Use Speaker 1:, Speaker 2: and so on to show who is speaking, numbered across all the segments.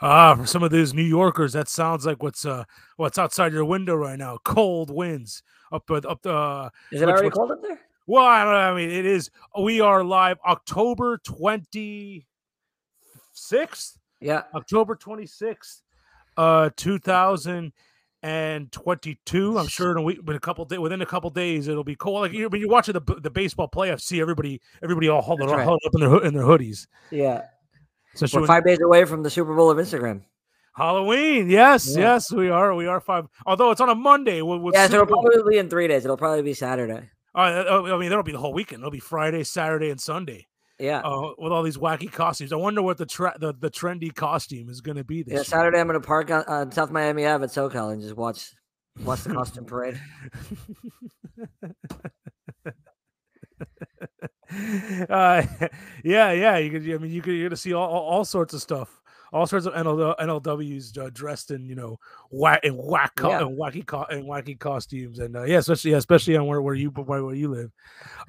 Speaker 1: Ah, for some of these New Yorkers, that sounds like what's uh what's outside your window right now. Cold winds up uh, up the. Uh,
Speaker 2: Is it
Speaker 1: Which-
Speaker 2: already
Speaker 1: which-
Speaker 2: cold up there?
Speaker 1: well, I don't know. I mean, it is. We are live October twenty sixth.
Speaker 2: Yeah.
Speaker 1: October 26th, uh, 2022. I'm sure in a week, but a couple days, within a couple days, it'll be cold. Like you, when you're watching the b- the baseball playoffs, see everybody, everybody all huddled,
Speaker 2: That's right.
Speaker 1: huddled up in their hoo- in their hoodies.
Speaker 2: Yeah.
Speaker 1: Especially when-
Speaker 2: We're five days away from the Super Bowl of Instagram.
Speaker 1: Halloween. Yes,
Speaker 2: Yeah.
Speaker 1: yes, we are. We are five. Although it's on a Monday. We'll, we'll
Speaker 2: Yeah,
Speaker 1: see
Speaker 2: so it'll
Speaker 1: what-
Speaker 2: probably be in three days. It'll probably be Saturday.
Speaker 1: uh, I mean, that'll be the whole weekend. It'll be Friday, Saturday, and Sunday.
Speaker 2: Yeah.
Speaker 1: Uh, with all these wacky costumes, I wonder what the tra- the, the trendy costume is going to be this
Speaker 2: yeah,
Speaker 1: year.
Speaker 2: Saturday I'm gonna park on, on South Miami Ave at SoCal and just watch watch the costume parade.
Speaker 1: uh, yeah, yeah. You could. I mean, you could. You're gonna see all, all, all sorts of stuff. All sorts of NL, NLWs uh, dressed in you know whack and whack co-
Speaker 2: Yeah.
Speaker 1: and wacky co- and wacky costumes and uh, yeah, especially yeah, especially on where, where you where, where you live.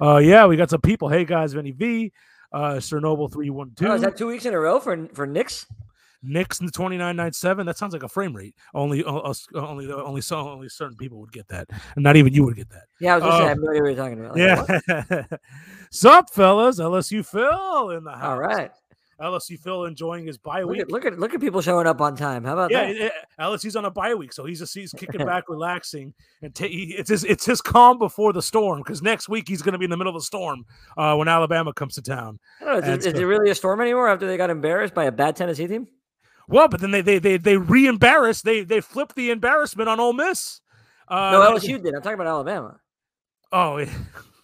Speaker 1: Uh, yeah, we got some people. Hey guys, Vinny V, uh, Sir Noble three one
Speaker 2: Oh,
Speaker 1: two,
Speaker 2: is that two weeks in a row for for Knicks?
Speaker 1: Nick's twenty nine nine seven. That sounds like a frame rate. Only uh, us- uh, only the- only so only certain people would get that, and not even you would get that.
Speaker 2: Yeah, I was gonna say I
Speaker 1: Oh.
Speaker 2: have no idea what you're talking about. Like, what?
Speaker 1: Yeah. Sup, fellas? LSU Phil in the house.
Speaker 2: All right.
Speaker 1: LSU Phil enjoying his bye
Speaker 2: Look
Speaker 1: week.
Speaker 2: at, look at look at people showing up on time. How about
Speaker 1: Yeah,
Speaker 2: that?
Speaker 1: it- it- LSU's on a bye week, so he's just he's kicking back, relaxing, and ta- he, it's his it's his calm before the storm. Because next week he's going to be in the middle of a storm uh, when Alabama comes to town.
Speaker 2: I don't know,
Speaker 1: and
Speaker 2: is, there, is
Speaker 1: so-
Speaker 2: there really a storm anymore after they got embarrassed by a bad Tennessee team?
Speaker 1: Well, but then they they they they re-embarrass. They they flip the embarrassment on Ole Miss. Uh,
Speaker 2: No,
Speaker 1: that-
Speaker 2: LSU did. I'm talking about Alabama.
Speaker 1: Oh,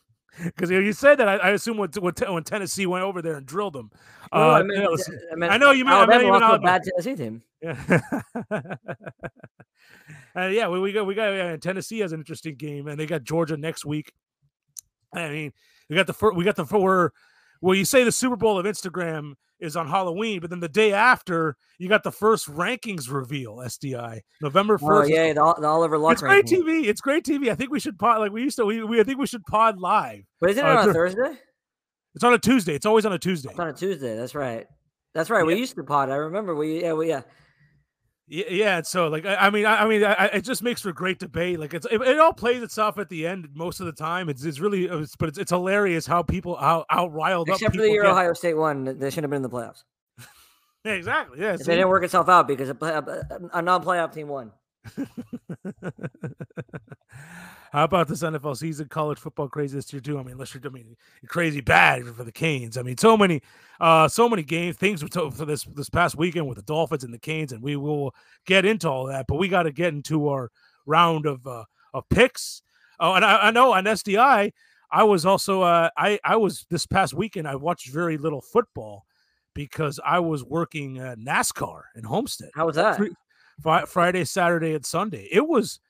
Speaker 1: because you said that. I, I assume when, when, when Tennessee went over there and drilled them.
Speaker 2: No, no,
Speaker 1: uh,
Speaker 2: I, meant,
Speaker 1: LSU
Speaker 2: I, meant
Speaker 1: I know you meant- I meant
Speaker 2: Alabama
Speaker 1: you
Speaker 2: lost
Speaker 1: meant
Speaker 2: to a
Speaker 1: Alabama.
Speaker 2: bad Tennessee team.
Speaker 1: Yeah. Uh, yeah, we, we got we got uh, Tennessee has an interesting game, and they got Georgia next week. I mean, we got the fir- we got the four. Well, you say the Super Bowl of Instagram is on Halloween, but then the day after, you got the first rankings reveal. SDI November
Speaker 2: Oh
Speaker 1: first.
Speaker 2: yeah, the, Ol- the Oliver Luck
Speaker 1: It's great
Speaker 2: ranking.
Speaker 1: TV. It's great TV. I think we should pod like we used to. We, we I think we should pod live.
Speaker 2: But isn't it
Speaker 1: Uh,
Speaker 2: on a
Speaker 1: sure.
Speaker 2: Thursday?
Speaker 1: It's on a Tuesday. It's always on a Tuesday.
Speaker 2: It's on a Tuesday. That's right. That's right. We
Speaker 1: Yeah.
Speaker 2: used to pod. I remember. We yeah we yeah.
Speaker 1: Yeah, yeah. and So, like, I, I mean, I, I mean, I, I- it just makes for great debate. Like, it's it, it all plays itself at the end most of the time. It's it's really, it's, but it's, it's hilarious how people how how riled up.
Speaker 2: Except for the
Speaker 1: people
Speaker 2: year
Speaker 1: get.
Speaker 2: Ohio State won, they shouldn't have been in the playoffs.
Speaker 1: Yeah, exactly. Yeah.
Speaker 2: If
Speaker 1: see?
Speaker 2: They didn't work itself out because a, play, a, a non-playoff team won.
Speaker 1: How about this NFL season? College football crazy this year too. I mean, unless you're, I mean, you're crazy bad for the Canes. I mean, so many, uh, so many games. Things were to, for this this past weekend with the Dolphins and the Canes, and we will get into all that. But we got to get into our round of uh, of picks. Oh, and I, I know on SDI, I was also uh, I I was this past weekend. I watched very little football because I was working uh, NASCAR in Homestead.
Speaker 2: How was that?
Speaker 1: Three- Fri- Friday, Saturday, and Sunday. It was,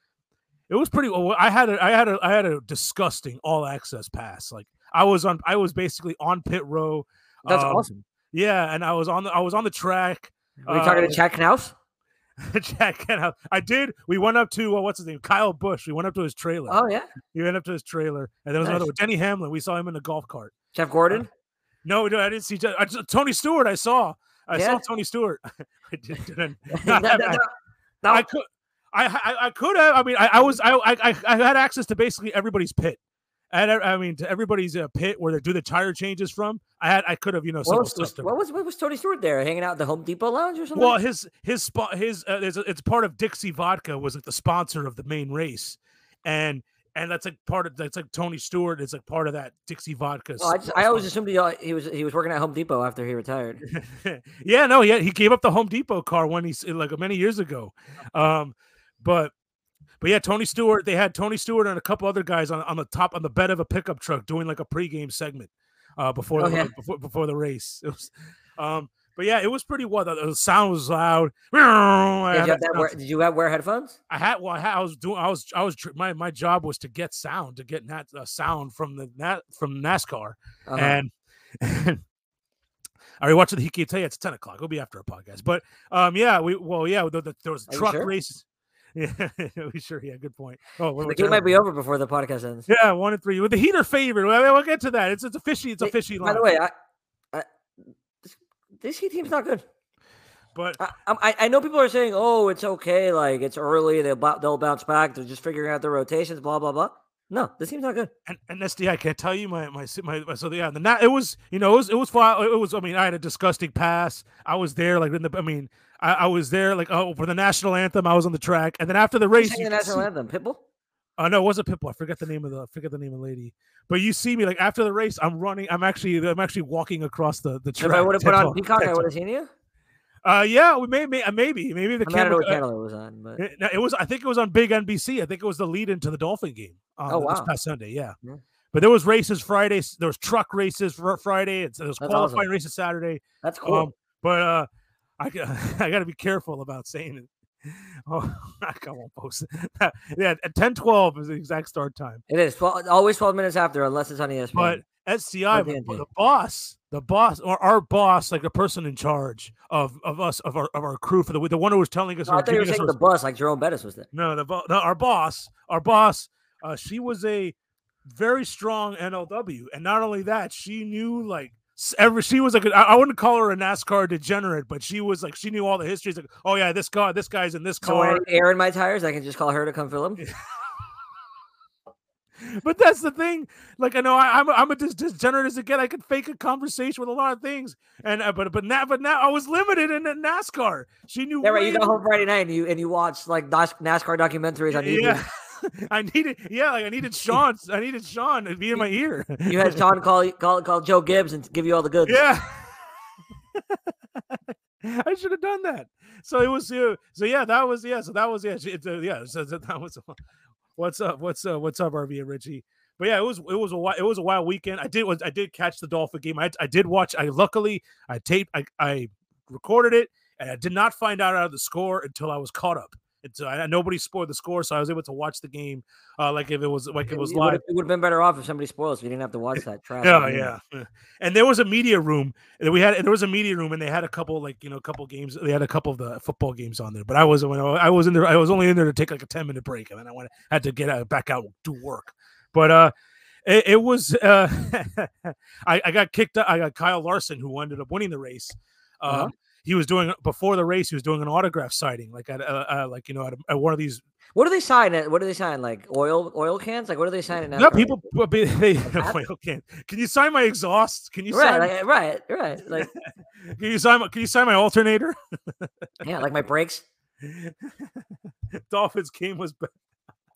Speaker 1: it was pretty. Well, I had a, I had a, I had a disgusting all access pass. Like I was on, I was basically on pit row.
Speaker 2: That's
Speaker 1: um,
Speaker 2: awesome.
Speaker 1: Yeah, and I was on the, I was on the track.
Speaker 2: Were you talking
Speaker 1: uh,
Speaker 2: to Chad Knaus?
Speaker 1: Jack and I, I did. We went up to uh, what's his name, Kyle Bush. We went up to his trailer.
Speaker 2: Oh yeah,
Speaker 1: We went up to his trailer, and there was
Speaker 2: Nice.
Speaker 1: another one. Denny Hamlin. We saw him in the golf cart.
Speaker 2: Jeff Gordon.
Speaker 1: No, no, I didn't see I, Tony Stewart. I saw. I
Speaker 2: Yeah.
Speaker 1: saw Tony Stewart. I did- didn't.
Speaker 2: That- that- that- that-
Speaker 1: I could, I, I, I could have. I mean, I, I was, I, I, I- I had access to basically everybody's pit. I had, I mean, to everybody's uh, pit where they do the tire changes from. I had, I could have, you know,
Speaker 2: what,
Speaker 1: some
Speaker 2: was,
Speaker 1: stuff.
Speaker 2: was- what was what was Tony Stewart there hanging out at the Home Depot lounge or something?
Speaker 1: Well, his, his spot, his, uh, there's a, it's part of Dixie Vodka was like the sponsor of the main race, and and that's like part of that's like Tony Stewart is like part of that Dixie Vodka.
Speaker 2: Oh, I,
Speaker 1: s-
Speaker 2: just, I always assumed he, uh, he was he was working at Home Depot after he retired.
Speaker 1: yeah, no, yeah, he gave up the Home Depot car when he's like many years ago. Um, but but yeah, Tony Stewart, they had Tony Stewart and a couple other guys on, on the top on the bed of a pickup truck doing like a pregame segment uh before
Speaker 2: Oh,
Speaker 1: the,
Speaker 2: yeah.
Speaker 1: before, before the race. It was, um but yeah, it was pretty wild. The, the sound was loud. I
Speaker 2: Did
Speaker 1: had
Speaker 2: you,
Speaker 1: that
Speaker 2: have that
Speaker 1: sound-
Speaker 2: wear, did you have wear headphones?
Speaker 1: I had well, I, had, I was doing, I was, I was, tr- my my job was to get sound, to get that uh, sound from the nat from NASCAR,
Speaker 2: Uh-huh.
Speaker 1: and, and I rewatched the Hiki tell you it's ten o'clock. It'll be after a podcast, but um, yeah, we well, yeah, the, the, there was
Speaker 2: Are you
Speaker 1: truck
Speaker 2: sure?
Speaker 1: races. Yeah, we sure. Yeah, good point. Oh,
Speaker 2: So
Speaker 1: we're
Speaker 2: the game might
Speaker 1: terrible.
Speaker 2: be over before the podcast ends.
Speaker 1: yeah, one and three with the heater favorite. Well, we'll get to that. It's it's a fishy. It's a
Speaker 2: Hey,
Speaker 1: fishy line.
Speaker 2: By the way, uh I, I, this, this Heat team's not good.
Speaker 1: But
Speaker 2: I, I, I know people are saying, "Oh, it's okay. Like it's early. They'll bo- they'll bounce back. They're just figuring out their rotations." Blah blah blah. No, this team's not good.
Speaker 1: and, and SDI, can I tell you my my si- my, my so yeah the na- it was you know it was it was fly, it was I mean I had a disgusting pass I was there like in the I mean I, I was there like oh for the national anthem I was on the track and then after the
Speaker 2: Who's
Speaker 1: race
Speaker 2: singing
Speaker 1: you
Speaker 2: the
Speaker 1: could
Speaker 2: national
Speaker 1: see-
Speaker 2: anthem. Pitbull.
Speaker 1: Uh, no, it wasn't Pitbull. I forget the name of the I forget the name of the lady. But you see me like after the race, I'm running. I'm actually I'm actually walking across the the track.
Speaker 2: If I would have put on
Speaker 1: tiptoe-
Speaker 2: Peacock, I
Speaker 1: tiptoe.
Speaker 2: would have seen you.
Speaker 1: Uh, yeah, we may, may, uh, maybe maybe the
Speaker 2: I mean, I don't
Speaker 1: camera.
Speaker 2: know what channel it was on, but
Speaker 1: uh, it, no, it was I think it was on Big NBC. I think it was the lead into the Dolphin game. Um,
Speaker 2: Oh,
Speaker 1: this
Speaker 2: wow.
Speaker 1: past Sunday, yeah.
Speaker 2: Yeah.
Speaker 1: But there was races Friday. s- There was truck races for Friday. It's, there was
Speaker 2: That's
Speaker 1: qualifying
Speaker 2: awesome.
Speaker 1: races Saturday.
Speaker 2: that's cool.
Speaker 1: Um, but uh, I g- I got to be careful about saying it. Oh, I won't post it. yeah, at ten twelve is the exact start time.
Speaker 2: it is 12, always twelve minutes after, unless it's on E ESPN.
Speaker 1: But SCI,
Speaker 2: But
Speaker 1: the,
Speaker 2: TNT.
Speaker 1: the boss, the boss, or our boss, like the person in charge of of us of our of our crew for the week, the one who was telling us,
Speaker 2: No, I
Speaker 1: or
Speaker 2: thought you were
Speaker 1: giving us
Speaker 2: saying
Speaker 1: those-
Speaker 2: the bus, like Jerome Bettis was there.
Speaker 1: no, the bo- no, our boss, our boss, uh, she was a very strong NLW, and not only that, she knew like s- every she was like a- I, I wouldn't call her a NASCAR degenerate, but she was like she knew all the histories. Like, oh yeah, this guy, this guy's in this
Speaker 2: So when I
Speaker 1: car.
Speaker 2: need air in my tires, I can just call her to come fill them.
Speaker 1: But that's the thing. Like I know I, I'm a, I'm a dis- degenerate as again. I could fake a conversation with a lot of things, and uh, but but now but now I was limited in in NASCAR. She knew.
Speaker 2: Yeah, right.
Speaker 1: way
Speaker 2: You got
Speaker 1: more-
Speaker 2: home Friday night and you and you watch like Nas- NASCAR documentaries on YouTube.
Speaker 1: Yeah, I needed. Yeah, like I needed Sean. I needed Sean to be in my ear.
Speaker 2: You had Sean call, call call Joe Gibbs and give you all the goods.
Speaker 1: Yeah. I should have done that. So it was. Uh, so yeah, that was yeah. So that was yeah. she- it's, uh, yeah. So so that was. What's up? What's up? What's up, RV and Richie? But yeah, it was it was a wi- it was a wild weekend. I did was I did catch the Dolphin game. I I did watch. I luckily I taped. I I recorded it, and I did not find out out of the score until I was caught up. It's uh, nobody spoiled the score, so I was able to watch the game uh, like if it was like it was
Speaker 2: would've-
Speaker 1: live.
Speaker 2: It would have been better off if somebody spoiled us. We didn't have to watch that trash.
Speaker 1: Yeah,
Speaker 2: game.
Speaker 1: Oh, yeah. yeah. And there was a media room that we had. There was a media room, and they had a couple like you know, a couple games. They had a couple of the football games on there. But I wasn't. when I I was in there. I was only in there to take like a ten minute break, and then I went had to get out, back out do work. But uh, it, it was uh, I, I got kicked. out. I got Kyle Larson, who ended up winning the race. Um,
Speaker 2: Uh-huh.
Speaker 1: He was doing before the race. He was doing an autograph signing, like at uh, uh, like you know at, a- at one of these.
Speaker 2: What do they sign? At, what do they sign? Like oil oil cans? Like what do they sign? in
Speaker 1: No,
Speaker 2: NASCAR?
Speaker 1: people. They,
Speaker 2: happened?
Speaker 1: okay. Can you sign my exhaust? Can you
Speaker 2: Right,
Speaker 1: sign?
Speaker 2: like, right, right. Like
Speaker 1: Can you sign? My, can you sign my alternator?
Speaker 2: yeah, like my brakes.
Speaker 1: Dolphins game was better.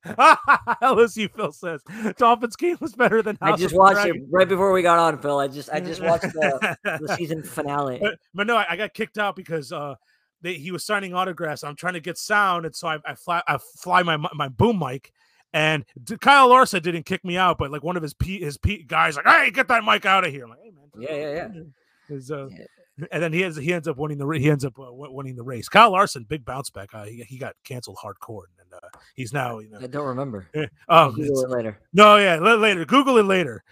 Speaker 1: LSU Phil says Dolphins game was better than
Speaker 2: I
Speaker 1: House
Speaker 2: just
Speaker 1: of
Speaker 2: watched it
Speaker 1: Dragon.
Speaker 2: right before we got on, Phil. I just I just watched the, the season finale.
Speaker 1: but, but no, I, I got kicked out because uh, they, he was signing autographs. I'm trying to get sound, and so I, I fly I fly my mi- my boom mic. And d- Kyle Larson didn't kick me out, but like one of his P, his P guys like, hey, get that mic out of here. I'm like, hey man,
Speaker 2: Yeah, yeah, yeah.
Speaker 1: Is, uh,
Speaker 2: Yeah.
Speaker 1: And then he ends he ends up winning the ra- he ends up uh, wi- winning the race. Kyle Larson, big bounce back. Uh, he, he got canceled hardcore, and uh, he's now you know.
Speaker 2: I don't remember.
Speaker 1: Um, it's-
Speaker 2: Google it later.
Speaker 1: no, yeah, la- later. Google it later.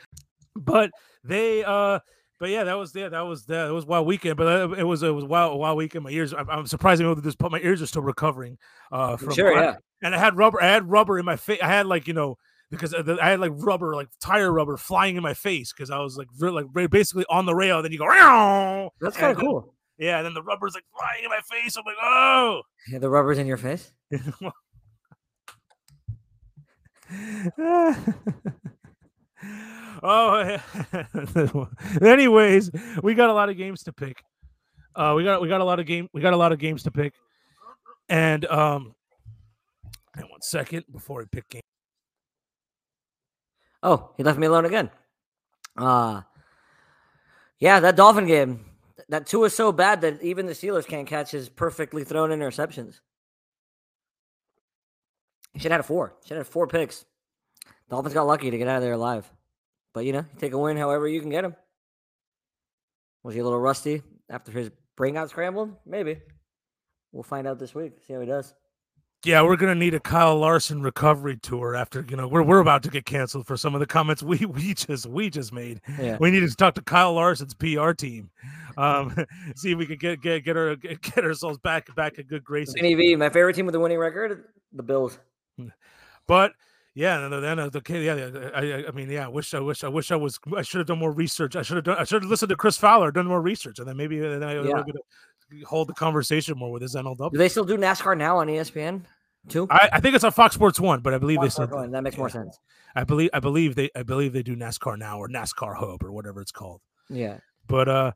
Speaker 1: But they, uh, but yeah, that was yeah, that was that was wild weekend. But uh, it was it was wild wild weekend. My ears, I'm, I'm surprised able to just put my ears are still recovering. Uh, from
Speaker 2: Sure,
Speaker 1: I-
Speaker 2: yeah.
Speaker 1: and I had rubber. I had rubber in my face. I had like you know because of the- I had like rubber, like tire rubber, flying in my face because I was like re- like re- basically on the rail. Then you go, "Meow."
Speaker 2: That's kind of
Speaker 1: and, uh,
Speaker 2: cool.
Speaker 1: yeah. And then the rubber's like flying in my face. I'm like, oh.
Speaker 2: Yeah, the rubber's in your face.
Speaker 1: oh, anyways, we got a lot of games to pick. Uh, we got we got a lot of game we got a lot of games to pick, and um, and one second before we pick game.
Speaker 2: Oh, he left me alone again. Uh yeah, that Dolphin game. That two is so bad that even the Steelers can't catch his perfectly thrown interceptions. He should have had four. Should have had four picks. Dolphins got lucky to get out of there alive. But you know, take a win however you can get him. Was he a little rusty after his brain got scrambled? Maybe. We'll find out this week. See how he does.
Speaker 1: Yeah, we're gonna need a Kyle Larson recovery tour after you know we're we're about to get canceled for some of the comments we we just we just made.
Speaker 2: Yeah.
Speaker 1: We needed to talk to Kyle Larson's PR team, um, see if we could get get get our get get ourselves back back a good graces.
Speaker 2: Vinny V, my favorite team with a winning record, the Bills.
Speaker 1: But yeah, no, no, then uh, the kid, yeah, yeah, I, I- I mean, yeah, I wish, I wish, I wish I was, I should have done more research. I should have done, I should have listened to Chris Fowler, done more research, and then maybe uh, then I
Speaker 2: Yeah.
Speaker 1: would have hold the conversation more with his NLW.
Speaker 2: Do they still do NASCAR now on E ESPN? Two.
Speaker 1: I, I think it's on Fox Sports One, but I believe
Speaker 2: Fox
Speaker 1: they
Speaker 2: Sports
Speaker 1: still.
Speaker 2: One, that makes more
Speaker 1: yeah.
Speaker 2: sense.
Speaker 1: I believe I believe they I believe they do NASCAR now or NASCAR Hub or whatever it's called.
Speaker 2: Yeah.
Speaker 1: But uh,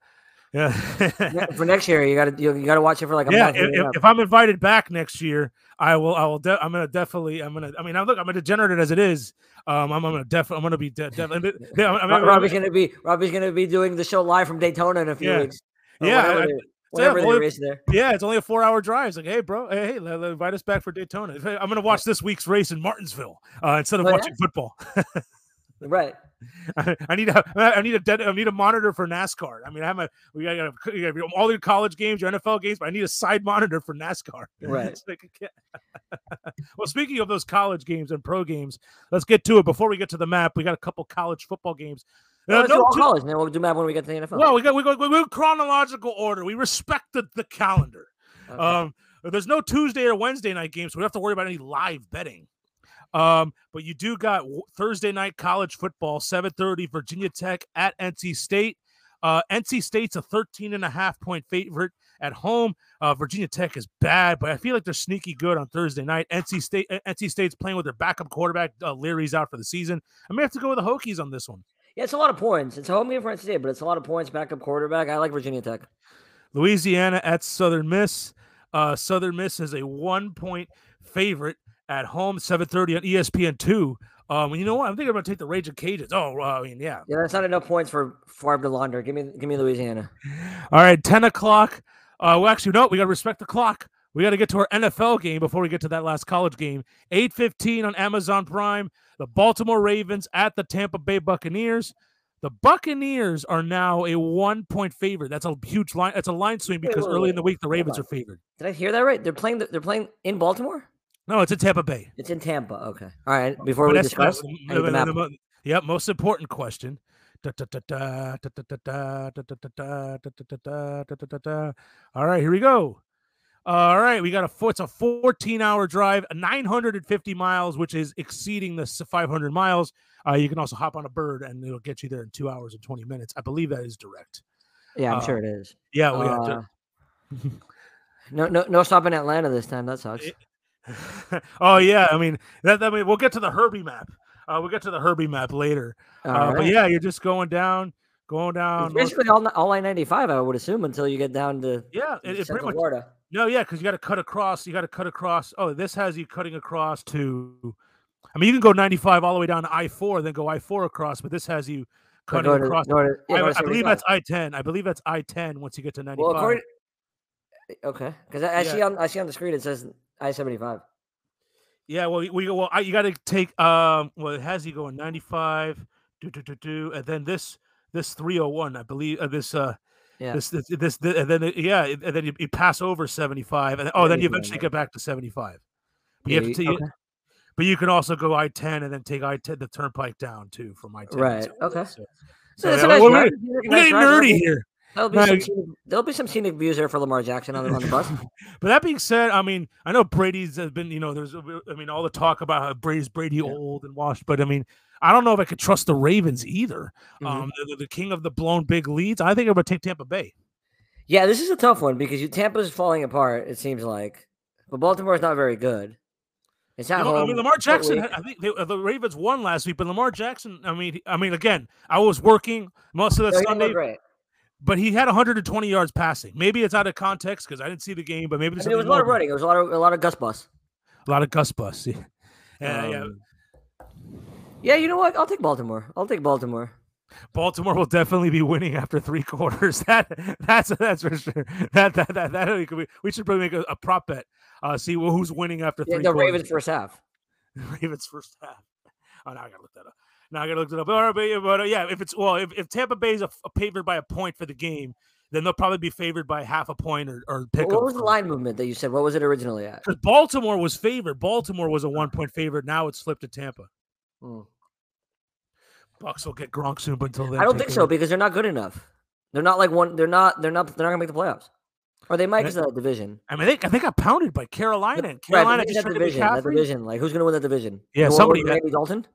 Speaker 1: yeah,
Speaker 2: Ne- for next year, you got to you, got to watch it for like a
Speaker 1: yeah.
Speaker 2: month.
Speaker 1: If,
Speaker 2: and
Speaker 1: if-
Speaker 2: then up.
Speaker 1: if I'm invited back next year, I will. I will. De- I'm gonna definitely. I'm gonna. I mean, I'm look. I'm a degenerate as it is. Um, I'm, I'm gonna def. I'm gonna be de- def- I'm, I'm,
Speaker 2: Ro-
Speaker 1: I'm-
Speaker 2: Robbie's gonna be Robbie's gonna be doing the show live from Daytona in a few
Speaker 1: Yeah.
Speaker 2: weeks. or
Speaker 1: Yeah,
Speaker 2: whatever,
Speaker 1: I-
Speaker 2: they- whatever they
Speaker 1: well,
Speaker 2: race there.
Speaker 1: Yeah, it's only a four hour drive. It's like, hey, bro, hey, hey let- let- invite us back for Daytona. Hey, I'm going to watch this week's race in Martinsville uh, instead of
Speaker 2: Oh, yeah?
Speaker 1: watching football.
Speaker 2: Right.
Speaker 1: I, need a, I need a, dead, I need a monitor for NASCAR. I mean, I have a, we got, you got you got all your college games, your NFL games, but I need a side monitor for NASCAR.
Speaker 2: Right.
Speaker 1: It's like, I can't- well, speaking of those college games and pro games, let's get to it. Before we get to the map, we got a couple college football games. Uh,
Speaker 2: Well, let's do
Speaker 1: no
Speaker 2: all
Speaker 1: two-
Speaker 2: college, and then we'll do map when we get to the NFL.
Speaker 1: well, we got we go, we go chronological order. We respect the, the calendar.
Speaker 2: Okay.
Speaker 1: Um, there's no Tuesday or Wednesday night games, so we don't have to worry about any live betting. Um, but you do got w- Thursday night college football, 7:30, Virginia Tech at NC State. Uh, NC State's a 13 and a half point favorite at home. Uh, Virginia Tech is bad, but I feel like they're sneaky good on Thursday night. NC State, uh, NC State's playing with their backup quarterback. Uh, Leary's out for the season. I may have to go with the Hokies on this one.
Speaker 2: yeah, it's a lot of points. It's a home game for NC State, but it's a lot of points. Backup quarterback. I like Virginia Tech.
Speaker 1: Louisiana at Southern Miss. Uh, Southern Miss is a one-point favorite at home, 7:30 on E ESPN two. Um, and you know what? I'm thinking I'm gonna take the Rage of Cajuns. Oh, well, I mean, yeah.
Speaker 2: Yeah, that's not enough points for Favre to launder. Give me, give me Louisiana.
Speaker 1: All right, 10 o'clock. Uh, well, actually, no, we gotta respect the clock. We gotta get to our NFL game before we get to that last college game. 8:15 on Amazon Prime. The Baltimore Ravens at the Tampa Bay Buccaneers. The Buccaneers are now a one-point favorite. That's a huge line. That's a line swing
Speaker 2: Wait,
Speaker 1: because
Speaker 2: wait,
Speaker 1: early in
Speaker 2: wait.
Speaker 1: the week the Ravens are
Speaker 2: on.
Speaker 1: favored.
Speaker 2: Did I hear that right? They're playing. The, they're playing in Baltimore.
Speaker 1: No, it's in Tampa Bay.
Speaker 2: It's in Tampa. Okay. All right. Before
Speaker 1: But
Speaker 2: we
Speaker 1: that's- that's
Speaker 2: discuss,
Speaker 1: the-
Speaker 2: I need the
Speaker 1: the-
Speaker 2: map.
Speaker 1: the mo- Yep, most important question. Da, da, da, da, da, da, da, da, da, da, da, da, da, da, da, da, da, da. All right, here we go. All right, we got a four, it's a 14 hour drive, a 950 miles, which is exceeding the s- 500 miles. Uh, you can also hop on a bird and it'll get you there in two hours and 20 minutes. I believe that is direct.
Speaker 2: yeah, I'm
Speaker 1: uh,
Speaker 2: sure it is.
Speaker 1: Yeah, we got
Speaker 2: Uh, no, no, no stop in Atlanta this time. That sucks.
Speaker 1: It-
Speaker 2: Uh.
Speaker 1: oh, yeah. I mean, that, that, I mean, we'll get to the Herbie map. Uh, we'll get to the Herbie map later. Uh,
Speaker 2: All
Speaker 1: But
Speaker 2: right.
Speaker 1: yeah, you're just going down, going
Speaker 2: It's
Speaker 1: down. most-
Speaker 2: basically all, ni- all I 95, I would assume, until you get down to
Speaker 1: Yeah, it, it pretty
Speaker 2: Central
Speaker 1: much.
Speaker 2: Florida.
Speaker 1: No, yeah, because you got to cut across. You got to cut across. Oh, this has you cutting across to. I mean, you can go 95 all the way down to I four, then go I four across, but this has you
Speaker 2: Or
Speaker 1: cutting
Speaker 2: go to-
Speaker 1: across.
Speaker 2: go to- yeah,
Speaker 1: I,
Speaker 2: go to
Speaker 1: I believe
Speaker 2: 75.
Speaker 1: that's I 10. I believe that's I 10 once you get to 95.
Speaker 2: Well, according, okay, because I, I
Speaker 1: Yeah.
Speaker 2: see on I see on the screen it says I seventy five.
Speaker 1: yeah, well, we well, I, you got to take. Um, well, it has you going 95, do do do do, and then this this 301, I believe. Uh, this uh,
Speaker 2: Yeah.
Speaker 1: this this this, thi- and then it- yeah, it- and then you, you pass over 75, and oh,
Speaker 2: Yeah,
Speaker 1: then
Speaker 2: you
Speaker 1: you
Speaker 2: can
Speaker 1: eventually
Speaker 2: go.
Speaker 1: get back to 75. But
Speaker 2: Yeah,
Speaker 1: you have to,
Speaker 2: you-
Speaker 1: you- But you can also go I ten and then take I ten the turnpike down too from I ten.
Speaker 2: Right, okay.
Speaker 1: So,
Speaker 2: So
Speaker 1: so
Speaker 2: that's
Speaker 1: yeah,
Speaker 2: a nice
Speaker 1: we're,
Speaker 2: drive.
Speaker 1: we're-
Speaker 2: If you look
Speaker 1: we're
Speaker 2: at nice
Speaker 1: getting
Speaker 2: drive, there'll
Speaker 1: nerdy
Speaker 2: be-
Speaker 1: here.
Speaker 2: There'll be,
Speaker 1: No,
Speaker 2: some
Speaker 1: you-
Speaker 2: scenic, there'll be some scenic views there for Lamar Jackson on, the- on the bus.
Speaker 1: But that being said, I mean, I know Brady's has been, you know, there's, a- I mean, all the talk about how Brady's Brady old and washed, but I mean, I don't know if I could trust the Ravens either.
Speaker 2: Mhm.
Speaker 1: Um, they're the, the king of the blown big leads. I think I'm gonna take Tampa Bay.
Speaker 2: yeah, this is a tough one because you, Tampa's falling apart. It seems like, but Baltimore's not very good. It's at
Speaker 1: You know,
Speaker 2: home.
Speaker 1: I mean, Lamar
Speaker 2: it's at
Speaker 1: Jackson.
Speaker 2: week.
Speaker 1: had- I think they, uh, the Ravens won last week, but Lamar Jackson. I mean, I mean, again, I was working most of the
Speaker 2: No, he didn't look
Speaker 1: Sunday,
Speaker 2: great.
Speaker 1: but he had 120 yards passing. Maybe it's out of context because I didn't see the game, but maybe
Speaker 2: I
Speaker 1: there's
Speaker 2: mean, it was a
Speaker 1: something
Speaker 2: lot of
Speaker 1: more.
Speaker 2: running. It was a lot of a lot of Gus bus.
Speaker 1: A lot of Gus Bus. Yeah. Yeah, yeah.
Speaker 2: Um, yeah, you know what? I'll take Baltimore. I'll take Baltimore.
Speaker 1: Baltimore will definitely be winning after three quarters. That that's that's for sure. That that that, that we, could be, we should probably make a, a prop bet. Uh, see wh- who's winning after
Speaker 2: Yeah,
Speaker 1: three.
Speaker 2: the
Speaker 1: quarters.
Speaker 2: Ravens first half.
Speaker 1: Ravens first half. Oh, now I gotta look that up. Now I gotta look it up. All right, but, yeah, but, uh, yeah, if it's well, if, if Tampa Bay is a, a favored by a point for the game, then they'll probably be favored by half a point or or pick.
Speaker 2: What was the line movement that you said? What was it originally at?
Speaker 1: Because Baltimore was favored. Baltimore was a one point favorite. Now it's flipped to Tampa.
Speaker 2: Hmm.
Speaker 1: Bucks will get Gronk soon, but until then,
Speaker 2: I don't
Speaker 1: take
Speaker 2: think
Speaker 1: the-
Speaker 2: so because they're not good enough. They're not like one. They're not. They're not. They're not gonna make the playoffs. Or they might
Speaker 1: That-
Speaker 2: because of that division.
Speaker 1: I mean, they, they got pounded by Carolina.
Speaker 2: The-
Speaker 1: And
Speaker 2: right, but
Speaker 1: Carolina
Speaker 2: even
Speaker 1: just
Speaker 2: that
Speaker 1: tried to
Speaker 2: division. That
Speaker 1: McCaffrey.
Speaker 2: division. Like who's gonna win that division?
Speaker 1: Yeah,
Speaker 2: New Orleans
Speaker 1: somebody
Speaker 2: with
Speaker 1: that-
Speaker 2: Andy Dalton.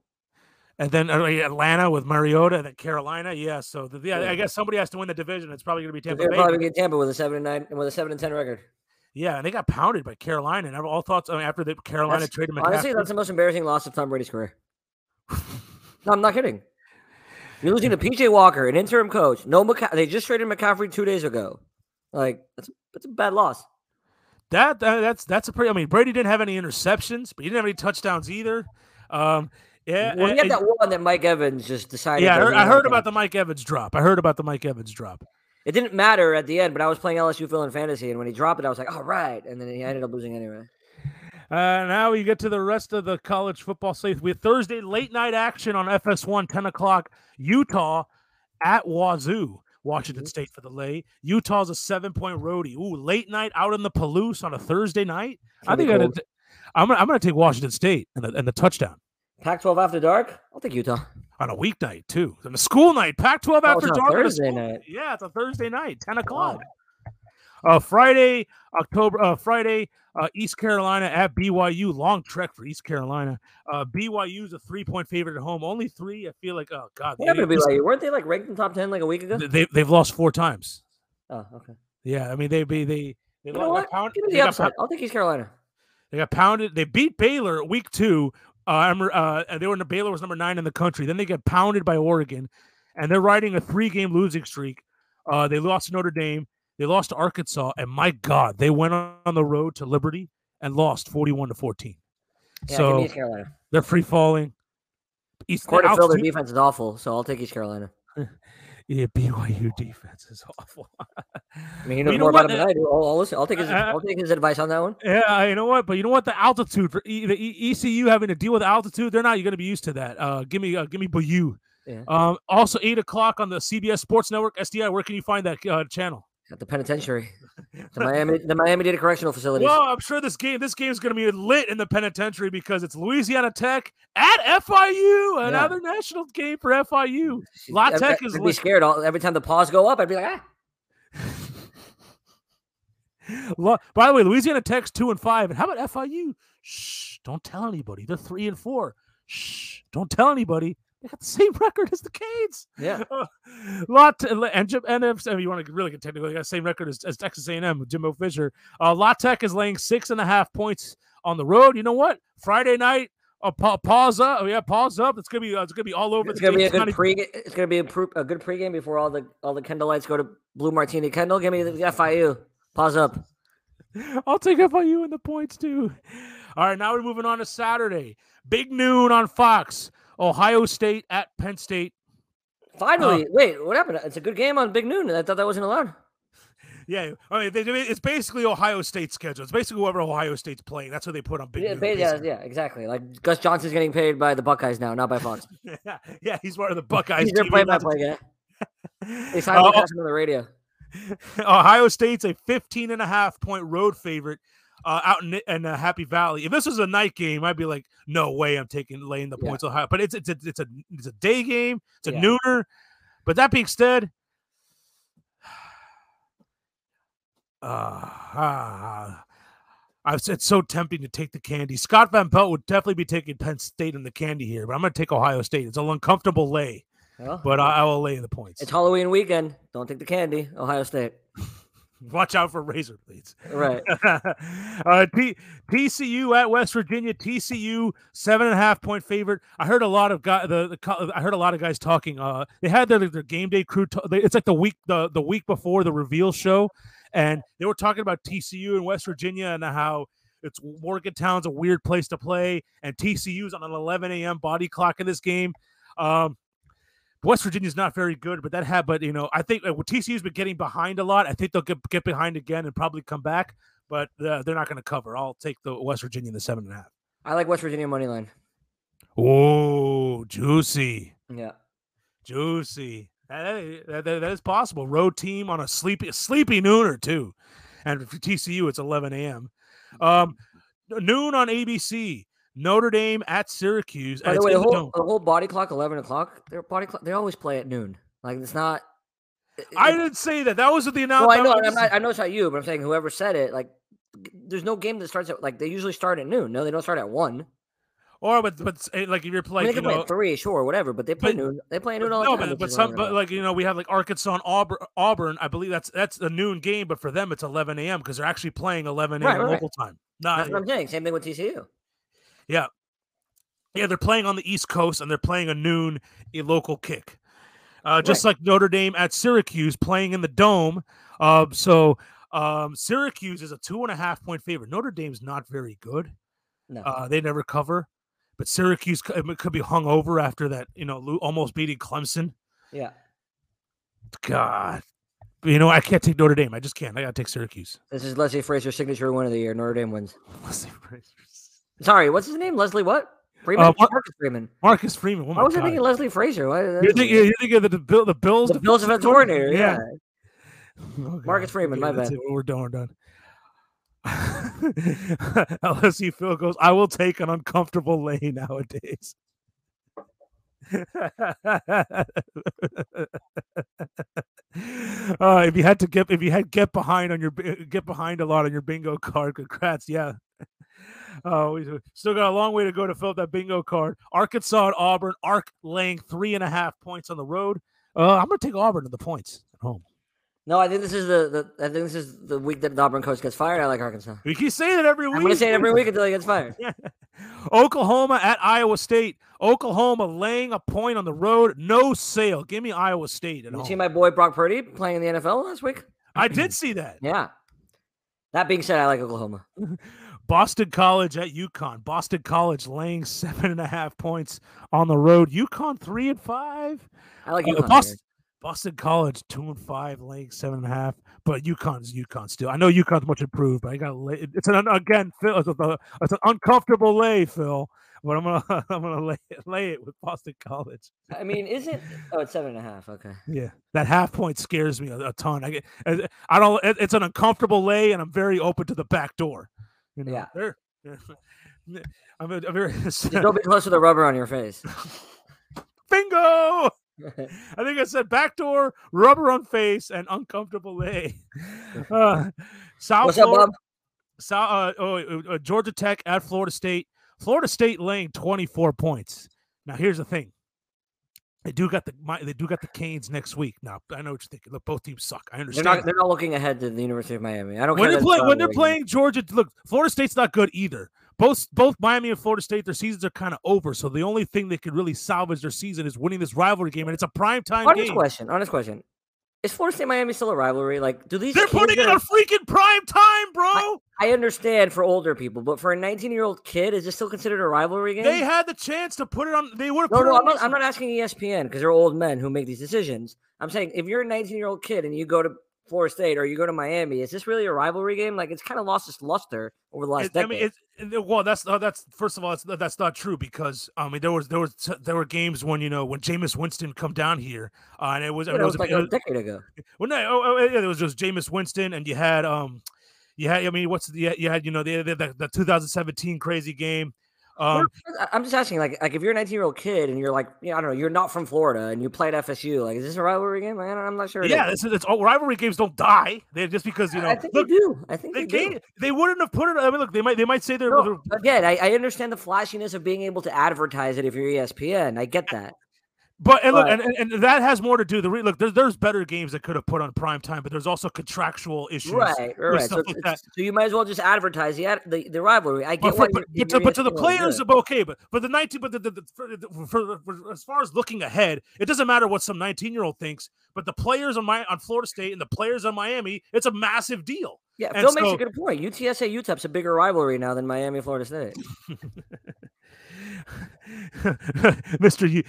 Speaker 1: and then uh, Atlanta with Mariota, and then Carolina. Yeah, so the, yeah, I guess somebody has to win the division. It's probably going to be Tampa
Speaker 2: They're
Speaker 1: Bay.
Speaker 2: probably get Tampa with a seven and nine with a seven and ten record.
Speaker 1: Yeah, and they got pounded by Carolina. And I've all thoughts I mean, after the Carolina
Speaker 2: That's-
Speaker 1: traded
Speaker 2: honestly,
Speaker 1: McCaffrey.
Speaker 2: that's the most embarrassing loss of Tom Brady's career. no, I'm not kidding. You're losing to PJ Walker, an interim coach. No, McCa- they just traded McCaffrey two days ago. Like that's that's a bad loss.
Speaker 1: that, that that's that's a pretty. I mean, Brady didn't have any interceptions, but he didn't have any touchdowns either. Um, yeah,
Speaker 2: Well,
Speaker 1: and-
Speaker 2: he had
Speaker 1: and-
Speaker 2: that one that Mike Evans just decided.
Speaker 1: yeah. I heard,
Speaker 2: doesn't
Speaker 1: I heard
Speaker 2: matter.
Speaker 1: about the Mike Evans drop. I heard about the Mike Evans drop.
Speaker 2: It didn't matter at the end, but I was playing LSU fill in fantasy, and when he dropped it, I was like, "All right," and then he ended up losing anyway.
Speaker 1: Uh, now we get to the rest of the college football slate. We have Thursday late night action on FS1, 10 o'clock, Utah at Wazoo, Washington
Speaker 2: Mhm.
Speaker 1: State for the lay. Utah's a seven point roadie. Ooh, late night out in the Palouse on a Thursday night.
Speaker 2: It's
Speaker 1: I
Speaker 2: gonna be
Speaker 1: think I'm gonna,
Speaker 2: cold.
Speaker 1: t- I'm, gonna, I'm gonna take Washington State and the, and the touchdown
Speaker 2: Pac-12 after dark. I'll take Utah.
Speaker 1: on a weeknight, too. On a school night, Pac 12
Speaker 2: Oh, it's
Speaker 1: after
Speaker 2: on
Speaker 1: dark. on a
Speaker 2: Thursday
Speaker 1: school-
Speaker 2: night.
Speaker 1: Yeah, it's a Thursday night, 10 o'clock. Uh, Friday, October, uh, Friday, uh, East Carolina at BYU. Long trek for East Carolina. Uh, BYU is a three point favorite at home. Only three. I feel like, oh, God.
Speaker 2: What happened to
Speaker 1: East-
Speaker 2: BYU? Weren't they like ranked in top ten like a week ago?
Speaker 1: they, they've lost four times.
Speaker 2: Oh, okay.
Speaker 1: Yeah. I mean, they be, they, they,
Speaker 2: You
Speaker 1: lo-
Speaker 2: know what?
Speaker 1: got, pound-
Speaker 2: Give me
Speaker 1: they
Speaker 2: the
Speaker 1: got pound-
Speaker 2: upside. I'll take East Carolina.
Speaker 1: they got pounded. They beat Baylor week two. Uh, I remember, uh, and they were Baylor was number nine in the country. Then they get pounded by Oregon, and they're riding a three-game losing streak. Uh, they lost to Notre Dame. They lost to Arkansas, and my God, they went on on the road to Liberty and lost forty-one to fourteen.
Speaker 2: Yeah, give me
Speaker 1: so
Speaker 2: East Carolina.
Speaker 1: they're free falling. East
Speaker 2: Quarter fill, their
Speaker 1: altitude-
Speaker 2: defense is awful, so I'll take East Carolina.
Speaker 1: yeah, BYU defense is awful.
Speaker 2: I mean, he
Speaker 1: But
Speaker 2: knows
Speaker 1: you know
Speaker 2: more
Speaker 1: what?
Speaker 2: about it than I do. I'll, I'll listen. I'll take his.
Speaker 1: Uh,
Speaker 2: I'll take his advice on that one.
Speaker 1: Yeah, you know what? But you know what? The altitude for e, the e, ECU having to deal with altitude, they're not going to be used to that. Uh, give me, uh, give me Bayou.
Speaker 2: Yeah.
Speaker 1: Um, also, eight o'clock on the CBS Sports Network, SDI. Where can you find that uh, channel?
Speaker 2: At the penitentiary, the Miami, the Miami Dade correctional facilities.
Speaker 1: Well, I'm sure this game, this game is going to be lit in the penitentiary because it's Louisiana Tech at FIU,
Speaker 2: Yeah.
Speaker 1: another national game for FIU.
Speaker 2: She's-
Speaker 1: La
Speaker 2: I'd-
Speaker 1: Tech
Speaker 2: I'd
Speaker 1: is
Speaker 2: be
Speaker 1: lit.
Speaker 2: scared all, every time the paws go up. I'd be like, ah,
Speaker 1: Lo- By the way, Louisiana Tech's two and five, and how about FIU? Shh, don't tell anybody. They're three and four. Shh, don't tell anybody. They got the same record as the Canes.
Speaker 2: yeah.
Speaker 1: Lot and Jim and if, I mean, you want to really get technical, they got the same record as, as Texas A&M with Jimbo Fisher. Uh, La Tech is laying six and a half points on the road. You know what? Friday night, a pa- pause up. oh, Yeah, pause up. It's gonna be uh, it's gonna be all over.
Speaker 2: It's
Speaker 1: the
Speaker 2: gonna be a
Speaker 1: James County-
Speaker 2: good pre. It's gonna be a, pro a good pregame before all the all the Kendall lights go to Blue Martini. Kendall, give me the FIU. Pause up.
Speaker 1: I'll take FIU in the points too. All right, now we're moving on to Saturday. Big noon on Fox. Ohio State at Penn State.
Speaker 2: Finally, wait, what happened? It's a good game on Big Noon. I thought that wasn't allowed.
Speaker 1: Yeah, I mean, they, they- it's basically Ohio State's schedule. It's basically whoever Ohio State's playing. That's what they put on Big
Speaker 2: Yeah,
Speaker 1: Noon.
Speaker 2: ba- yeah, yeah, exactly. Like Gus Johnson's getting paid by the Buckeyes now, not by Fox.
Speaker 1: basically. yeah, yeah, he's part of the Buckeyes.
Speaker 2: He's their
Speaker 1: TV, not the-
Speaker 2: play-by-play guy. They signed
Speaker 1: Uh,
Speaker 2: him on the radio.
Speaker 1: Ohio State's a 15 and a half point road favorite uh, out in, in uh, Happy Valley. If this was a night game, I'd be like, no way, I'm taking laying the
Speaker 2: Yeah.
Speaker 1: points Ohio. But it's it's a, it's a it's a day game. It's a
Speaker 2: Yeah.
Speaker 1: nooner. But that being said, uh, I've, it's so tempting to take the candy. Scott Van Pelt would definitely be taking Penn State in the candy here, but I'm going to take Ohio State. It's an uncomfortable lay,
Speaker 2: Well,
Speaker 1: but I, I will lay the points.
Speaker 2: it's Halloween weekend. Don't take the candy. Ohio State.
Speaker 1: Watch out for razor blades.
Speaker 2: Right.
Speaker 1: uh, T- TCU at West Virginia. TCU seven and a half point favorite. I heard a lot of guy. The, the co- I heard a lot of guys talking. Uh, they had their their game day crew. ta- they, it's like the week the the week before the reveal show, and they were talking about TCU and West Virginia and how. It's Morgantown's a weird place to play, and TCU's on an 11 a.m. body clock in this game. Um, West Virginia's not very good, but that had, but you know, I think uh, TCU's been getting behind a lot. I think they'll get, get behind again and probably come back, but uh, they're not going to cover. I'll take the West Virginia in the seven and a half.
Speaker 2: I like West Virginia money line.
Speaker 1: Oh, juicy,
Speaker 2: Yeah.
Speaker 1: juicy. That, that- that- that is possible. Road team on a sleepy, sleepy nooner too, and for TCU it's 11 a.m. Um, noon on ABC. Notre Dame at Syracuse. and
Speaker 2: By the
Speaker 1: it's
Speaker 2: way,
Speaker 1: in the
Speaker 2: the whole,
Speaker 1: dome.
Speaker 2: the whole body clock, eleven o'clock. Their body clock. They always play at noon. Like it's not. it-
Speaker 1: I
Speaker 2: it-
Speaker 1: didn't say that. That was the
Speaker 2: Well,
Speaker 1: announcement.
Speaker 2: I know. and I'm not, I know it's not you, but I'm saying whoever said it. Like, g- there's no game that starts at like they usually start at noon. No, they don't start at one.
Speaker 1: Or but but eh, like if you're
Speaker 2: I mean,
Speaker 1: playing,
Speaker 2: they
Speaker 1: you
Speaker 2: can play
Speaker 1: know,
Speaker 2: at three, sure, whatever. But they play
Speaker 1: but-
Speaker 2: noon. They play noon all the
Speaker 1: no, but,
Speaker 2: time. which
Speaker 1: but
Speaker 2: is why I'm
Speaker 1: some
Speaker 2: gonna
Speaker 1: but
Speaker 2: watch.
Speaker 1: like you know we have like Arkansas Auburn Auburn. I believe that's that's a noon game, but for them it's 11 a.m. because they're actually playing 11 a.m.
Speaker 2: Right, right, right.
Speaker 1: local time. Not
Speaker 2: That's what I'm saying. Same thing with TCU.
Speaker 1: yeah, they're playing on the East Coast and they're playing a noon a local kick. Uh, just like Notre Dame at Syracuse playing in the dome. Um, so um, Syracuse is a two and a half point favorite. Notre Dame's not very good.
Speaker 2: No.
Speaker 1: Uh, they never cover, but Syracuse c- um, could be hung over after that. You know, lo- almost beating Clemson.
Speaker 2: yeah.
Speaker 1: God, But you know I can't take Notre Dame. I just can't. I gotta take Syracuse.
Speaker 2: This is Leslie Fraser's signature win of the year. Notre Dame wins.
Speaker 1: Leslie Fraser's-
Speaker 2: Sorry, what's his name? Leslie what? Freeman?
Speaker 1: Mar-
Speaker 2: Marcus Freeman.
Speaker 1: Marcus Freeman. Uh, Oh
Speaker 2: Why
Speaker 1: my
Speaker 2: was I
Speaker 1: God.
Speaker 2: thinking Leslie Fraser? Why, uh,
Speaker 1: You're thinking, you're thinking of the, the Bill- the Bills,
Speaker 2: the Bills defensive coordinator. Yeah.
Speaker 1: Oh,
Speaker 2: Marcus
Speaker 1: God.
Speaker 2: Freeman,
Speaker 1: Okay,
Speaker 2: my
Speaker 1: that's
Speaker 2: bad.
Speaker 1: it. We're done. We're done. LSU Phil goes. I will take an uncomfortable lane nowadays. uh, if you had to get, if you had get behind on your bi- uh, get behind a lot on your bingo card, congrats. Yeah. Oh, we we still got a long way to go to fill up that bingo card. Arkansas at Auburn. Arc laying three and a half points on the road. Uh, I'm gonna take Auburn to the points at home.
Speaker 2: No, I think this is the, the I think this is the week that the Auburn coach gets fired. I like Arkansas.
Speaker 1: We keep saying it every week.
Speaker 2: I'm gonna say it every week until he gets fired.
Speaker 1: Oklahoma at Iowa State. Oklahoma laying a point on the road. No sale. Give me Iowa State at
Speaker 2: You
Speaker 1: home.
Speaker 2: see my boy Brock Purdy playing in the NFL last week?
Speaker 1: I did see that.
Speaker 2: Yeah. That being said, I like Oklahoma.
Speaker 1: Boston College at UConn. Boston College laying seven and a half points on the road. UConn three and five.
Speaker 2: I like
Speaker 1: Uh,
Speaker 2: UConn.
Speaker 1: Boston,
Speaker 2: here.
Speaker 1: Boston College two and five, laying seven and a half. But UConn's UConn still. I know UConn's much improved, but I got to lay. it- It's an un- again, Phil. It's, a- it's an uncomfortable lay, Phil. But I'm gonna I'm gonna lay it, lay it with Boston College.
Speaker 2: I mean, is it? Oh, it's seven and a half. Okay.
Speaker 1: Yeah, that half point scares me a, a ton. I get, I I don't. It, it's an uncomfortable lay, and I'm very open to the back door. You know,
Speaker 2: Yeah.
Speaker 1: They're- they're- I'm, a, I'm very
Speaker 2: Just don't be close to the rubber on your face.
Speaker 1: bingo. I think I said backdoor, rubber on face, and uncomfortable lay. Uh, South
Speaker 2: What's up,
Speaker 1: Florida,
Speaker 2: Bob?
Speaker 1: South, uh, oh, uh, uh, Georgia Tech at Florida State. Florida State laying 24 points. Now here's the thing. They do got the my, they do got the Canes next week. Now I know what you're thinking. Look, both teams suck. I
Speaker 2: They're
Speaker 1: understand.
Speaker 2: not.
Speaker 1: that.
Speaker 2: They're not looking ahead to the University of Miami. I don't
Speaker 1: when they're
Speaker 2: care. that it's
Speaker 1: playing when
Speaker 2: rivalry
Speaker 1: they're
Speaker 2: game.
Speaker 1: playing Georgia, look, Florida State's not good either. Both both Miami and Florida State, their seasons are kind of over. So the only thing they could really salvage their season is winning this rivalry game, and it's a prime time
Speaker 2: Honest
Speaker 1: game.
Speaker 2: question. Honest question. Is Florida State Miami still a rivalry? Like, do these?
Speaker 1: They're
Speaker 2: kids
Speaker 1: putting it
Speaker 2: that are-
Speaker 1: on freaking prime time, bro.
Speaker 2: I understand for older people, but for a 19 year old kid, is this still considered a rivalry game?
Speaker 1: They had the chance to put it on. They would have
Speaker 2: no,
Speaker 1: put
Speaker 2: no,
Speaker 1: it
Speaker 2: I'm
Speaker 1: on.
Speaker 2: not, I'm not asking E ESPN because they're old men who make these decisions. I'm saying if you're a 19 year old kid and you go to Florida State or you go to Miami, is this really a rivalry game? Like, it's kind of lost its luster over the last
Speaker 1: It- I
Speaker 2: decade.
Speaker 1: mean, it's it- well, that's uh, that's first of all, that's, that's not true because I mean there was there was there were games when you know when Jameis Winston come down here uh, and it was I
Speaker 2: Yeah,
Speaker 1: mean,
Speaker 2: that
Speaker 1: it
Speaker 2: was
Speaker 1: was, a-
Speaker 2: like
Speaker 1: it
Speaker 2: a
Speaker 1: was
Speaker 2: decade ago.
Speaker 1: Well, no, oh, oh, yeah, there was just Jameis Winston, and you had um, you had I mean, what's the you had you know the the, the, the 2017 crazy game.
Speaker 2: No,
Speaker 1: Um,
Speaker 2: I- I'm just asking, like, like if you're a 19 year old kid and you're like, you know, I don't know, you're not from Florida and you played FSU, like, is this a rivalry game? Like, I don't, I'm not sure. it
Speaker 1: yeah,
Speaker 2: is.
Speaker 1: it's, it's all rivalry games don't die. They just because you know
Speaker 2: I think
Speaker 1: look
Speaker 2: they do. I think
Speaker 1: they
Speaker 2: they,
Speaker 1: game,
Speaker 2: do.
Speaker 1: they wouldn't have put it. I mean, look, they might they might say they're,
Speaker 2: No,
Speaker 1: they're-
Speaker 2: again, I, I understand the flashiness of being able to advertise it if you're E ESPN. I get that.
Speaker 1: but and look,
Speaker 2: but-
Speaker 1: and, and, and that has more to do. The re- look, there's there's better games that could have put on prime time, but there's also contractual issues.
Speaker 2: Right, right.
Speaker 1: there's
Speaker 2: right.
Speaker 1: stuff
Speaker 2: So,
Speaker 1: like
Speaker 2: it's- it's- so you might as well just advertise the ad- the, the rivalry. I
Speaker 1: But,
Speaker 2: get
Speaker 1: for,
Speaker 2: why
Speaker 1: but,
Speaker 2: you're-
Speaker 1: but to,
Speaker 2: you're E
Speaker 1: but to the
Speaker 2: ESPN wanna do
Speaker 1: players,
Speaker 2: it.
Speaker 1: of okay. But but the nineteen, but the, the, the, for, the- for, for- as far as looking ahead, it doesn't matter what some nineteen year old thinks. But the players on my on Florida State and the players on Miami, it's a massive deal.
Speaker 2: yeah,
Speaker 1: and
Speaker 2: Phil makes
Speaker 1: so-
Speaker 2: a good point. UTSA UTEP's a bigger rivalry now than Miami Florida State.
Speaker 1: Mister U,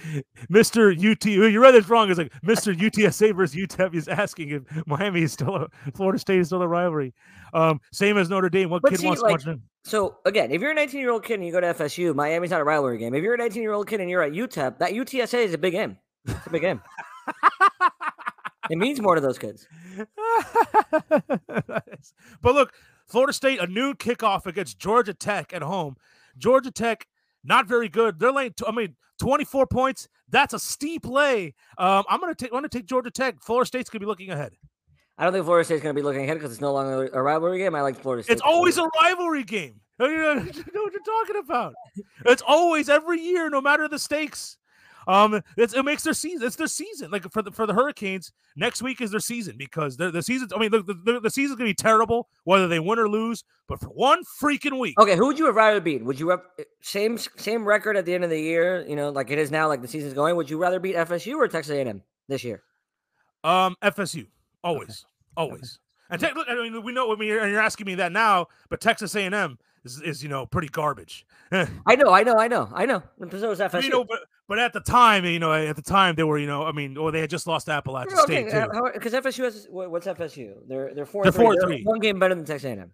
Speaker 1: Mister UT, you read this wrong. It's like Mister UTSA versus UTEP is asking if Miami is still a Florida State is still a rivalry. Um, same as Notre Dame. What
Speaker 2: But
Speaker 1: kid
Speaker 2: see,
Speaker 1: wants
Speaker 2: like,
Speaker 1: to watch them?
Speaker 2: So again, if you're a 19 year old kid and you go to FSU, Miami's not a rivalry game. If you're a 19 year old kid and you're at UTEP, that UTSA is a big game. It's a big game. it means more to those kids.
Speaker 1: but look, Florida State, a new kickoff against Georgia Tech at home. Georgia Tech, not very good. They're laying, t- I mean, 24 points. That's a steep lay. Um, I'm gonna take I'm gonna take Georgia Tech. Florida State's gonna be looking ahead.
Speaker 2: I don't think Florida State's going to be looking ahead because it's no longer a rivalry game. I like Florida State.
Speaker 1: It's always a rivalry game. You know what you're talking about. It's always every year, no matter the stakes. Um, it's, it makes their season. It's their season. Like for the for the Hurricanes, next week is their season because the the season. I mean, look, the, the, the season's gonna be terrible whether they win or lose. But for one freaking week,
Speaker 2: Okay, who would you have rather beat? Would you have eh, same same record at the end of the year? You know, like it is now, like the season's going. Would you rather beat FSU or Texas A&M this year?
Speaker 1: um, FSU always, always. And tech, look, I mean, we know. I mean, you're, and you're asking me that now, but Texas A&M is, is you know pretty garbage.
Speaker 2: I know, I know, I know, I know. And so is FSU.
Speaker 1: you know, but but at the time, you know, at the time they were, you know, I mean, or they had just lost to Appalachia
Speaker 2: Sure,
Speaker 1: State
Speaker 2: okay,
Speaker 1: too.
Speaker 2: because FSU has what- what's FSU? They're they're four.
Speaker 1: They're
Speaker 2: and three.
Speaker 1: four and
Speaker 2: They're
Speaker 1: three.
Speaker 2: One game better than Texas A&M.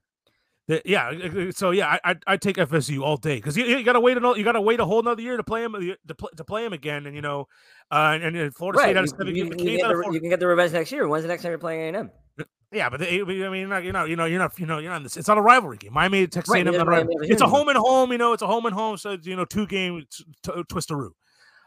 Speaker 1: The- yeah, uh, uh, so yeah, I I I'd take FSU all day because you, you gotta wait another, you gotta wait a whole another year to play him to, pl- to play him again, and you know, uh, and, and- and Florida State
Speaker 2: Right.
Speaker 1: had
Speaker 2: You,
Speaker 1: a seven
Speaker 2: you-
Speaker 1: game.
Speaker 2: you can get the, you can get the revenge next year. When's the next time you're playing A&M?
Speaker 1: Yeah, but they, I mean, you're not, you're not, you know, you're not, you know, you're not. in This, it's not a rivalry game. Miami, Texas
Speaker 2: Right,
Speaker 1: A&M,
Speaker 2: neither
Speaker 1: not a
Speaker 2: Miami,
Speaker 1: rivalry-
Speaker 2: neither
Speaker 1: It's a
Speaker 2: Houston.
Speaker 1: home and home. You know, it's a home and home. So it's, you know, two game t- t- twisteroo.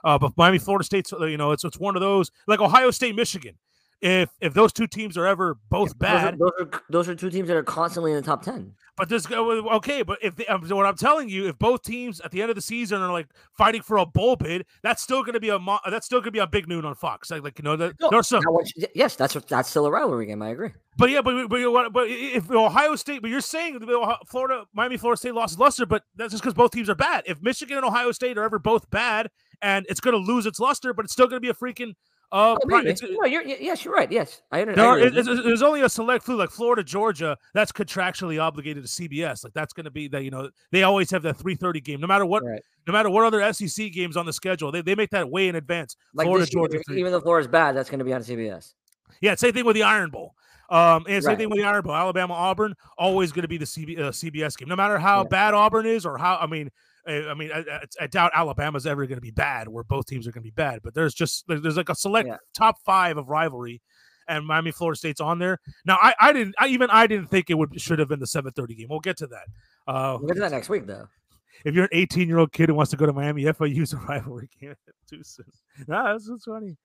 Speaker 1: Uh, but Miami, Florida State's, uh, you know, it's it's one of those like Ohio State, Michigan. If if those two teams are ever both bad,
Speaker 2: Those are, those are those are two teams that are constantly in the top ten.
Speaker 1: But this guy, well, okay, but if they, um, what I'm telling you, if both teams at the end of the season are like fighting for a bowl bid, that's still going to be a mo- that's still going to be a big noon on Fox. Like, like you know, the,
Speaker 2: No,
Speaker 1: there's some,
Speaker 2: Now, what- yes, that's what- that's still a rivalry game. I agree.
Speaker 1: but yeah, but but, you want- but i- if Ohio State, but you're saying that Ohio- Florida, Miami, Florida State lost luster, but that's just because both teams are bad. If Michigan and Ohio State are ever both bad, and it's going to lose its luster, but it's still going to be a freaking uh,
Speaker 2: Oh,
Speaker 1: pri-
Speaker 2: maybe.
Speaker 1: it's-
Speaker 2: no, you're, y- yes, you're right. Yes, I, under- I
Speaker 1: There are,
Speaker 2: agree with
Speaker 1: it-
Speaker 2: you.
Speaker 1: it's- there's only a select few, like Florida, Georgia, that's contractually obligated to CBS. Like that's going to be that you know they always have that 3:30 game, no matter what,
Speaker 2: Right.
Speaker 1: no matter what other SEC games on the schedule, they, they make that way in advance.
Speaker 2: Like
Speaker 1: Florida,
Speaker 2: this year,
Speaker 1: Georgia, three.
Speaker 2: even though Florida's bad, that's going to be on CBS.
Speaker 1: Yeah, same thing with the Iron Bowl. Um, and same
Speaker 2: Right.
Speaker 1: thing with the Iron Bowl. Alabama, Auburn, always going to be the CB, uh, CBS game, no matter how
Speaker 2: Yeah.
Speaker 1: bad Auburn is or how. I mean, I, I mean, I, I- I doubt Alabama's ever going to be bad, where both teams are going to be bad. But there's just there- there's like a select
Speaker 2: Yeah.
Speaker 1: top five of rivalry, and Miami, Florida State's on there. Now, I, I didn't, I, even I didn't think it would should have been the 7:30 game. We'll get to that. Uh,
Speaker 2: We'll get to that next week, though.
Speaker 1: if you're an 18 year old kid who wants to go to Miami, FIU's a rivalry game too soon. Nah, that's what's funny.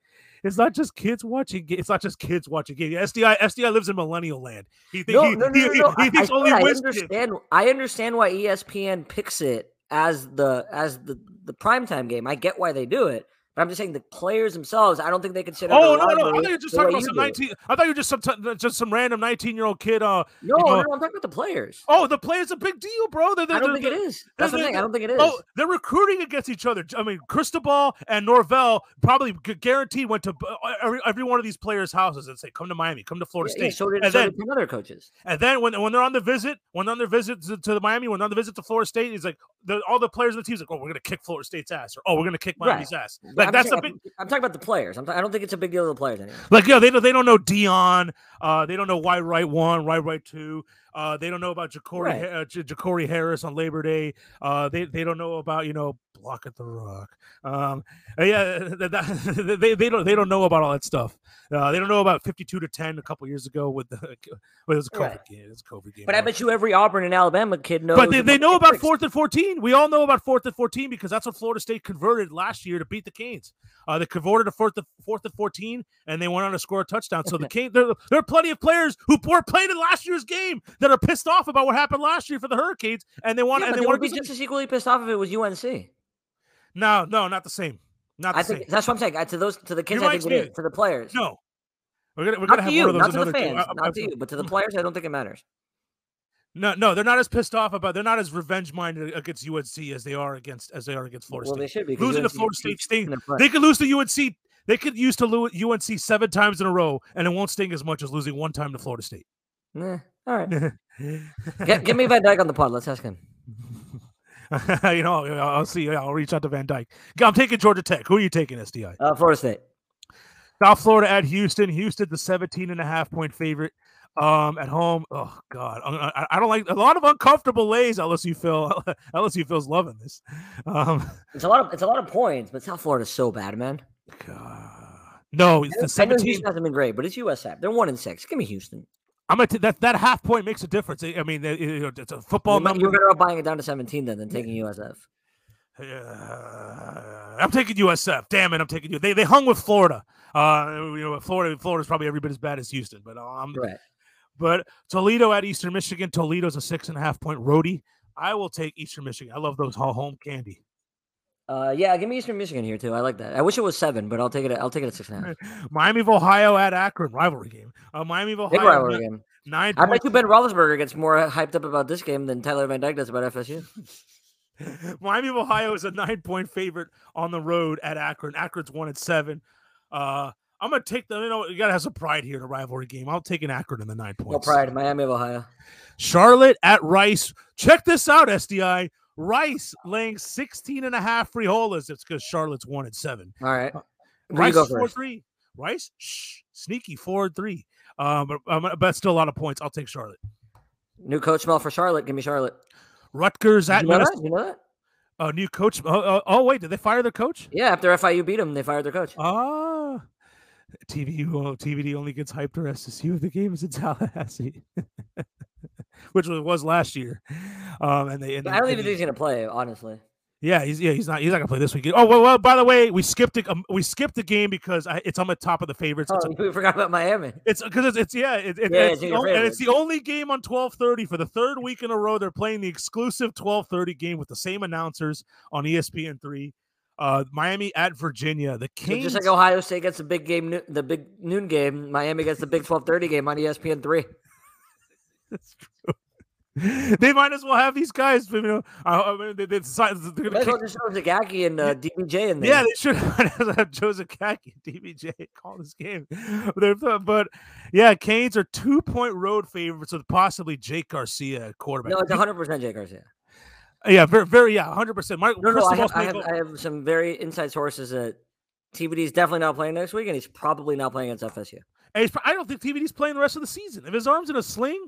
Speaker 1: It's not just kids watching. ga- It's not just kids watching games. SDI SDI lives in millennial land. He, think,
Speaker 2: No,
Speaker 1: he,
Speaker 2: no, no,
Speaker 1: he-
Speaker 2: no, no.
Speaker 1: he
Speaker 2: I, I
Speaker 1: thinks
Speaker 2: said
Speaker 1: only
Speaker 2: I
Speaker 1: wins kids.
Speaker 2: understand. I understand why E ESPN picks it as the as the the primetime game. I get why they do it, but I'm just saying the players themselves. I don't think they consider.
Speaker 1: Oh
Speaker 2: it a
Speaker 1: no, no! I
Speaker 2: rivalty
Speaker 1: thought you were just
Speaker 2: the way
Speaker 1: talking about
Speaker 2: you
Speaker 1: some
Speaker 2: do.
Speaker 1: 19. I thought you were just some just some random 19 year old kid. Uh
Speaker 2: No, no,
Speaker 1: know-
Speaker 2: no, I'm talking about the players.
Speaker 1: oh, the play's a big deal, bro. They're, they're,
Speaker 2: I don't
Speaker 1: they're-
Speaker 2: think it is. That's
Speaker 1: the-
Speaker 2: the thing. I
Speaker 1: the-
Speaker 2: don't think it is.
Speaker 1: Oh, they're recruiting against each other. I mean, Cristobal and Norvell probably gu- guaranteed went to b- uh, every, every one of these players' houses and say, "Come to Miami, come to Florida
Speaker 2: Yeah,
Speaker 1: State."
Speaker 2: yeah, so did,
Speaker 1: and
Speaker 2: so
Speaker 1: then
Speaker 2: did 10 other coaches.
Speaker 1: And then when when they're on the visit, when they're on their visit to, to the Miami, when they're on the visit to Florida State, he's like the, all the players on the team's like, oh, we're gonna kick Florida State's ass, or oh, we're gonna kick
Speaker 2: Right.
Speaker 1: Miami's ass.
Speaker 2: But
Speaker 1: Like
Speaker 2: I'm
Speaker 1: that's the
Speaker 2: saying-
Speaker 1: big,
Speaker 2: I'm, I'm talking about the players. I'm t- I don't think it's a big deal to the players anymore.
Speaker 1: like yeah, they don't they don't know Dion, uh, they don't know why right one, why right two, uh, they don't know about Ja'Cory
Speaker 2: Right.
Speaker 1: Ha- uh, J- Ja'Cory Harris on Labor Day, uh, they they don't know about you know block at the rock, um, uh, yeah, that, that- they they don't they don't know about all that stuff. Uh, they don't know about fifty two to ten a couple years ago with the well, it was a COVID
Speaker 2: Right.
Speaker 1: game, it was a COVID game.
Speaker 2: But I
Speaker 1: uh,
Speaker 2: bet you every Auburn and Alabama kid knows.
Speaker 1: But they, they know about
Speaker 2: picks.
Speaker 1: fourth and 14. We all know about fourth and 14 because that's what Florida State converted last year to beat the Canes. Uh, they converted a fourth and, fourth and 14, and they went on to score a touchdown. So the Canes, there, there are plenty of players who poor played in last year's game that are pissed off about what happened last year for the Hurricanes, and they want
Speaker 2: Yeah,
Speaker 1: and
Speaker 2: but
Speaker 1: they,
Speaker 2: they would
Speaker 1: want
Speaker 2: be
Speaker 1: to.
Speaker 2: just as equally pissed off if it was UNC.
Speaker 1: No, no, not the same. Not the
Speaker 2: I
Speaker 1: same.
Speaker 2: think that's what I'm saying. I- To those, to the kids,
Speaker 1: You're
Speaker 2: I think
Speaker 1: right,
Speaker 2: it is.
Speaker 1: Steve.
Speaker 2: To the players,
Speaker 1: No, we're gonna we're
Speaker 2: not
Speaker 1: gonna
Speaker 2: to
Speaker 1: have
Speaker 2: you,
Speaker 1: one of those
Speaker 2: not to the
Speaker 1: another two.
Speaker 2: fans,
Speaker 1: I- I-
Speaker 2: not to
Speaker 1: I-
Speaker 2: you, but to the players. I don't think it matters.
Speaker 1: No, no, they're not as pissed off about. They're not as revenge minded against UNC as they are against as they are against Florida
Speaker 2: Well,
Speaker 1: State.
Speaker 2: they should be 'cause
Speaker 1: Losing to
Speaker 2: UNC
Speaker 1: Florida
Speaker 2: keeps
Speaker 1: State sting,
Speaker 2: in their butt.
Speaker 1: They could lose to UNC. They could use to lo- UNC seven times in a row, and it won't sting as much as losing one time to Florida State.
Speaker 2: Nah, all right.
Speaker 1: you
Speaker 2: Get, get me Van Dyke on the pod. Let's ask him.
Speaker 1: know, I'll see. I'll reach out to Van Dyke. I'm taking Georgia Tech. Who are you taking, SDI?
Speaker 2: Uh, Florida State.
Speaker 1: South Florida at Houston. Houston, the 17 and a half point favorite um, at home. Oh, God. I, I- I don't like a lot of uncomfortable lays, LSU Phil. LSU Phil's loving this. Um,
Speaker 2: It's a lot. Of, it's a lot of points, but South Florida's so bad, man.
Speaker 1: God. No, it's
Speaker 2: I know-
Speaker 1: the
Speaker 2: I know
Speaker 1: 17.
Speaker 2: Houston hasn't been great, but it's USF. They're one and six. Give me Houston.
Speaker 1: I'm gonna t- that that half point makes a difference. I I mean, it- it- it's a football
Speaker 2: You're,
Speaker 1: number.
Speaker 2: better off buying it down to 17 then than taking USF.
Speaker 1: Uh, I'm taking USF. Damn it, I'm taking you. They they hung with Florida. Uh, you know, Florida Florida's probably every bit as bad as Houston, but I'm
Speaker 2: Right.
Speaker 1: but Toledo at Eastern Michigan. Toledo's a six and a half point roadie. I will take Eastern Michigan. I love those ho- home candy.
Speaker 2: Uh, yeah, give me Eastern Michigan here too. I like that. I wish it was seven, but I'll take it. at- I'll take it at six and a half.
Speaker 1: Miami of Ohio at Akron rivalry game. Uh, Miami of
Speaker 2: Big
Speaker 1: Ohio
Speaker 2: rivalry
Speaker 1: ni-
Speaker 2: game.
Speaker 1: nine.
Speaker 2: I bet
Speaker 1: points-
Speaker 2: you Ben Roethlisberger gets more uh, hyped up about this game than Tyler Van Dyke does about FSU.
Speaker 1: Miami of Ohio is a nine point favorite on the road at Akron. Akron's one at seven. Uh, I'm gonna take the. You know, you gotta have some pride here in a rivalry game. I'll take an Akron in the nine
Speaker 2: No
Speaker 1: points.
Speaker 2: pride, Miami of Ohio.
Speaker 1: Charlotte at Rice. Check this out, SDI. Rice laying 16 and a half frijoles. It's because Charlotte's one at seven.
Speaker 2: All right, Where you
Speaker 1: Uh, Rice
Speaker 2: go
Speaker 1: is four
Speaker 2: first.
Speaker 1: three. Rice, shh, sneaky four and three. Um, but, um, but still a lot of points. I'll take Charlotte.
Speaker 2: New coach smell for Charlotte. Give me Charlotte.
Speaker 1: Rutgers
Speaker 2: Did
Speaker 1: at
Speaker 2: you know that?
Speaker 1: Minnes-
Speaker 2: You know that?
Speaker 1: uh, new coach. Oh, oh, oh, wait, did they fire their coach?
Speaker 2: Yeah, after FIU beat them, they fired their coach.
Speaker 1: Ah, TV oh, TVD only gets hyped or SSU if the game is in Tallahassee, which was, was last year. Um, and they. And
Speaker 2: I
Speaker 1: then-
Speaker 2: don't
Speaker 1: and
Speaker 2: even think he's gonna play. Honestly,
Speaker 1: Yeah, he's yeah he's not he's not gonna play this weekend. Oh well, well by the way, we skipped a, um, we skipped the game because I, it's on the top of the favorites.
Speaker 2: oh,
Speaker 1: It's a-
Speaker 2: we forgot about Miami.
Speaker 1: It's because it's, it's yeah, it, it-
Speaker 2: Yeah,
Speaker 1: it's,
Speaker 2: it's in
Speaker 1: the
Speaker 2: your
Speaker 1: only, and it's
Speaker 2: favorites.
Speaker 1: the only game on twelve thirty for the third week in a row. They're playing the exclusive twelve thirty game with the same announcers on E ESPN three. Uh, Miami at Virginia. The
Speaker 2: So
Speaker 1: Canes.
Speaker 2: just like Ohio State gets the big game, noo- the big noon game, Miami gets the big twelve thirty game on E ESPN three.
Speaker 1: they might as well have these guys. You know, uh, I mean, they, they decide, they're gonna
Speaker 2: Might as
Speaker 1: kick-
Speaker 2: well just throw Zagacki and uh, DBJ in there.
Speaker 1: Yeah, they should have chosen Kaki and DBJ call this game. They're th- But yeah, Canes are two point road favorites with possibly Jake Garcia at quarterback. Uh,
Speaker 2: no, it's one hundred percent Jay Garcia.
Speaker 1: yeah, very, very yeah, hundred percent. Mike,
Speaker 2: No, no,
Speaker 1: Crystal
Speaker 2: I have,
Speaker 1: Ball's
Speaker 2: I,
Speaker 1: playing
Speaker 2: have,
Speaker 1: goal.
Speaker 2: I have some very inside sources that TBD is definitely not playing next week, and he's probably not playing against FSU.
Speaker 1: And he's pro- I don't think TBD's playing the rest of the season. If his arm's in a sling,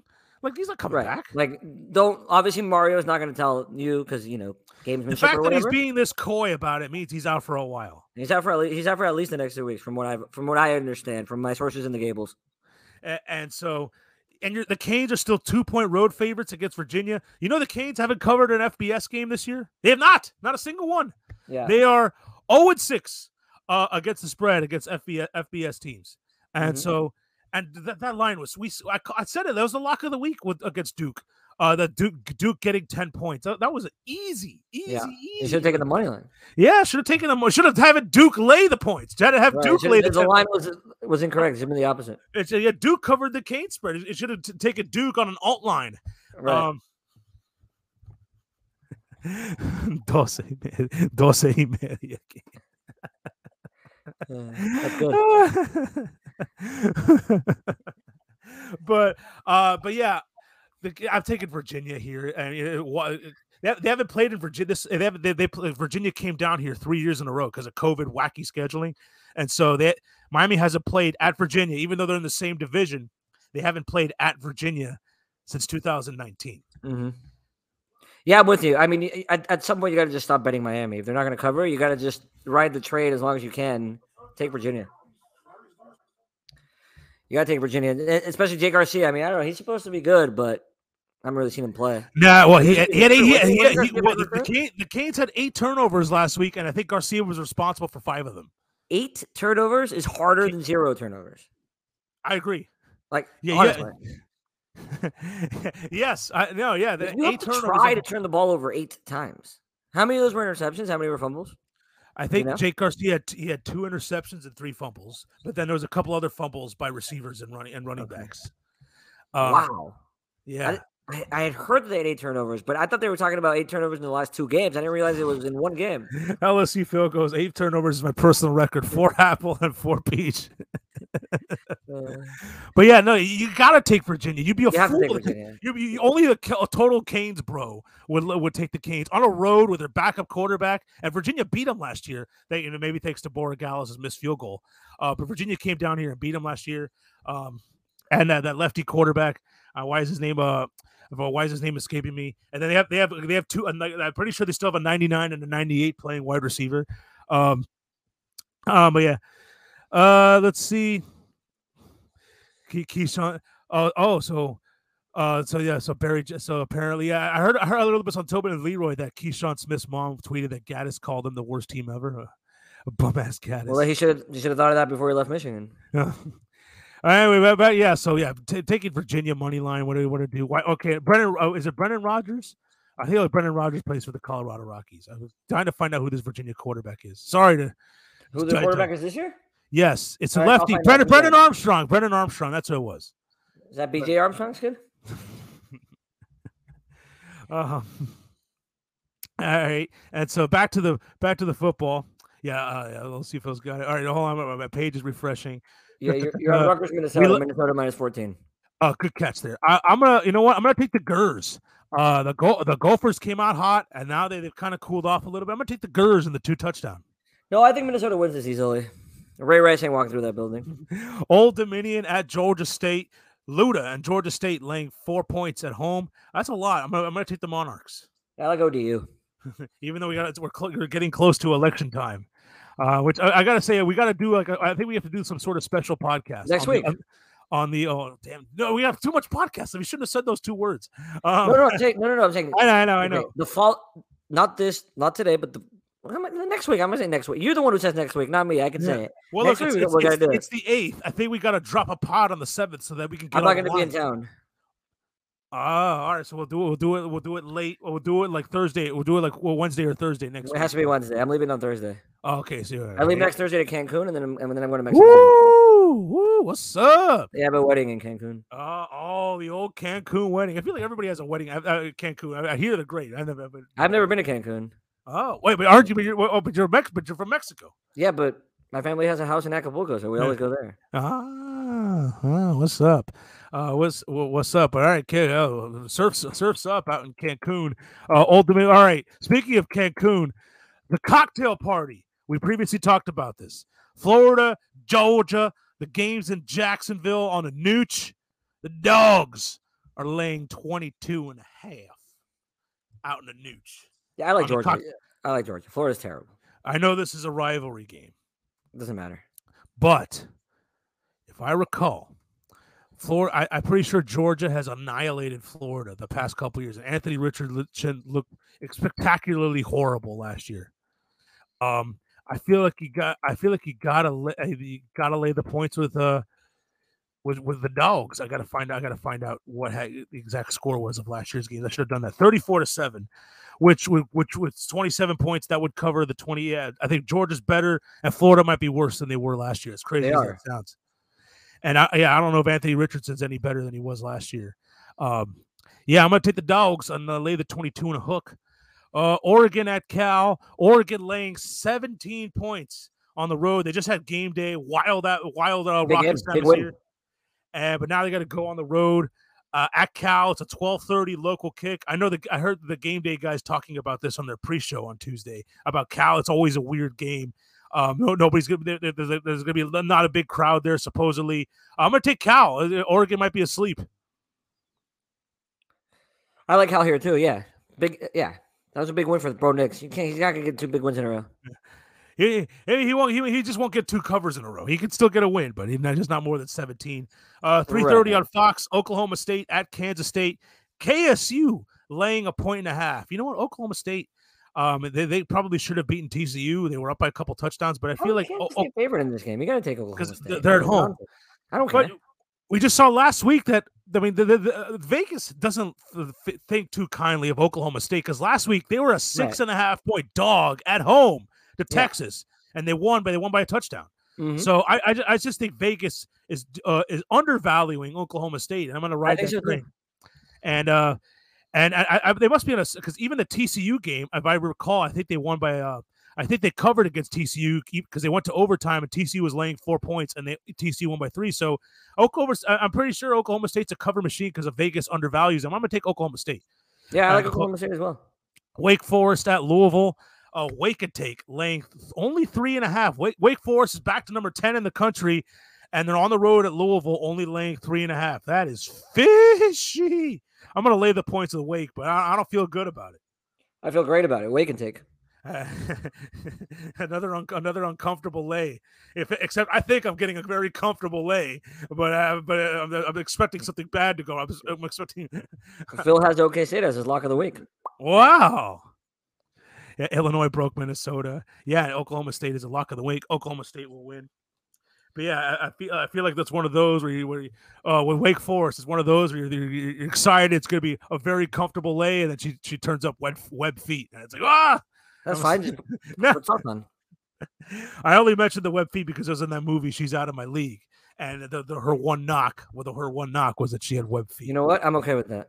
Speaker 1: like he's not coming
Speaker 2: Right.
Speaker 1: back.
Speaker 2: Like, don't obviously Mario's not going to tell you because you know
Speaker 1: The
Speaker 2: gamesmanship
Speaker 1: fact
Speaker 2: or
Speaker 1: that he's
Speaker 2: whatever.
Speaker 1: being this coy about it means he's out for a while.
Speaker 2: he's out for at least, he's out for at least the next two weeks, from what I from what I understand from my sources in the Gables.
Speaker 1: A- and so, and you're, the Canes are still two point road favorites against Virginia. You know the Canes haven't covered an FBS game this year. They have not, not a single one.
Speaker 2: Yeah,
Speaker 1: They are 0 and 6 uh, against the spread against FBS, FBS teams. And
Speaker 2: Mhm.
Speaker 1: so, and that, that line was, we s- I, ca- I said it, that was the lock of the week with against Duke. Uh, the Duke Duke getting ten points. That, that was an easy, easy,
Speaker 2: Yeah. they should
Speaker 1: easy.
Speaker 2: have taken the money line.
Speaker 1: yeah, should have taken them. Should have had Duke lay the points. Had to have
Speaker 2: Right,
Speaker 1: Duke
Speaker 2: should've-
Speaker 1: lay the.
Speaker 2: the
Speaker 1: 10
Speaker 2: line was was incorrect. It should have been the opposite.
Speaker 1: It's, yeah, Duke covered the Kane spread. It should have t- taken Duke on an alt line.
Speaker 2: Right.
Speaker 1: Um, doce, y me- doce y media.
Speaker 2: Yeah, that's good.
Speaker 1: but uh but yeah the, i've taken virginia here and it, wa- they, they haven't played in virginia this they haven't they, they play, virginia came down here three years in a row because of covid wacky scheduling and so that miami hasn't played at virginia even though they're in the same division they haven't played at virginia since 2019
Speaker 2: hmm Yeah, I'm with you. I mean, y- y- at, at some point you got to just stop betting Miami. If they're not going to cover, you got to just ride the trade as long as you can. Take Virginia. You got to take Virginia, and- and especially Jake Garcia. I mean, I don't know. He's supposed to be good, but I haven't really seen him play.
Speaker 1: Nah, well, he,
Speaker 2: Did
Speaker 1: he
Speaker 2: he
Speaker 1: had eight. He,
Speaker 2: recruit- was
Speaker 1: he, he-
Speaker 2: he one of Garcia's
Speaker 1: well, the, the,
Speaker 2: recruits?
Speaker 1: Cane, the Canes had eight turnovers last week, and I think Garcia was responsible for five of them.
Speaker 2: Eight turnovers is harder than zero turnovers.
Speaker 1: I agree.
Speaker 2: Like,
Speaker 1: Yeah, yeah,
Speaker 2: honestly,
Speaker 1: yes, I no, yeah. The
Speaker 2: you have
Speaker 1: eight
Speaker 2: to
Speaker 1: turnovers.
Speaker 2: try
Speaker 1: are-
Speaker 2: to turn the ball over eight times. How many of those were interceptions? How many were fumbles?
Speaker 1: I think
Speaker 2: know?
Speaker 1: Jake Garcia had, he had two interceptions and three fumbles, but then there was a couple other fumbles by receivers and running and running
Speaker 2: Okay.
Speaker 1: backs. Um,
Speaker 2: wow.
Speaker 1: Yeah.
Speaker 2: I, I had heard that they had eight turnovers, but I thought they were talking about eight turnovers in the last two games. I didn't realize it was in one game.
Speaker 1: LSU field goes eight turnovers is my personal record. Four apple and four peach.
Speaker 2: Uh,
Speaker 1: But yeah, no, you gotta take Virginia. You'd be a
Speaker 2: you have
Speaker 1: fool
Speaker 2: to
Speaker 1: to
Speaker 2: take
Speaker 1: take
Speaker 2: Virginia.
Speaker 1: You, you only a, ca- a total Canes bro would l- would take the Canes on a road with their backup quarterback, and Virginia beat them last year. They you know maybe thanks to Borregales' missed field goal, uh, but Virginia came down here and beat them last year. Um, and that, that lefty quarterback, uh, why is his name uh uh, why is his name escaping me? And then they have they have they have two. a ni- I'm pretty sure they still have a 99 and a 98 playing wide receiver. Um, um, but yeah, uh, let's see. Ke- Keyshawn. uh, Oh, oh, so Uh, so yeah, so Barry. J- So apparently, yeah, I heard I heard a little bit on Tobin and Leroy that Keyshawn Smith's mom tweeted that Gaddis called them the worst team ever. Uh, a bum ass Gaddis.
Speaker 2: Well, he should he should have thought of that before he left Michigan.
Speaker 1: Yeah. All right, wait, but, but yeah, so yeah, t- taking Virginia money line. What do we want to do? Why? Okay, Brennan. Oh, is it Brennan Rogers? I think Brennan Rogers plays for the Colorado Rockies. I was trying to find out who this Virginia quarterback is. Sorry to.
Speaker 2: Who
Speaker 1: it's
Speaker 2: the
Speaker 1: tight,
Speaker 2: quarterback
Speaker 1: tight.
Speaker 2: is this year?
Speaker 1: Yes, it's a
Speaker 2: All right, I'll
Speaker 1: lefty.
Speaker 2: find out
Speaker 1: Brennan,
Speaker 2: who that
Speaker 1: Brennan
Speaker 2: is.
Speaker 1: Armstrong. Brennan Armstrong. That's who it was.
Speaker 2: Is that
Speaker 1: Uh,
Speaker 2: BJ Armstrong's kid?
Speaker 1: Uh-huh. All right, and so back to the back to the football. Yeah, uh, yeah, let's see if Phil's got it. All right, hold on, my- my page is refreshing.
Speaker 2: Yeah, you're, you're on
Speaker 1: Uh,
Speaker 2: Rutgers, Minnesota.
Speaker 1: look-
Speaker 2: Minnesota minus fourteen.
Speaker 1: Oh, good catch there. I, I'm gonna, you know what? I'm gonna take the Gers. Uh, the go the Gophers came out hot, and now they, they've kind of cooled off a little bit. I'm gonna take the Gers and the two touchdown.
Speaker 2: No, I think Minnesota wins this easily. Ray Rice ain't walking through that building.
Speaker 1: Old Dominion at Georgia State. Luda and Georgia State laying four points at home. That's a lot. I'm gonna, I'm gonna take the Monarchs,
Speaker 2: I like ODU.
Speaker 1: even though we got we're, clo- we're getting close to election time. Uh, which I, I gotta say, we gotta do like a- I think we have to do some sort of special podcast
Speaker 2: Next
Speaker 1: on the-
Speaker 2: week.
Speaker 1: on- on the oh damn no, we have too much podcasts. We shouldn't have said those two words. Um,
Speaker 2: No, no, I'm saying, no, no, no. I'm saying
Speaker 1: I know, I know, I
Speaker 2: okay,
Speaker 1: know.
Speaker 2: the fall. Not this, not today, but the, what am I- the next week. I'm gonna say next week. You're the one who says next week, not me. I can
Speaker 1: Yeah.
Speaker 2: say it.
Speaker 1: Well,
Speaker 2: Next
Speaker 1: look, it's,
Speaker 2: week we
Speaker 1: it's,
Speaker 2: gotta
Speaker 1: it's-
Speaker 2: do it.
Speaker 1: it's the eighth. I think we got to drop a pod on the seventh so that we can get.
Speaker 2: I'm not
Speaker 1: on
Speaker 2: gonna
Speaker 1: the
Speaker 2: be in
Speaker 1: line.
Speaker 2: town.
Speaker 1: Ah, all right. So we'll do it. We'll do it. We'll do it late. We'll do it like Thursday. We'll do it like well, Wednesday or Thursday next.
Speaker 2: It has to
Speaker 1: week.
Speaker 2: be Wednesday. I'm leaving on Thursday.
Speaker 1: Oh, okay, so you're
Speaker 2: I leave
Speaker 1: right.
Speaker 2: next Thursday to Cancun, and then I'm, and then I'm going to Mexico. City.
Speaker 1: Woo, woo, what's up?
Speaker 2: They have a wedding in Cancun.
Speaker 1: Uh, oh, the old Cancun wedding. I feel like everybody has a wedding. at uh, Cancun. I, I hear they're great. I've never. Been,
Speaker 2: I've never been to Cancun.
Speaker 1: oh, wait, but aren't you? But you're, oh, but you're Mex. But you're from Mexico.
Speaker 2: Yeah, but my family has a house in Acapulco, so we
Speaker 1: Yeah.
Speaker 2: always go there.
Speaker 1: Ah, ah, what's up? Uh, what's wha- what's up? All right, kid. Oh, surfs surfs up out in Cancun. Uh, Old Dominion. All right. Speaking of Cancun, the cocktail party. We previously talked about this. Florida, Georgia, the games in Jacksonville on a nooch. The dogs are laying 22 and a half out in the nooch.
Speaker 2: Yeah, I like
Speaker 1: On the
Speaker 2: Georgia.
Speaker 1: cock-
Speaker 2: Yeah, I like Georgia. Florida's terrible.
Speaker 1: I know this is a rivalry game.
Speaker 2: It doesn't matter.
Speaker 1: But if I recall, Florida, I, I'm pretty sure Georgia has annihilated Florida the past couple years. And Anthony Richardson looked spectacularly horrible last year. Um, I feel like you got. I feel like you gotta la- uh, you gotta lay the points with uh with with the dogs. I gotta find. out I gotta find out what ha- the exact score was of last year's game. I should have done that. Thirty four to seven, which would which was twenty seven points. That would cover the twenty. Yeah, I think Georgia's better, and Florida might be worse than they were last year. As crazy as
Speaker 2: are.
Speaker 1: that sounds. And I yeah, I don't know if Anthony Richardson's any better than he was last year. Um, yeah, I'm gonna take the dogs and uh, lay the twenty two and a hook. Uh, Oregon at Cal. Oregon laying 17 points on the road. They just had game day. Wild out, wild uh,
Speaker 2: Big
Speaker 1: Rockets
Speaker 2: game, big
Speaker 1: atmosphere.
Speaker 2: win.
Speaker 1: Uh, but now they got to go on the road uh, at Cal. It's a 12:30 local kick. I know the I heard the game day guys talking about this on their pre-show on Tuesday about Cal. It's always a weird game. Um, no, nobody's gonna. There, there- there's, a- there's gonna be a- not a big crowd there. Supposedly, I'm gonna take Cal. Uh, Oregon might be asleep.
Speaker 2: I like Cal here too. Yeah, big. Yeah, that was a big win for the Bro Knicks. You can't. He's not gonna get two big wins in a row.
Speaker 1: He, he he won't he, he just won't get two covers in a row. He could still get a win, but he not, just not more than 17. Uh 330
Speaker 2: Right.
Speaker 1: on Fox, Oklahoma State at Kansas State. KSU laying a point and a half. You know what? Oklahoma State um they, they probably should have beaten TCU. They were up by a couple touchdowns, but I
Speaker 2: I
Speaker 1: feel like oh,
Speaker 2: Kansas State favorite in this game. You gotta take Oklahoma
Speaker 1: 'Cause th-
Speaker 2: State.
Speaker 1: they're at
Speaker 2: Come on.
Speaker 1: home.
Speaker 2: I don't care.
Speaker 1: but we just saw last week that I mean the, the, the uh, Vegas doesn't th- th- think too kindly of Oklahoma State because last week they were a six and a half point dog at home to
Speaker 2: Yeah.
Speaker 1: Texas and they won, but they won by a touchdown.
Speaker 2: Mhm.
Speaker 1: So I, I, ju- I just think Vegas is d- uh, is undervaluing Oklahoma State, and I'm going to ride
Speaker 2: think
Speaker 1: that
Speaker 2: so, too.
Speaker 1: train. And uh, and I, I, I- they must be on a because even the TCU game, if I recall, I think they won by uh, I think they covered against TCU because e, they went to overtime and TCU was laying four points and they TCU won by three. So Oklahoma, S- I- I'm pretty sure Oklahoma State's a cover machine because of Vegas undervalues them. I'm going to take Oklahoma State.
Speaker 2: yeah, I
Speaker 1: uh,
Speaker 2: like
Speaker 1: Col-
Speaker 2: Oklahoma State as well.
Speaker 1: Wake Forest at Louisville. Uh, Wake could take laying th- only three and a half. Wake, Wake Forest is back to number 10 in the country, and they're on the road at Louisville, only laying three and a half. That is fishy. I'm going to lay the points of the Wake, but I, I don't feel good about it.
Speaker 2: I feel great about it. Wake and take.
Speaker 1: Uh, another un- another uncomfortable lay. If except I think I'm getting a very comfortable lay, but uh, but uh, I'm, I'm expecting something bad to go. I'm, I'm expecting.
Speaker 2: Phil has OK State as his lock of the week.
Speaker 1: wow. Yeah, Illinois broke Minnesota. Yeah, Oklahoma State is a lock of the week. Oklahoma State will win. But yeah, I, I feel I feel like that's one of those where you where you, uh, with Wake Forest is one of those where you're, you're, you're excited it's going to be a very comfortable lay, and then she she turns up web web feet, and it's like ah.
Speaker 2: That's
Speaker 1: I'm
Speaker 2: fine.
Speaker 1: s-
Speaker 2: Just
Speaker 1: No.
Speaker 2: put something on.
Speaker 1: I only mentioned the web feet because it was in that movie. She's out of my league, and the, the her one knock, well, the, her one knock was that she had web feet.
Speaker 2: You know what? I'm okay with that.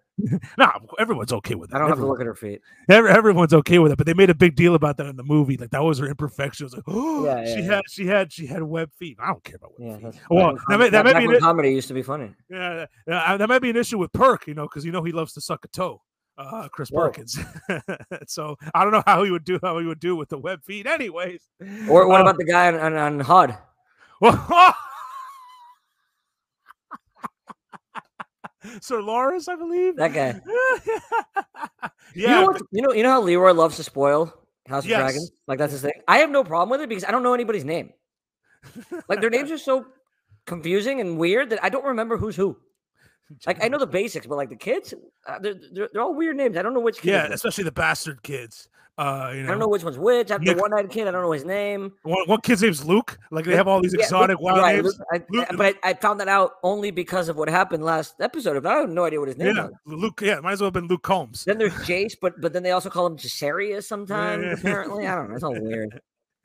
Speaker 1: nah, everyone's okay with that.
Speaker 2: I don't have to
Speaker 1: Everyone-
Speaker 2: look at her feet.
Speaker 1: Every, everyone's okay with it, but they made a big deal about that in the movie. Like that was her imperfection. It was like, oh,
Speaker 2: Yeah,
Speaker 1: she
Speaker 2: yeah,
Speaker 1: had,
Speaker 2: yeah.
Speaker 1: she had, she had web feet. I don't care about web
Speaker 2: Yeah,
Speaker 1: feet.
Speaker 2: that's
Speaker 1: Well,
Speaker 2: back
Speaker 1: that may-
Speaker 2: when
Speaker 1: that
Speaker 2: com-
Speaker 1: may
Speaker 2: back
Speaker 1: be
Speaker 2: when
Speaker 1: it.
Speaker 2: comedy used to be funny.
Speaker 1: Yeah, yeah, I- that might be an issue with Perk, you know, because you know he loves to suck a toe, uh, Chris
Speaker 2: Whoa.
Speaker 1: Perkins. so I don't know how he would do how he would do with the web feet, anyways.
Speaker 2: Or what
Speaker 1: Uh,
Speaker 2: about the guy on, on, on HUD?
Speaker 1: Sir Lawrence, I believe.
Speaker 2: That guy.
Speaker 1: yeah,
Speaker 2: You know, what, you know, you know how Leroy loves to spoil House of
Speaker 1: Yes.
Speaker 2: Dragons. Like that's his thing. I have no problem with it because I don't know anybody's name. Like their names are so confusing and weird that I don't remember who's who. Like I know the basics, but like the kids, uh, they're, they're, they're all weird names. I don't know which kid. is
Speaker 1: yeah,
Speaker 2: which.
Speaker 1: especially the bastard kids. Uh, you
Speaker 2: I don't know which one's which. I, the
Speaker 1: Nick-
Speaker 2: one-eyed kid, I don't know his name.
Speaker 1: One, one kid's name's Luke. Like they have all these
Speaker 2: Yeah, Luke-
Speaker 1: exotic wild
Speaker 2: right,
Speaker 1: names.
Speaker 2: Luke- I-
Speaker 1: Luke-
Speaker 2: I- but I, I found that out only because of what happened last episode. If I have no idea what his name
Speaker 1: yeah,
Speaker 2: was.
Speaker 1: Luke. Yeah, might as well have been Luke Combs.
Speaker 2: Then there's Jace, but but then they also call him Jaceria sometimes.
Speaker 1: yeah.
Speaker 2: Apparently, I don't know. It's all weird.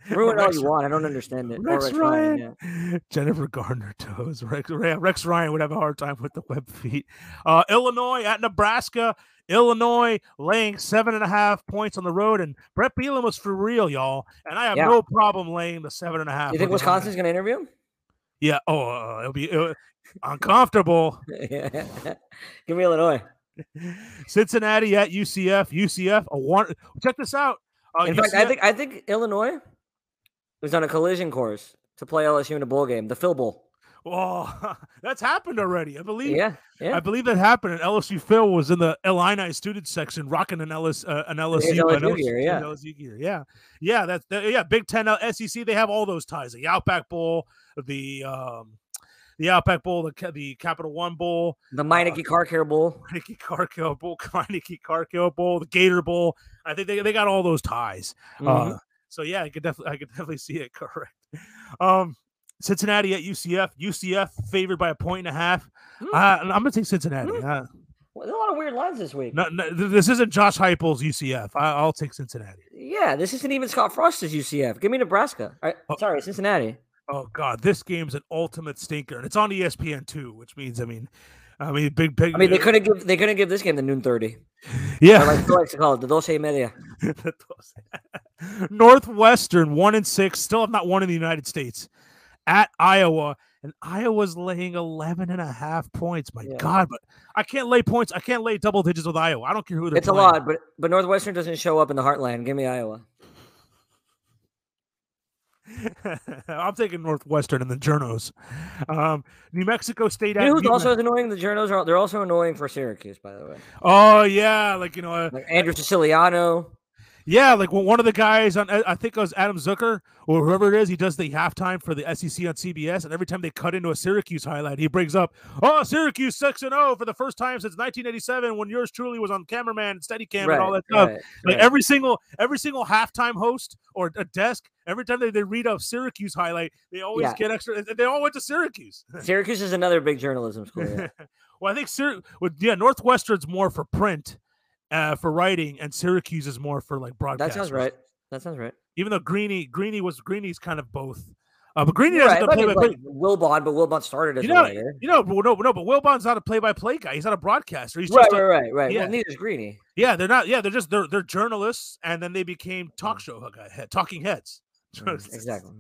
Speaker 2: Ruin all
Speaker 1: Rex-
Speaker 2: you want. I don't understand it. Or
Speaker 1: Rex
Speaker 2: Rex
Speaker 1: Ryan,
Speaker 2: yeah.
Speaker 1: Jennifer Garner toes. Rex, Ra- Rex Ryan would have a hard time with the web feet. Uh, Illinois at Nebraska. Illinois laying seven and a half points on the road, and Brett Bielema was for real, y'all. And I have
Speaker 2: Yeah.
Speaker 1: no problem laying the seven and a half.
Speaker 2: You
Speaker 1: with
Speaker 2: think
Speaker 1: the-
Speaker 2: Wisconsin's going to interview him?
Speaker 1: Yeah. Oh, uh, it'll be uh, uncomfortable.
Speaker 2: Give me Illinois.
Speaker 1: Cincinnati at UCF. UCF. A one. Check this out. Uh,
Speaker 2: In fact, I
Speaker 1: UCF
Speaker 2: think I think Illinois was on a collision course to play LSU in a bowl game, the Phil Bowl.
Speaker 1: Oh, that's happened already. I believe.
Speaker 2: Yeah, yeah.
Speaker 1: I believe that happened. And LSU Phil was in the Illini student section, rocking an LS uh, an LSU,
Speaker 2: LSU
Speaker 1: an
Speaker 2: gear,
Speaker 1: an
Speaker 2: yeah.
Speaker 1: LSU gear. Yeah, yeah. That's that, yeah. Big Ten uh, SEC. They have all those ties. The Outback Bowl, the um, the Outback Bowl, the Ca- the Capital One Bowl,
Speaker 2: the Meineke Car Care Bowl.
Speaker 1: Carnegie Cargill Bowl, Carnegie Cargill Bowl, the Gator Bowl. I think they, they got all those ties.
Speaker 2: Mhm.
Speaker 1: Uh, so yeah, I could definitely I could definitely see it correct. Um, Cincinnati at UCF. UCF favored by a point and a half.
Speaker 2: Hmm.
Speaker 1: Uh, I'm gonna take Cincinnati.
Speaker 2: Hmm.
Speaker 1: Uh,
Speaker 2: Well, there's a lot of weird lines this week.
Speaker 1: no, no, th- this isn't Josh Heupel's UCF. I, I'll take Cincinnati.
Speaker 2: Yeah, this isn't even Scott Frost's UCF. Give me Nebraska. I,
Speaker 1: Oh.
Speaker 2: Sorry, Cincinnati.
Speaker 1: Oh God, this game's an ultimate stinker, and it's on E ESPN two, which means I mean, I mean, big, big. uh,
Speaker 2: I mean, they couldn't give they couldn't give this game the noon thirty.
Speaker 1: Yeah,
Speaker 2: Or like Phil likes to call it the doce media.
Speaker 1: That was- Northwestern one and six, still have not won in the United States at Iowa. And Iowa's laying 11 and a half points. My
Speaker 2: Yeah.
Speaker 1: God, but I can't lay points. I can't lay double digits with Iowa. I don't care who they're
Speaker 2: It's a
Speaker 1: playing.
Speaker 2: lot, but but Northwestern doesn't show up in the heartland. Give me Iowa.
Speaker 1: I'm taking Northwestern and the Journos. Um, New Mexico State.
Speaker 2: You
Speaker 1: at
Speaker 2: know who's
Speaker 1: New Me-
Speaker 2: also annoying? The journos are they're also annoying for Syracuse, by the way.
Speaker 1: oh, yeah. Like, you know, uh,
Speaker 2: Like Andrew Siciliano.
Speaker 1: Yeah, like when one of the guys on, I I think it was Adam Zucker or whoever it is, he does the halftime for the SEC on CBS, and every time they cut into a Syracuse highlight, he brings up, "Oh, Syracuse six and zero for the first time since 1987 when yours truly was on cameraman, and Steadicam, and all that stuff."
Speaker 2: right,
Speaker 1: Like
Speaker 2: right.
Speaker 1: every single every single halftime host or a desk, every time they, they read a Syracuse highlight, they always
Speaker 2: Yeah.
Speaker 1: get extra. and They all went to Syracuse.
Speaker 2: Syracuse is another big journalism school. yeah.
Speaker 1: Well, I think Syr- with, yeah, Northwestern's more for print, uh, for writing, and Syracuse is more for like broadcast.
Speaker 2: That sounds
Speaker 1: or
Speaker 2: right. That sounds right.
Speaker 1: even though Greeny Greeny was Greeny's kind of both. Uh, but Greeny
Speaker 2: You're
Speaker 1: doesn't
Speaker 2: right. I
Speaker 1: play
Speaker 2: mean,
Speaker 1: by
Speaker 2: like
Speaker 1: play.
Speaker 2: Wilbon, but Wilbon started as
Speaker 1: You
Speaker 2: a
Speaker 1: know-
Speaker 2: writer.
Speaker 1: You know, well, no, no, but Wilbon's not a play by play guy. He's not a broadcaster. He's
Speaker 2: Right,
Speaker 1: just a-
Speaker 2: right, right, right.
Speaker 1: yeah.
Speaker 2: Well, neither is Greeny.
Speaker 1: yeah, they're not. Yeah, they're just they're they're journalists, and then they became talk show hu- guy, he- talking heads.
Speaker 2: Mm, Mm-hmm. Exactly.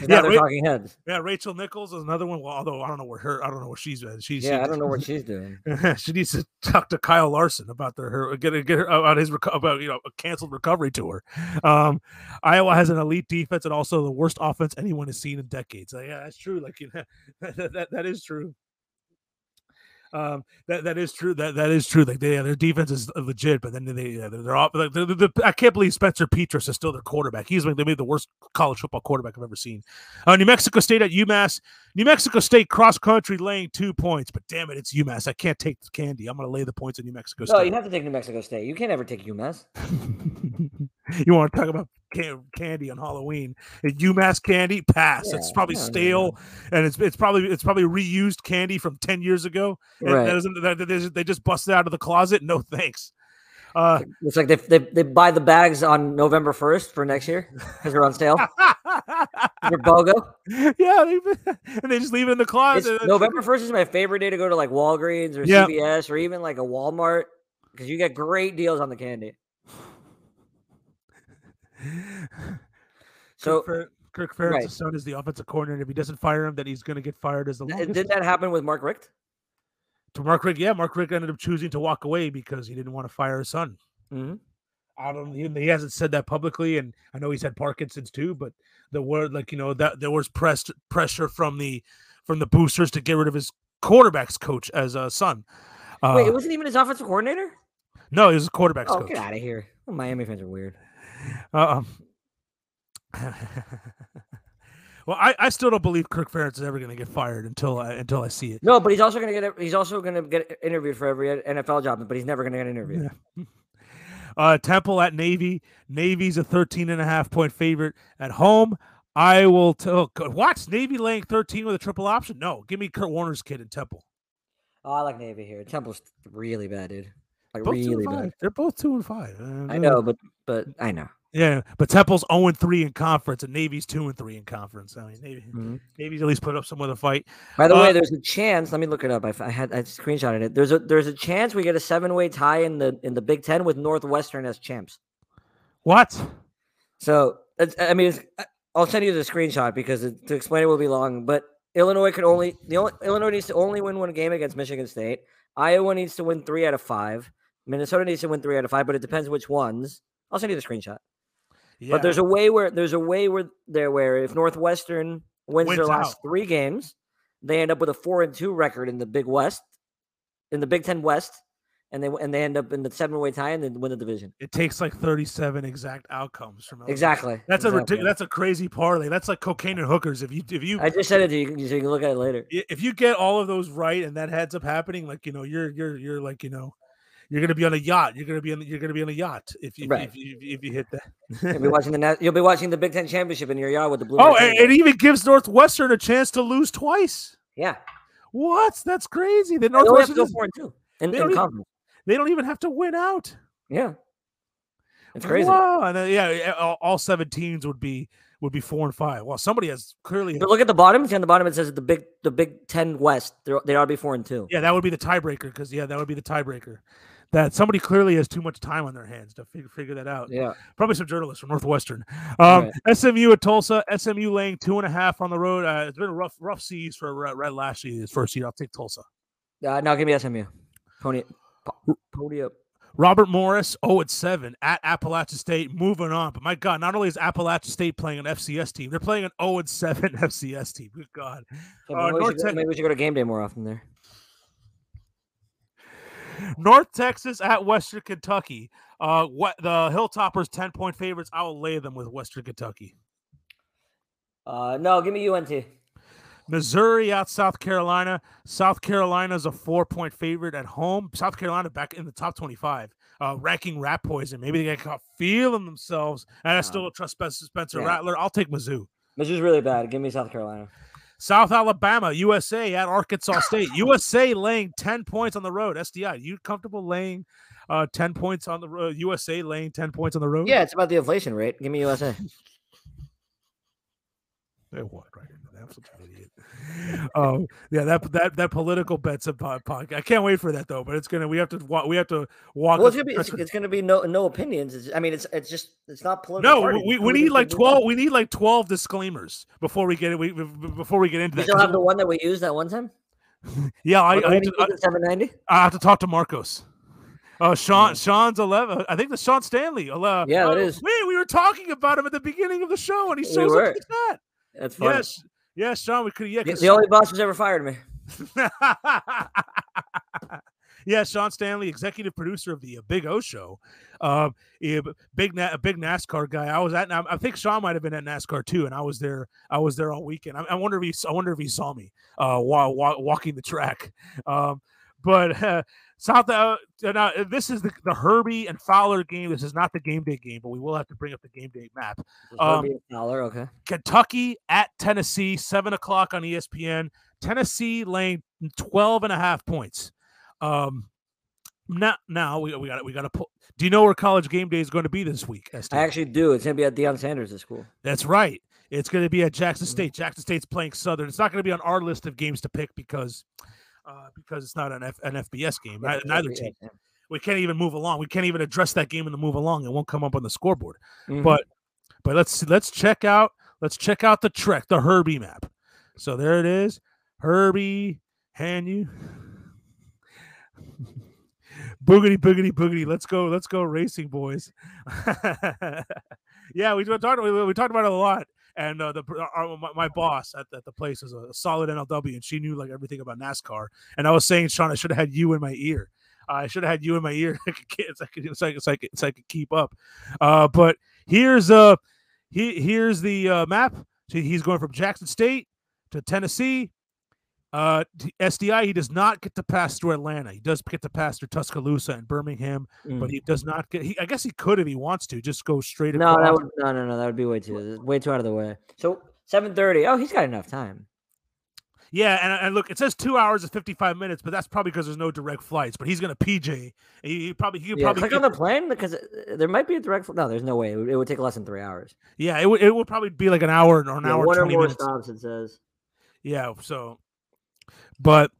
Speaker 1: yeah,
Speaker 2: now they're
Speaker 1: Ra-
Speaker 2: talking heads.
Speaker 1: yeah, Rachel Nichols is another one. Well, although I don't know where her, I don't know where she's at. She's
Speaker 2: Yeah, I don't know what she's doing.
Speaker 1: she needs to talk to Kyle Larson about the, her get her- get her about his reco- about you know a canceled recovery tour. Um, Iowa has an elite defense and also the worst offense anyone has seen in decades. Like, yeah, that's true. Like you know, that, that that is true. Um, that that is true. That that is true. Like they, their defense is legit, but then they yeah, they're, they're off. Like, they're, they're, I can't believe Spencer Petras is still their quarterback. He's like they made the worst college football quarterback I've ever seen. Uh, New Mexico State at UMass. New Mexico State cross country laying two points, but damn it, it's UMass. I can't take the candy. I'm going to lay the points in New Mexico State.
Speaker 2: No, you have to take New Mexico State. You can't ever take UMass.
Speaker 1: you want to talk about can- candy on Halloween? And UMass candy, pass.
Speaker 2: Yeah,
Speaker 1: it's probably
Speaker 2: no, no, no.
Speaker 1: stale, and it's it's probably it's probably reused candy from ten years ago. And
Speaker 2: Right.
Speaker 1: that isn't, that, that- they just- they just busted out of the closet. No thanks. Uh,
Speaker 2: It's like they, they, they buy the bags on November 1st for next year because they're on sale. They're BOGO.
Speaker 1: yeah, they, and they just leave it in the
Speaker 2: It's-
Speaker 1: closet.
Speaker 2: November 1st is my favorite day to go to like Walgreens or
Speaker 1: Yeah.
Speaker 2: CVS or even like a Walmart because you get great deals on the candy. So
Speaker 1: Fer- Kirk Ferentz'
Speaker 2: Right.
Speaker 1: son is the offensive coordinator. and If he doesn't fire him, then he's going to get fired as the
Speaker 2: th-
Speaker 1: longest.
Speaker 2: did that happen with Mark Richt?
Speaker 1: to Mark Rick, yeah, Mark Rick ended up choosing to walk away because he didn't want to fire his son.
Speaker 2: Mm-hmm.
Speaker 1: I don't. He, he hasn't said that publicly, and I know he's had Parkinson's too. But the word, like you know, that there was pressed pressure from the from the boosters to get rid of his quarterbacks coach as a son. Uh,
Speaker 2: Wait, it wasn't even his offensive coordinator?
Speaker 1: no, he was a quarterbacks
Speaker 2: Oh,
Speaker 1: coach.
Speaker 2: get out of here. Well, Miami fans are weird.
Speaker 1: Uh, um, well, I, I still don't believe Kirk Ferentz is ever going to get fired until I, until I see it.
Speaker 2: No, but he's also gonna get a- he's also gonna get interviewed for every NFL job, but he's never gonna get interviewed.
Speaker 1: Uh, Temple at Navy. Navy's a 13 and a half point favorite at home. I will tell. Oh, what? Navy laying 13 with a triple option? No, give me Kurt Warner's kid in Temple.
Speaker 2: Oh, I like Navy here. Temple's really bad, dude. Like
Speaker 1: Both two and
Speaker 2: really bad.
Speaker 1: five. They're both two and five. Uh,
Speaker 2: I
Speaker 1: uh,
Speaker 2: know, but but I know.
Speaker 1: Yeah, but Temple's 0 and 3 in conference, and Navy's 2 and 3 in conference. I mean, Navy,
Speaker 2: Mhm.
Speaker 1: Navy's at least put up some other fight.
Speaker 2: By the
Speaker 1: Uh,
Speaker 2: way, there's a chance. Let me look it up. I, f- I had I screenshotted it. There's a there's a chance we get a seven way tie in the in the Big Ten with Northwestern as champs.
Speaker 1: What?
Speaker 2: So it's, I mean, it's, I- I'll send you the screenshot because it, to explain it will be long. But Illinois could only the only Illinois needs to only win one game against Michigan State. Iowa needs to win three out of five. Minnesota needs to win three out of five, but it depends which ones. I'll send you the screenshot.
Speaker 1: Yeah.
Speaker 2: But there's a way where there's a way where there where if Northwestern wins, their
Speaker 1: Wins
Speaker 2: last
Speaker 1: out.
Speaker 2: three games, they end up with a four and two record in the Big West, in the Big Ten West, and they and they end up in the seven way tie and then win the division.
Speaker 1: it takes like 37 exact outcomes from Illinois.
Speaker 2: Exactly.
Speaker 1: Oh. That's a
Speaker 2: exactly.
Speaker 1: ridiculous. That's a crazy parlay. That's like cocaine and hookers. If you if you
Speaker 2: I just said it to you so you can look at it later.
Speaker 1: i- if you get all of those right and that heads up happening, like you know, you're you're you're like you know, you're gonna be on a yacht. You're gonna be on you're gonna be on a yacht if you
Speaker 2: Right.
Speaker 1: if, you, if you- if you hit that.
Speaker 2: You'll be watching the na- you'll be watching the Big Ten championship in your yard with the blue.
Speaker 1: Oh,
Speaker 2: Rays
Speaker 1: and
Speaker 2: on.
Speaker 1: it even gives Northwestern a chance to lose twice.
Speaker 2: yeah,
Speaker 1: What? That's crazy. The
Speaker 2: they only have to
Speaker 1: Northwestern
Speaker 2: go
Speaker 1: is-
Speaker 2: four and two in,
Speaker 1: they
Speaker 2: in
Speaker 1: don't even-
Speaker 2: conference.
Speaker 1: they don't even have to win out.
Speaker 2: Yeah, it's crazy.
Speaker 1: Wow. And then, yeah, yeah, all, all seven teams would be would be four and five. Well, somebody has clearly.
Speaker 2: But look at the bottom. see On the bottom, it says the Big the Big Ten West. they're- They ought to be four and two.
Speaker 1: Yeah, that would be the tiebreaker because yeah, that would be the tiebreaker. That somebody clearly has too much time on their hands to figure figure that out.
Speaker 2: Yeah.
Speaker 1: probably some journalists from Northwestern. Um,
Speaker 2: Right.
Speaker 1: SMU at Tulsa. SMU laying two and a half on the road. Uh, it's been a rough, rough seas for uh, Red, Red Lashley his first year. I'll take Tulsa.
Speaker 2: Uh, no, give me SMU. Pony, po- pony up.
Speaker 1: Robert Morris, 0 at 7 at Appalachian State. Moving on. But my God, not only is Appalachian State playing an FCS team, they're playing an 0 and 7 FCS team. Good God.
Speaker 2: Yeah,
Speaker 1: Uh,
Speaker 2: maybe, we
Speaker 1: North
Speaker 2: should go,
Speaker 1: Tech-
Speaker 2: maybe we should go to game day more often there.
Speaker 1: North Texas at Western Kentucky. Uh, what the Hilltoppers 10 point favorites. I will lay them with Western Kentucky.
Speaker 2: Uh, no, give me UNT.
Speaker 1: Missouri out South Carolina. South Carolina's a four point favorite at home. South Carolina back in the top 25, uh, ranking rat poison. Maybe they got caught feeling themselves. And I
Speaker 2: Um,
Speaker 1: still don't trust Spencer, Spencer
Speaker 2: yeah.
Speaker 1: Rattler. I'll take Mizzou.
Speaker 2: This is really bad. Give me South Carolina.
Speaker 1: South Alabama, USA at Arkansas State. USA laying 10 points on the road. SDI, you comfortable laying uh, 10 points on the road? USA laying 10 points on the road?
Speaker 2: Yeah, it's about the inflation rate. Give me USA.
Speaker 1: They won, right? An absolute idiot. Um, yeah, that that that political bets a po- podcast. I can't wait for that though. But it's gonna we have to walk. We have to walk.
Speaker 2: well,
Speaker 1: up
Speaker 2: it's
Speaker 1: to
Speaker 2: gonna be
Speaker 1: press
Speaker 2: it's, it's gonna be no no opinions. It's, I mean, it's it's just it's not political.
Speaker 1: No,
Speaker 2: parties.
Speaker 1: we,
Speaker 2: Who
Speaker 1: we
Speaker 2: do
Speaker 1: need like
Speaker 2: things
Speaker 1: twelve. We need like twelve disclaimers before we get it. We, we- before we get into
Speaker 2: We
Speaker 1: that.
Speaker 2: still
Speaker 1: 'cause
Speaker 2: have the one that we used that one time.
Speaker 1: it- yeah, I, I, I,
Speaker 2: Seven ninety.
Speaker 1: I have to talk to Marcos. Uh, Sean, Sean's eleven. I think the Sean Stanley. ele-
Speaker 2: Mm. Yeah, that
Speaker 1: oh,
Speaker 2: is.
Speaker 1: Wait, we were talking about him at the beginning of the show, and he
Speaker 2: We
Speaker 1: shows up
Speaker 2: were.
Speaker 1: like that.
Speaker 2: That's funny.
Speaker 1: Yes, yes, Sean. We could. Yeah,
Speaker 2: The,
Speaker 1: 'cause
Speaker 2: the only boss who's ever fired me.
Speaker 1: yeah, Sean Stanley, executive producer of the uh, Big O Show, um, yeah, b- big na- a big NASCAR guy. I was at, I I think Sean might have been at NASCAR too, and I was there. I was there all weekend. I, I wonder if he, s- I wonder if he saw me uh, while, while walking the track. Um, but uh, South, uh, uh, now uh, this is the, the Herbie and Fowler game. This is not the game day game, but we will have to bring up the game day map. Um,
Speaker 2: Herbie and Fowler, okay.
Speaker 1: Kentucky at Tennessee, seven o'clock on E ESPN. Tennessee laying 12 and a half points. Um, now, now we, we got we got to pull. Do you know where college game day is going to be this week? ST?
Speaker 2: I actually do. It's gonna be at Deion Sanders' school.
Speaker 1: That's right. It's going to be at Jackson
Speaker 2: Mhm.
Speaker 1: State. Jackson State's playing Southern. It's not going to be on our list of games to pick because uh, because it's not an, F- an FBS game. Neither, neither
Speaker 2: Yeah,
Speaker 1: team.
Speaker 2: yeah.
Speaker 1: We can't even move along. We can't even address that game in the move along. It won't come up on the scoreboard.
Speaker 2: Mhm.
Speaker 1: But But let's let's check out let's check out the Trek, the Herbie map. So there it is. Herbie hand you. boogity boogity boogity. Let's go. Let's go racing boys. yeah, we talked we, we talked about it a lot. And uh, the our, my, my boss at, at the place was a solid NLW, and she knew like everything about NASCAR. And I was saying, Sean, I should have had you in my ear. I should have had you in my ear. it's like it's like it's like it's like keep up. Uh, but here's uh he here's the uh, map. So he's going from Jackson State to Tennessee. Uh, t- SDI he does not get to pass through Atlanta. He does get to pass through Tuscaloosa and Birmingham,
Speaker 2: Mm.
Speaker 1: but he does not get. He, I guess he could if he wants to just go straight.
Speaker 2: No, that
Speaker 1: across.
Speaker 2: would no, no, no. That would be way too way too out of the way. So seven thirty. Oh, he's got enough time.
Speaker 1: Yeah, and, and look, it says two hours and fifty five minutes, but that's probably because there's no direct flights. But he's gonna PJ. and He, he probably he could
Speaker 2: Yeah,
Speaker 1: probably
Speaker 2: click
Speaker 1: get-
Speaker 2: on the plane because uh, there might be a direct. fl- No, there's no way. It would, it would take less than three hours.
Speaker 1: yeah it would it would probably be like an hour or an
Speaker 2: Yeah,
Speaker 1: hour and
Speaker 2: one or
Speaker 1: twenty
Speaker 2: more
Speaker 1: minutes.
Speaker 2: stops. It says.
Speaker 1: Yeah. So, but,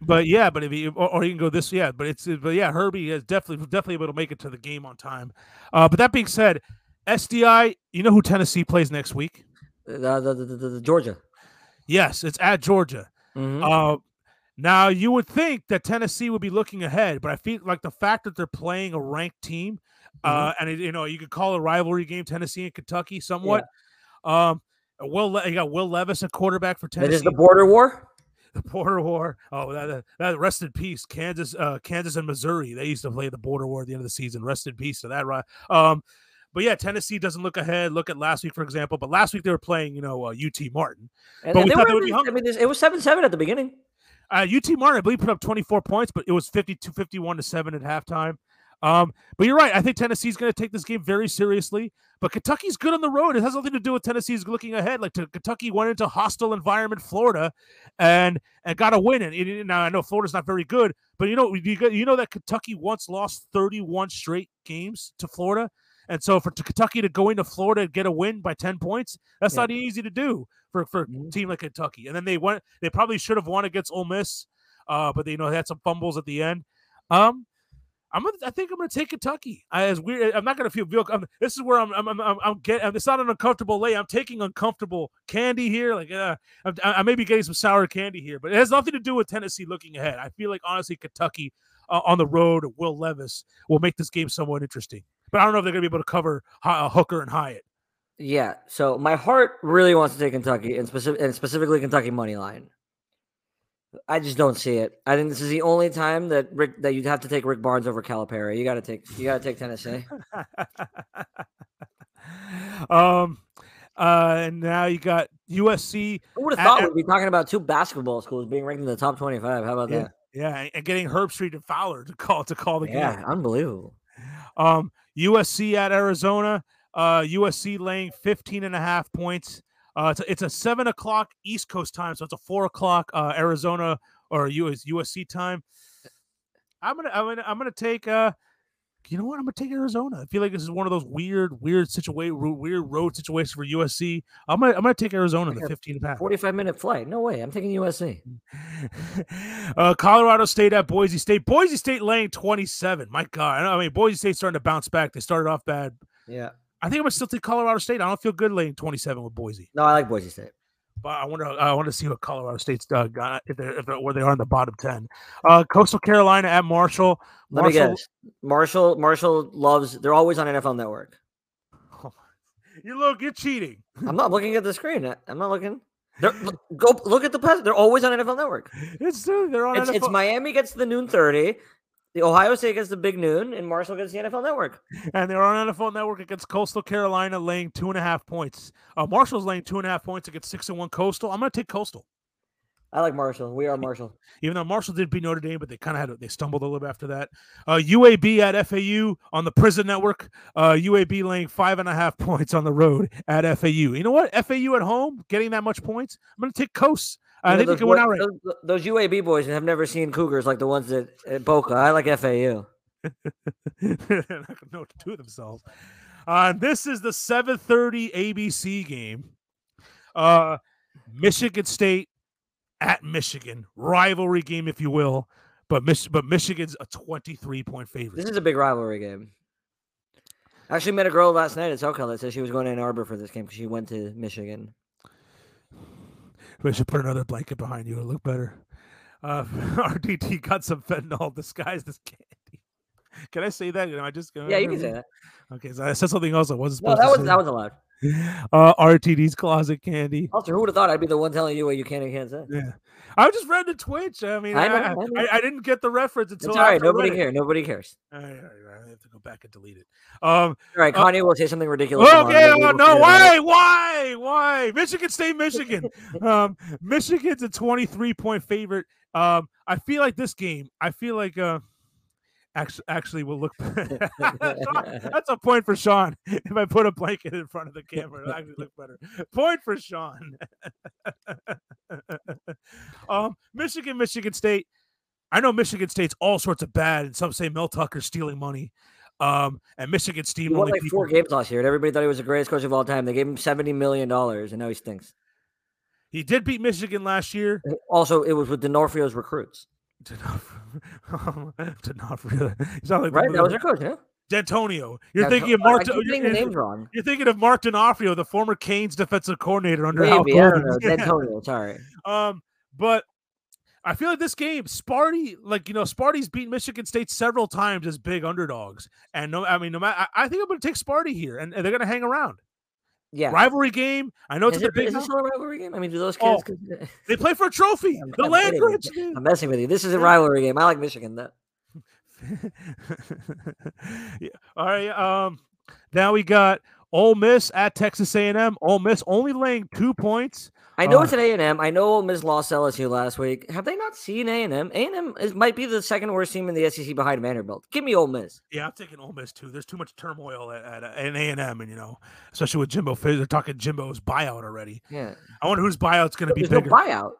Speaker 1: but yeah, but if he or, or he can go this, yeah. But it's but yeah, Herbie is definitely definitely able to make it to the game on time. Uh, but that being said, SDI, you know who Tennessee plays next week?
Speaker 2: The, the, the, the, the Georgia.
Speaker 1: Yes, it's at Georgia.
Speaker 2: Mhm.
Speaker 1: Uh, now you would think that Tennessee would be looking ahead, but I feel like the fact that they're playing a ranked team,
Speaker 2: Mm-hmm.
Speaker 1: uh, and it, you know you could call it a rivalry game, Tennessee and Kentucky, somewhat. Um, Will Le- you got Will Levis, a quarterback for
Speaker 2: That
Speaker 1: Tennessee.
Speaker 2: is the border war.
Speaker 1: the border war. Oh, that, that, that rest in peace, Kansas, uh, Kansas and Missouri. They used to play the border war at the end of the season. Rest in peace to that. Right. Um, but yeah, Tennessee doesn't look ahead. Look at last week, for example. But last week they were playing, you know, uh, UT Martin.
Speaker 2: And,
Speaker 1: But
Speaker 2: and
Speaker 1: we
Speaker 2: they
Speaker 1: thought
Speaker 2: were
Speaker 1: they would
Speaker 2: in
Speaker 1: be
Speaker 2: the-
Speaker 1: hungry.
Speaker 2: I mean, this- it was seven seven at the beginning.
Speaker 1: Uh, UT Martin, I believe, put up 24 points, but it was 52, 51 to seven at halftime. Um, but you're right. I think Tennessee's going to take this game very seriously. But Kentucky's good on the road. It has nothing to do with Tennessee's looking ahead. Like to, Kentucky went into hostile environment, Florida, and and got a win. And, and now I know Florida's not very good, but you know you, got- you know that Kentucky once lost 31 straight games to Florida, and so for t- Kentucky to go into Florida and get a win by 10 points, that's
Speaker 2: Yeah.
Speaker 1: not easy to do for for a
Speaker 2: Mhm.
Speaker 1: team like Kentucky. And then they went. They probably should have won against Ole Miss, uh, but they you know they had some fumbles at the end. Um, I'm gonna, I think I'm gonna take Kentucky. I, as weird, I'm not gonna feel guilty. I'm, this is where I'm. I'm. I'm. I'm, I'm getting. It's not an uncomfortable lay. I'm taking uncomfortable candy here. Like, uh, I'm- I, I may be getting some sour candy here, but it has nothing to do with Tennessee looking ahead. I feel like honestly, Kentucky uh, on the road, Will Levis will make this game somewhat interesting. But I don't know if they're gonna be able to cover Hi- uh, Hooker and Hyatt.
Speaker 2: Yeah. So my heart really wants to take Kentucky and specific and specifically Kentucky money line. I just don't see it. I think this is the only time that Rick that you'd have to take Rick Barnes over Calipari. You got to take you got to take Tennessee.
Speaker 1: um, uh, and now you got USC
Speaker 2: Who would
Speaker 1: I-
Speaker 2: have thought
Speaker 1: I-
Speaker 2: we'd be talking about two basketball schools being ranked in the top twenty-five? How about
Speaker 1: Yeah,
Speaker 2: that?
Speaker 1: Yeah, and- and getting Herb Street and Fowler to call to call the
Speaker 2: Yeah,
Speaker 1: game.
Speaker 2: unbelievable.
Speaker 1: Um, USC at Arizona. Uh, USC laying 15 and a half points. Uh, it's, a, it's a seven o'clock East Coast time, so it's a four o'clock uh, Arizona or US, USC time. I'm gonna I'm gonna I'm gonna take uh, you know what? I'm gonna take Arizona. I feel like this is one of those weird weird situation weird road situations for USC. I'm gonna I'm gonna take Arizona in the
Speaker 2: got
Speaker 1: 15 and a half.
Speaker 2: Forty-five minute flight. No way. I'm taking USC.
Speaker 1: Mm-hmm. uh, Colorado State at Boise State. Boise State laying 27. My God. I mean, Boise State's starting to bounce back. They started off bad.
Speaker 2: Yeah.
Speaker 1: I think I'm going to still take Colorado State. I don't feel good laying 27 with Boise.
Speaker 2: No, I like Boise State.
Speaker 1: But I wonder. I want to see what Colorado State's uh, got if they're, if they're where they are in the bottom 10. Uh, Coastal Carolina at Marshall.
Speaker 2: Let
Speaker 1: Marshall,
Speaker 2: me guess. Marshall. Marshall loves. They're always on NFL Network.
Speaker 1: You look. You're cheating.
Speaker 2: I'm not looking at the screen. I- I'm not looking. They're, look- go look at the past. They're always on NFL Network.
Speaker 1: It's true. They're on
Speaker 2: It's,
Speaker 1: NFL.
Speaker 2: it's Miami gets the noon thirty, the Ohio State gets the big noon, and Marshall gets the NFL Network.
Speaker 1: and they're on NFL Network against Coastal Carolina, laying two and a half points. Uh, Marshall's laying two and a half points against six and one Coastal. I'm going to take Coastal,
Speaker 2: I like Marshall. We are Marshall.
Speaker 1: even though Marshall did beat Notre Dame, but they kind of had a- they stumbled a little bit after that. Uh, UAB at FAU on the Prison Network. Uh, UAB laying five and a half points on the road at FAU. You know what? FAU at home getting that much points. I'm going to take Coast. I
Speaker 2: You know,
Speaker 1: think Uh, they
Speaker 2: those
Speaker 1: can win
Speaker 2: boy-
Speaker 1: outright.
Speaker 2: Those, those UAB boys have never seen Cougars like the ones that at Boca. I like FAU.
Speaker 1: They're not gonna know what to do with themselves. Uh, this is the 7:30 ABC game. Uh, Michigan State at Michigan, rivalry game, if you will. But Mich- but Michigan's a 23 point favorite.
Speaker 2: This is a big rivalry game. I actually met a girl last night at SoCal that said she was going to Ann Arbor for this game because she went to Michigan.
Speaker 1: We should put another blanket behind you; it'll look better. Uh, RDT got some fentanyl disguised as candy. Can I say that? Am I just gonna?
Speaker 2: Yeah, you can say that.
Speaker 1: Okay, so I said something else I wasn't
Speaker 2: No,
Speaker 1: supposed
Speaker 2: that
Speaker 1: to
Speaker 2: was
Speaker 1: say.
Speaker 2: that was allowed.
Speaker 1: uh, RTD's closet candy.
Speaker 2: Also, who would have thought I'd be the one telling you what you can and can't say?
Speaker 1: Yeah. I just read the Twitch. I mean, I,
Speaker 2: I know,
Speaker 1: I,
Speaker 2: I know.
Speaker 1: I- I didn't get the reference
Speaker 2: It's
Speaker 1: until
Speaker 2: all right.
Speaker 1: after I read
Speaker 2: Nobody
Speaker 1: it.
Speaker 2: cares. Nobody cares.
Speaker 1: All right, all right, all right, I have to go back and delete it. Um,
Speaker 2: All right,
Speaker 1: Uh,
Speaker 2: Kanye will say something ridiculous. tomorrow,
Speaker 1: okay,
Speaker 2: maybe
Speaker 1: oh,
Speaker 2: we'll
Speaker 1: no,
Speaker 2: figure that out.
Speaker 1: why, why, why? Michigan State, Michigan. um, Michigan's a 23 point favorite. Um, I feel like this game, I feel like, uh, actually, actually will look Sean, that's a point for Sean. If I put a blanket in front of the camera, it'll actually look better. Point for Sean. um, Michigan, Michigan State. I know Michigan State's all sorts of bad, and some say Mel Tucker's stealing money. Um, and Michigan State
Speaker 2: He won like four games last year, and everybody thought he was the greatest coach of all time. They gave him seventy million dollars, and now he stinks.
Speaker 1: He did beat Michigan last year.
Speaker 2: Also, it was with D'Onofrio's recruits,
Speaker 1: D'Onofrio. D'Onofrio. He's um, not like the
Speaker 2: right? That
Speaker 1: little-
Speaker 2: was their coach. Yeah,
Speaker 1: D'Antonio. You're
Speaker 2: That's-
Speaker 1: thinking of
Speaker 2: I- I
Speaker 1: Mark.
Speaker 2: keep
Speaker 1: You're,
Speaker 2: getting the names
Speaker 1: you're,
Speaker 2: wrong.
Speaker 1: you're thinking of Mark D'Onofrio, the former Canes defensive coordinator under Al
Speaker 2: Maybe I don't
Speaker 1: Golden.
Speaker 2: know.
Speaker 1: Yeah.
Speaker 2: D'Antonio, sorry.
Speaker 1: Um, but I feel like this game, Sparty, like you know, Sparty's beat Michigan State several times as big underdogs, and no, I mean, no matter, I, I think I'm going to take Sparty here, and, and they're going to hang around.
Speaker 2: Yeah.
Speaker 1: Rivalry game. I know it's
Speaker 2: Is
Speaker 1: in
Speaker 2: it-
Speaker 1: the big.
Speaker 2: is this
Speaker 1: House.
Speaker 2: still a rivalry game? I mean, do those
Speaker 1: Oh,
Speaker 2: kids? 'cause-
Speaker 1: They play for a trophy.
Speaker 2: I'm-
Speaker 1: the
Speaker 2: I'm
Speaker 1: Land
Speaker 2: kidding with
Speaker 1: Grants. dude.
Speaker 2: I'm messing with you. This is a
Speaker 1: Yeah.
Speaker 2: rivalry game. I like Michigan. Though.
Speaker 1: yeah. All right. Um. Now we got Ole Miss at Texas A&M. Ole Miss only laying two points.
Speaker 2: I know
Speaker 1: Uh,
Speaker 2: it's an A and M. I know Ole Miss lost LSU last week. Have they not seen A and M? A and M is might be the second worst team in the SEC behind Vanderbilt. Give me Ole Miss.
Speaker 1: Yeah, I'm taking Ole Miss too. There's too much turmoil at, at, uh, at A&M, and you know, especially with Jimbo Fisher. They're talking Jimbo's buyout already.
Speaker 2: Yeah,
Speaker 1: I wonder whose buyout's going to be
Speaker 2: there's
Speaker 1: bigger.
Speaker 2: no buyout.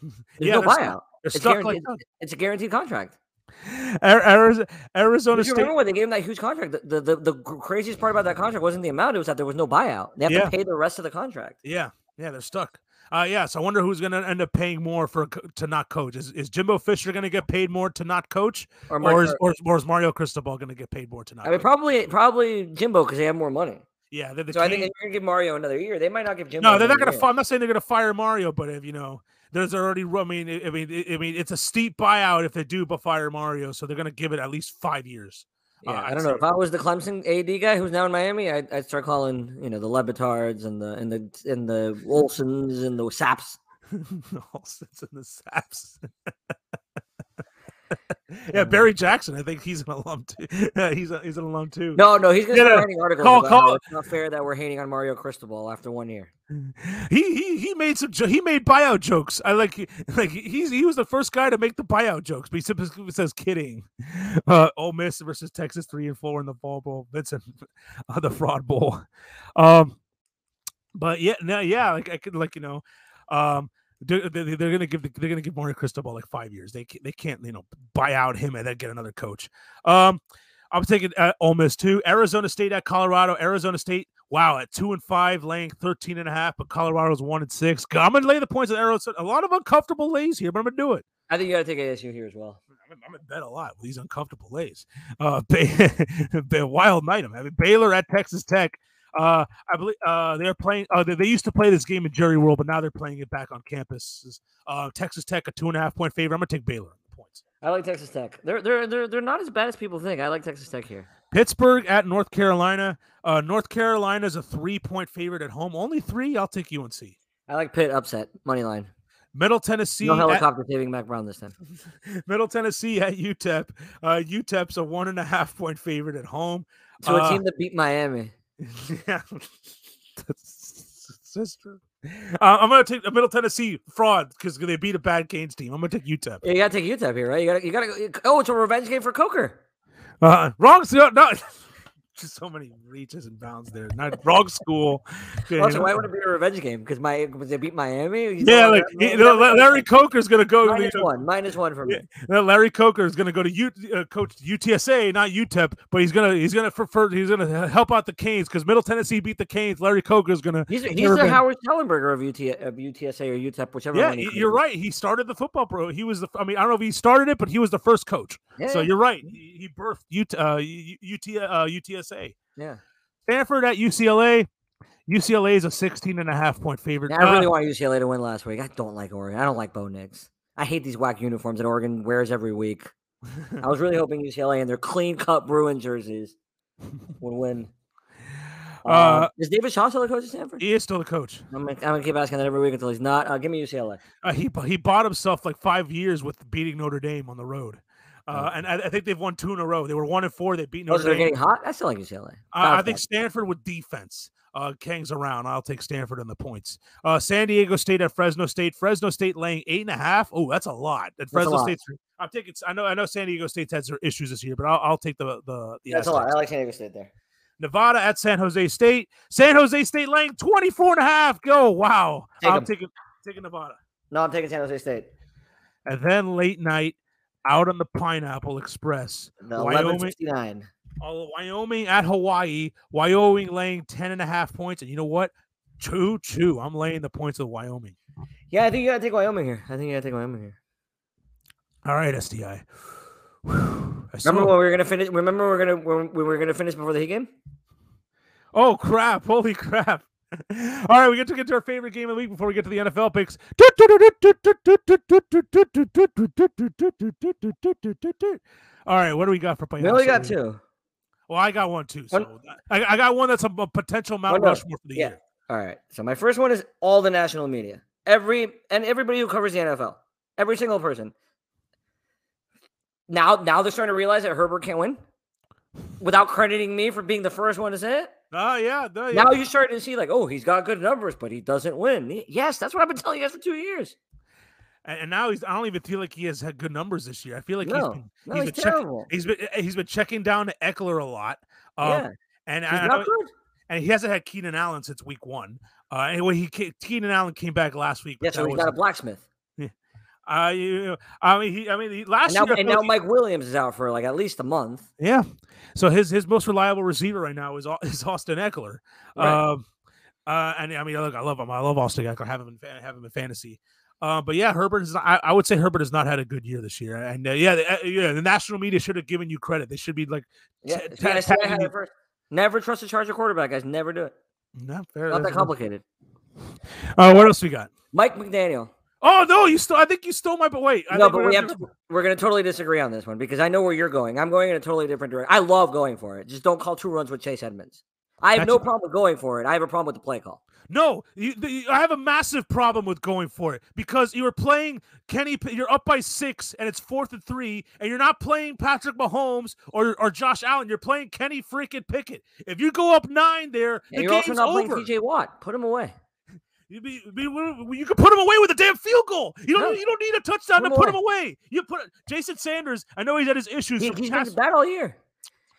Speaker 2: There's
Speaker 1: Yeah,
Speaker 2: no
Speaker 1: there's-
Speaker 2: buyout.
Speaker 1: There's
Speaker 2: It's
Speaker 1: stuff like
Speaker 2: guaranteed. It's a guaranteed contract.
Speaker 1: that. Ar- Ari- Arizona
Speaker 2: Did you
Speaker 1: State.
Speaker 2: remember when they gave him that huge contract? The, the, the, the gr- craziest part about that contract wasn't the amount; it was that there was no buyout. They have
Speaker 1: Yeah.
Speaker 2: to pay the rest of the contract.
Speaker 1: Yeah, yeah, they're stuck. Uh, yeah, so I wonder who's going to end up paying more for co- to not coach. Is, is Jimbo Fisher going to get paid more to not coach,
Speaker 2: Or, Mark,
Speaker 1: or is,
Speaker 2: or-
Speaker 1: or, is, or is Mario Cristobal going to get paid more to not?
Speaker 2: I mean,
Speaker 1: coach?
Speaker 2: probably probably Jimbo because they have more money.
Speaker 1: yeah, they're the
Speaker 2: so I think
Speaker 1: king-
Speaker 2: if you're gonna give Mario another year, they might not give Jimbo.
Speaker 1: No, they're not
Speaker 2: another
Speaker 1: going to.
Speaker 2: year.
Speaker 1: I'm not saying they're going to fire Mario, but if you know, there's already. ru- I mean, I I mean, I I mean, it's a steep buyout if they do but fire Mario, so they're going to give it at least five years.
Speaker 2: Yeah,
Speaker 1: uh,
Speaker 2: I don't know.
Speaker 1: so-
Speaker 2: If I was the Clemson AD guy who's now in Miami, I'd, I'd start calling you know the Lebitards and the and the and the Olsons and the Saps.
Speaker 1: All sits in the saps. Oh yeah, Barry Jackson. I think he's an alum too. he's a, he's an alum too.
Speaker 2: No, no, he's gonna
Speaker 1: No,
Speaker 2: start
Speaker 1: no,
Speaker 2: writing articles.
Speaker 1: call-
Speaker 2: about how
Speaker 1: call-
Speaker 2: It's not fair that we're hating on Mario Cristobal after one year.
Speaker 1: He he he made some jo- he made buyout jokes. I like like he's he was the first guy to make the buyout jokes, but he simply says kidding. Uh Ole Miss versus Texas three and four in the ball bowl. Vincent uh, the fraud bowl. Um but yeah, no, yeah, like I could like you know, um they're, they're they're gonna give the, they're gonna give Mario Cristobal like five years. They ca- they can't you know buy out him and then get another coach. Um, I'm taking uh, Ole Miss too. Arizona State at Colorado. Arizona State, wow, at two and five, laying 13 and a half, but Colorado's one and six. Go- I'm gonna lay the points at Arizona. A lot of uncomfortable lays here, but I'm gonna do it.
Speaker 2: I think you gotta take ASU here as well.
Speaker 1: I'm, I'm in bed a lot with these uncomfortable lays. Uh, Bay- Bay- wild night. I'm having Baylor at Texas Tech. Uh, I believe uh, they're playing. Uh, they, they used to play this game in Jerry World, but now they're playing it back on campus. Uh, Texas Tech a two and a half point favorite. I'm gonna take Baylor on the points.
Speaker 2: I like Texas Tech. They're they're they're they're not as bad as people think. I like Texas Tech here.
Speaker 1: Pittsburgh at North Carolina. Uh, North Carolina's a three point favorite at home. Only three. I'll take UNC.
Speaker 2: I I like Pitt upset money line.
Speaker 1: Middle Tennessee.
Speaker 2: No
Speaker 1: at-
Speaker 2: helicopter saving Mac Brown this time.
Speaker 1: Middle Tennessee at UTEP. Uh, UTEP's a one and a half point favorite at home.
Speaker 2: To a
Speaker 1: Uh,
Speaker 2: team that beat Miami.
Speaker 1: yeah, sister. Uh, I'm gonna take Middle Tennessee fraud because they beat a bad Canes team. I'm gonna take E UTEP.
Speaker 2: Yeah, you gotta take UTEP here, right? You gotta, you gotta. go- Oh, it's a revenge game for Coker.
Speaker 1: Uh, wrong school. No, just so many reaches and bounds there. Not wrong school.
Speaker 2: Oh, so
Speaker 1: Yeah,
Speaker 2: why would it be a revenge game? Because my because they beat Miami. You
Speaker 1: yeah,
Speaker 2: know,
Speaker 1: like
Speaker 2: that-
Speaker 1: he- no, La- Larry Coker's gonna go.
Speaker 2: minus
Speaker 1: to-
Speaker 2: one, minus one for me.
Speaker 1: no, Larry Coker is gonna go to U, uh, coach UTSA, not UTEP, but he's gonna he's gonna prefer he's gonna help out the Canes because Middle Tennessee beat the Canes. Larry Coker's gonna.
Speaker 2: He's, he's
Speaker 1: Never
Speaker 2: the
Speaker 1: been.
Speaker 2: Howard Schellenberger of, UT, of UTSA or UTEP, whichever.
Speaker 1: Yeah,
Speaker 2: one he
Speaker 1: y-
Speaker 2: comes
Speaker 1: you're
Speaker 2: from.
Speaker 1: right. He started the football pro. He was the. f- I mean, I don't know if he started it, but he was the first coach.
Speaker 2: Yeah,
Speaker 1: So you're right. He, he birthed UT, uh, U- UT, uh, UTSA.
Speaker 2: yeah.
Speaker 1: Stanford at UCLA. UCLA is a 16 and a half point favorite.
Speaker 2: Yeah, I
Speaker 1: Uh,
Speaker 2: really want UCLA to win last week. I don't like Oregon. I don't like Bo Nix. I hate these whack uniforms that Oregon wears every week. I was really hoping UCLA and their clean cut Bruin jerseys would win. Um,
Speaker 1: Uh,
Speaker 2: is David Shaw still the coach at Stanford?
Speaker 1: he is still the coach.
Speaker 2: I'm, gonna, I'm gonna keep asking that every week until he's not. Uh, give me UCLA.
Speaker 1: Uh, he bu- he bought himself like five years with beating Notre Dame on the road, uh, and I, I think they've won two in a row. They were one and four. They beat
Speaker 2: Oh, so
Speaker 1: Notre
Speaker 2: they're
Speaker 1: Dame.
Speaker 2: getting hot. I still like UCLA.
Speaker 1: I, I
Speaker 2: Bounce
Speaker 1: think
Speaker 2: back.
Speaker 1: Stanford with defense. Uh, Kang's around. I'll take Stanford on the points. Uh, San Diego State at Fresno State. Fresno State laying eight and a half. Oh, that's a lot. At Fresno
Speaker 2: lot.
Speaker 1: State's. I'm taking. I know. I know San Diego State's had their issues this year, but I'll, I'll take the the. the
Speaker 2: that's a lot.
Speaker 1: Aztecs.
Speaker 2: I like San Diego State there.
Speaker 1: Nevada at San Jose State. San Jose State laying 24 and a half. Go. Wow.
Speaker 2: Take
Speaker 1: I'm
Speaker 2: 'em.
Speaker 1: taking, taking Nevada.
Speaker 2: No, I'm taking San Jose State.
Speaker 1: And then late night out on the Pineapple Express.
Speaker 2: The
Speaker 1: Wyoming-
Speaker 2: 1169.
Speaker 1: Uh, Wyoming at Hawaii. Wyoming laying 10 and a half points. And you know what? Choo choo. I'm laying the points of Wyoming.
Speaker 2: Yeah, I think you gotta take Wyoming here. I think you gotta take Wyoming here.
Speaker 1: All right, SDI. Whew. I
Speaker 2: Remember
Speaker 1: saw-
Speaker 2: when we were gonna finish? Remember we are gonna when we were gonna finish before the heat game?
Speaker 1: Oh crap! Holy crap! All right, we get to get to our favorite game of the week before we get to the NFL picks. All right, what do we got for playoffs?
Speaker 2: We only got
Speaker 1: this week?
Speaker 2: two.
Speaker 1: Well, I got one too.
Speaker 2: One-
Speaker 1: So I, I got one that's a, a potential Mount
Speaker 2: no.
Speaker 1: Rushmore for the
Speaker 2: Yeah.
Speaker 1: year.
Speaker 2: All right. So my first one is all the national media, every and everybody who covers the NFL, every single person. Now, now they're starting to realize that Herbert can't win, without crediting me for being the first one to say it.
Speaker 1: Oh yeah, no, yeah.
Speaker 2: Now you're starting to see like, oh, he's got good numbers, but he doesn't win. Y- Yes, that's what I've been telling you guys for two years.
Speaker 1: and, and now he's. I don't even feel like he has had good numbers this year. I feel like he's
Speaker 2: no,
Speaker 1: been
Speaker 2: no,
Speaker 1: he's
Speaker 2: he's,
Speaker 1: been check-
Speaker 2: terrible.
Speaker 1: he's been eh, he's been checking down to Eckler a lot. Um,
Speaker 2: yeah,
Speaker 1: and
Speaker 2: he's
Speaker 1: I, I know-
Speaker 2: not good.
Speaker 1: and he hasn't had Keenan Allen since week one. Uh, anyway, he ca- Keenan Allen came back last week. but
Speaker 2: Yeah, so
Speaker 1: that
Speaker 2: he's
Speaker 1: was-
Speaker 2: not a blacksmith.
Speaker 1: Uh, you know, I mean, he, I mean, he,
Speaker 2: And
Speaker 1: last
Speaker 2: now,
Speaker 1: year, I
Speaker 2: and
Speaker 1: feel
Speaker 2: now
Speaker 1: like
Speaker 2: Mike Williams is out for like at least a month.
Speaker 1: he- yeah. So his his most reliable receiver right now is Au- is Austin Eckler.
Speaker 2: Right.
Speaker 1: Um, uh, and I mean, look, I love him. I love Austin Eckler. I have him in fa- I have him in fantasy. Uh, but yeah, Herbert is. Not, I, I would say Herbert has not had a good year this year. And uh, yeah, the, uh, yeah, the national media should have given you credit. They should be like,
Speaker 2: Yeah,
Speaker 1: T-
Speaker 2: see, I
Speaker 1: ta-
Speaker 2: said I
Speaker 1: tagging
Speaker 2: had
Speaker 1: you-
Speaker 2: it first. Never trust a Charger quarterback, guys. Never do it.
Speaker 1: not fair.
Speaker 2: Not that
Speaker 1: that's-
Speaker 2: complicated.
Speaker 1: Uh, what else we got?
Speaker 2: Mike McDaniel.
Speaker 1: Oh no, you stole. I think you stole my. But wait, I
Speaker 2: no,
Speaker 1: think
Speaker 2: but
Speaker 1: we're
Speaker 2: we
Speaker 1: gonna
Speaker 2: have to, we're going to totally disagree on this one because I know where you're going. I'm going in a totally different direction. I love going for it. Just don't call two runs with Chase Edmonds. I have
Speaker 1: That's-
Speaker 2: no problem with going for it. I have a problem with the play call.
Speaker 1: No, you, the, you- I have a massive problem with going for it because you were playing Kenny. P- You're up by six, and it's fourth and three, and you're not playing Patrick Mahomes or, or Josh Allen. You're playing Kenny freaking Pickett. If you go up nine there,
Speaker 2: And
Speaker 1: the
Speaker 2: you're also
Speaker 1: game's
Speaker 2: not
Speaker 1: over.
Speaker 2: playing TJ Watt. Put him away.
Speaker 1: You, be, be- w- w- you can put him away with a damn field goal. You don't.
Speaker 2: No.
Speaker 1: You don't need a touchdown
Speaker 2: Put
Speaker 1: to
Speaker 2: him
Speaker 1: put him away. You put Jason Sanders. I know he's had his issues.
Speaker 2: He,
Speaker 1: from
Speaker 2: he's
Speaker 1: pass-
Speaker 2: been bad all year.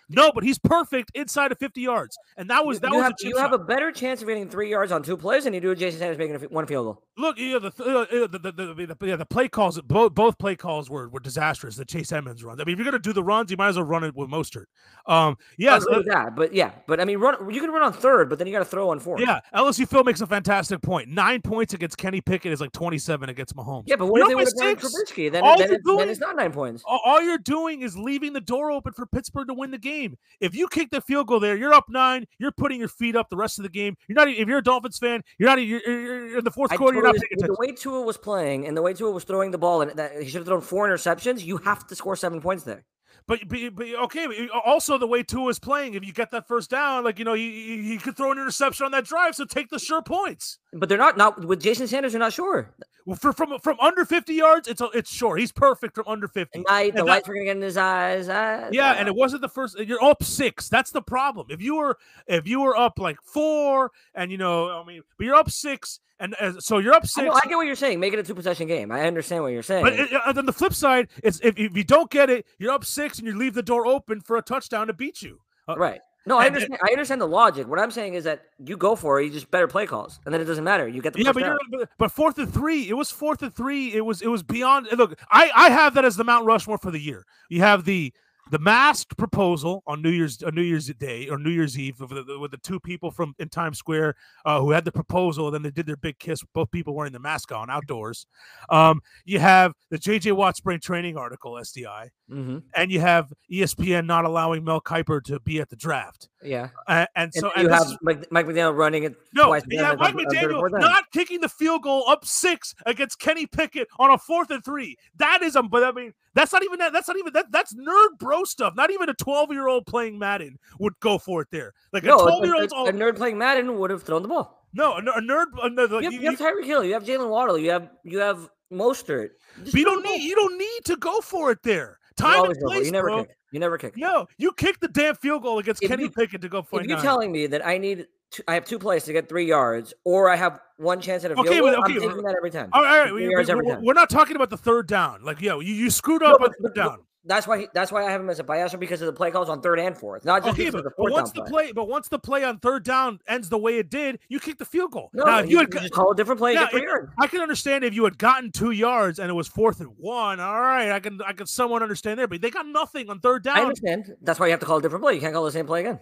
Speaker 1: no, but he's perfect inside of fifty yards, and that was
Speaker 2: You-
Speaker 1: that
Speaker 2: you
Speaker 1: was
Speaker 2: have,
Speaker 1: a chip
Speaker 2: you have
Speaker 1: shot.
Speaker 2: a better chance of getting three yards on two plays than you do with Jason Sanders making a f- one field goal.
Speaker 1: Look, yeah, the, th- uh, yeah, the, the, the, the yeah, the play calls, both both play calls were, were disastrous. The Chase Edmonds runs. I mean, if you're gonna do the runs, you might as well run it with Mostert. Um,
Speaker 2: I
Speaker 1: yes,
Speaker 2: agree with that, but yeah, but I mean, run. You can run on third, but then you got to throw on fourth.
Speaker 1: yeah. LSU Phil makes a fantastic point. Nine points against Kenny Pickett is like 27 against Mahomes.
Speaker 2: Yeah, but what
Speaker 1: You're up
Speaker 2: if they would
Speaker 1: by
Speaker 2: have burned
Speaker 1: six.
Speaker 2: Trubisky? Then,
Speaker 1: All
Speaker 2: then,
Speaker 1: you're
Speaker 2: it- then
Speaker 1: doing-
Speaker 2: it's not nine points.
Speaker 1: All, all you're doing is leaving the door open for Pittsburgh to win the game. If you kick the field goal there, you're up nine. You're putting your feet up the rest of the game. You're not. e- If you're a Dolphins fan, you're not. e- You're, you're, you're in the fourth
Speaker 2: I
Speaker 1: quarter. You're not
Speaker 2: totally-
Speaker 1: paying
Speaker 2: with
Speaker 1: attention.
Speaker 2: the way Tua was playing and the way Tua was throwing the ball, and that he should have thrown four interceptions. You have to score seven points there.
Speaker 1: But, but, but okay, but uh, also the way Tua is playing, if you get that first down, like you know, he, he could throw an interception on that drive, so take the sure points.
Speaker 2: But they're not not with Jason Sanders. They're not sure.
Speaker 1: Well, for, from from under fifty yards, it's a, it's sure he's perfect from under fifty.
Speaker 2: At night,
Speaker 1: And
Speaker 2: the
Speaker 1: that-
Speaker 2: lights were gonna get in his eyes. I,
Speaker 1: yeah, and it wasn't the first. You're up six. That's the problem. If you were if you were up like four, and you know, I mean, but you're up six, and uh, so you're up
Speaker 2: I,
Speaker 1: six.
Speaker 2: know, I get what you're saying. Make it a two possession game. I understand what you're saying.
Speaker 1: But it, uh, on the flip side, it's if, if you don't get it, you're up six, and you leave the door open for a touchdown to beat you. Uh,
Speaker 2: right. No, I
Speaker 1: and it-
Speaker 2: understand. I understand the logic. What I'm saying is that you go for it. You just better play calls, and then it doesn't matter. You get the
Speaker 1: Yeah,
Speaker 2: first
Speaker 1: but
Speaker 2: down.
Speaker 1: you're but- but fourth and three. It was fourth and three. It was it was beyond. Look, I I have that as the Mount Rushmore for the year. You have the the masked proposal on New Year's on New Year's Day or New Year's Eve with the, with the two people from in Times Square uh, who had the proposal. Then they did their big kiss. Both people wearing the mask on outdoors. Um, you have the J.J. Watt spring training article SDI,
Speaker 2: hmm
Speaker 1: and you have E ESPN not allowing Mel Kiper to be at the draft.
Speaker 2: Mm-hmm. Yeah.
Speaker 1: Uh, and
Speaker 2: And
Speaker 1: so
Speaker 2: then
Speaker 1: and
Speaker 2: you
Speaker 1: this
Speaker 2: have
Speaker 1: is-
Speaker 2: Mike, Mike McDaniel running it.
Speaker 1: no,
Speaker 2: twice
Speaker 1: you
Speaker 2: down
Speaker 1: have
Speaker 2: and
Speaker 1: Mike
Speaker 2: on- on third or
Speaker 1: McDaniel
Speaker 2: fourth down.
Speaker 1: not kicking the field goal up six against Kenny Pickett on a fourth and three. That is a, but I mean, that's not even that. That's not even that. That's nerd bro stuff. Not even a twelve-year-old playing Madden would go for it there. Like
Speaker 2: No,
Speaker 1: a
Speaker 2: a-
Speaker 1: twelve-year-old's
Speaker 2: a,
Speaker 1: all
Speaker 2: a nerd playing Madden would have thrown the ball.
Speaker 1: no, a, ner- a nerd. A nerd like,
Speaker 2: You have,
Speaker 1: you,
Speaker 2: you have
Speaker 1: you-
Speaker 2: Tyreek Hill. You have Jalen Waddle. You have you have Mostert. Just
Speaker 1: but you
Speaker 2: throw
Speaker 1: don't
Speaker 2: the ball.
Speaker 1: need. You don't need to go for it there.
Speaker 2: You
Speaker 1: Time and
Speaker 2: always go for it.
Speaker 1: place,
Speaker 2: You never
Speaker 1: bro.
Speaker 2: kick. You never kick.
Speaker 1: No, you kick the damn field goal against
Speaker 2: If
Speaker 1: Kenny
Speaker 2: you-
Speaker 1: Pickett to go for
Speaker 2: If you're
Speaker 1: nine.
Speaker 2: telling me that I need, two, I have two plays to get three yards, or I have one chance at a field
Speaker 1: Okay,
Speaker 2: goal,
Speaker 1: but-
Speaker 2: I'm
Speaker 1: okay,
Speaker 2: taking that every time.
Speaker 1: All right, all right,
Speaker 2: Three
Speaker 1: we,
Speaker 2: yards
Speaker 1: we-
Speaker 2: every
Speaker 1: we're,
Speaker 2: time.
Speaker 1: we're not talking about the third down. Like, yo, you, you screwed
Speaker 2: No,
Speaker 1: up
Speaker 2: but-
Speaker 1: on third
Speaker 2: but- but-
Speaker 1: down.
Speaker 2: That's why he, that's why I have him as a biasser because of the play calls on third and fourth, not just
Speaker 1: Okay,
Speaker 2: because
Speaker 1: but,
Speaker 2: of the
Speaker 1: but
Speaker 2: fourth
Speaker 1: once the
Speaker 2: down
Speaker 1: play, but once the play on third down ends the way it did, you kick the field goal.
Speaker 2: No,
Speaker 1: now, if
Speaker 2: you,
Speaker 1: you had,
Speaker 2: you just call a different play.
Speaker 1: now,
Speaker 2: get three
Speaker 1: if-
Speaker 2: yards.
Speaker 1: I can understand if you had gotten two yards and it was fourth and one. All right, I can, I can somewhat understand there, but they got nothing on third
Speaker 2: I
Speaker 1: down.
Speaker 2: understand. That's why you have to call a different play. You can't call the same play again.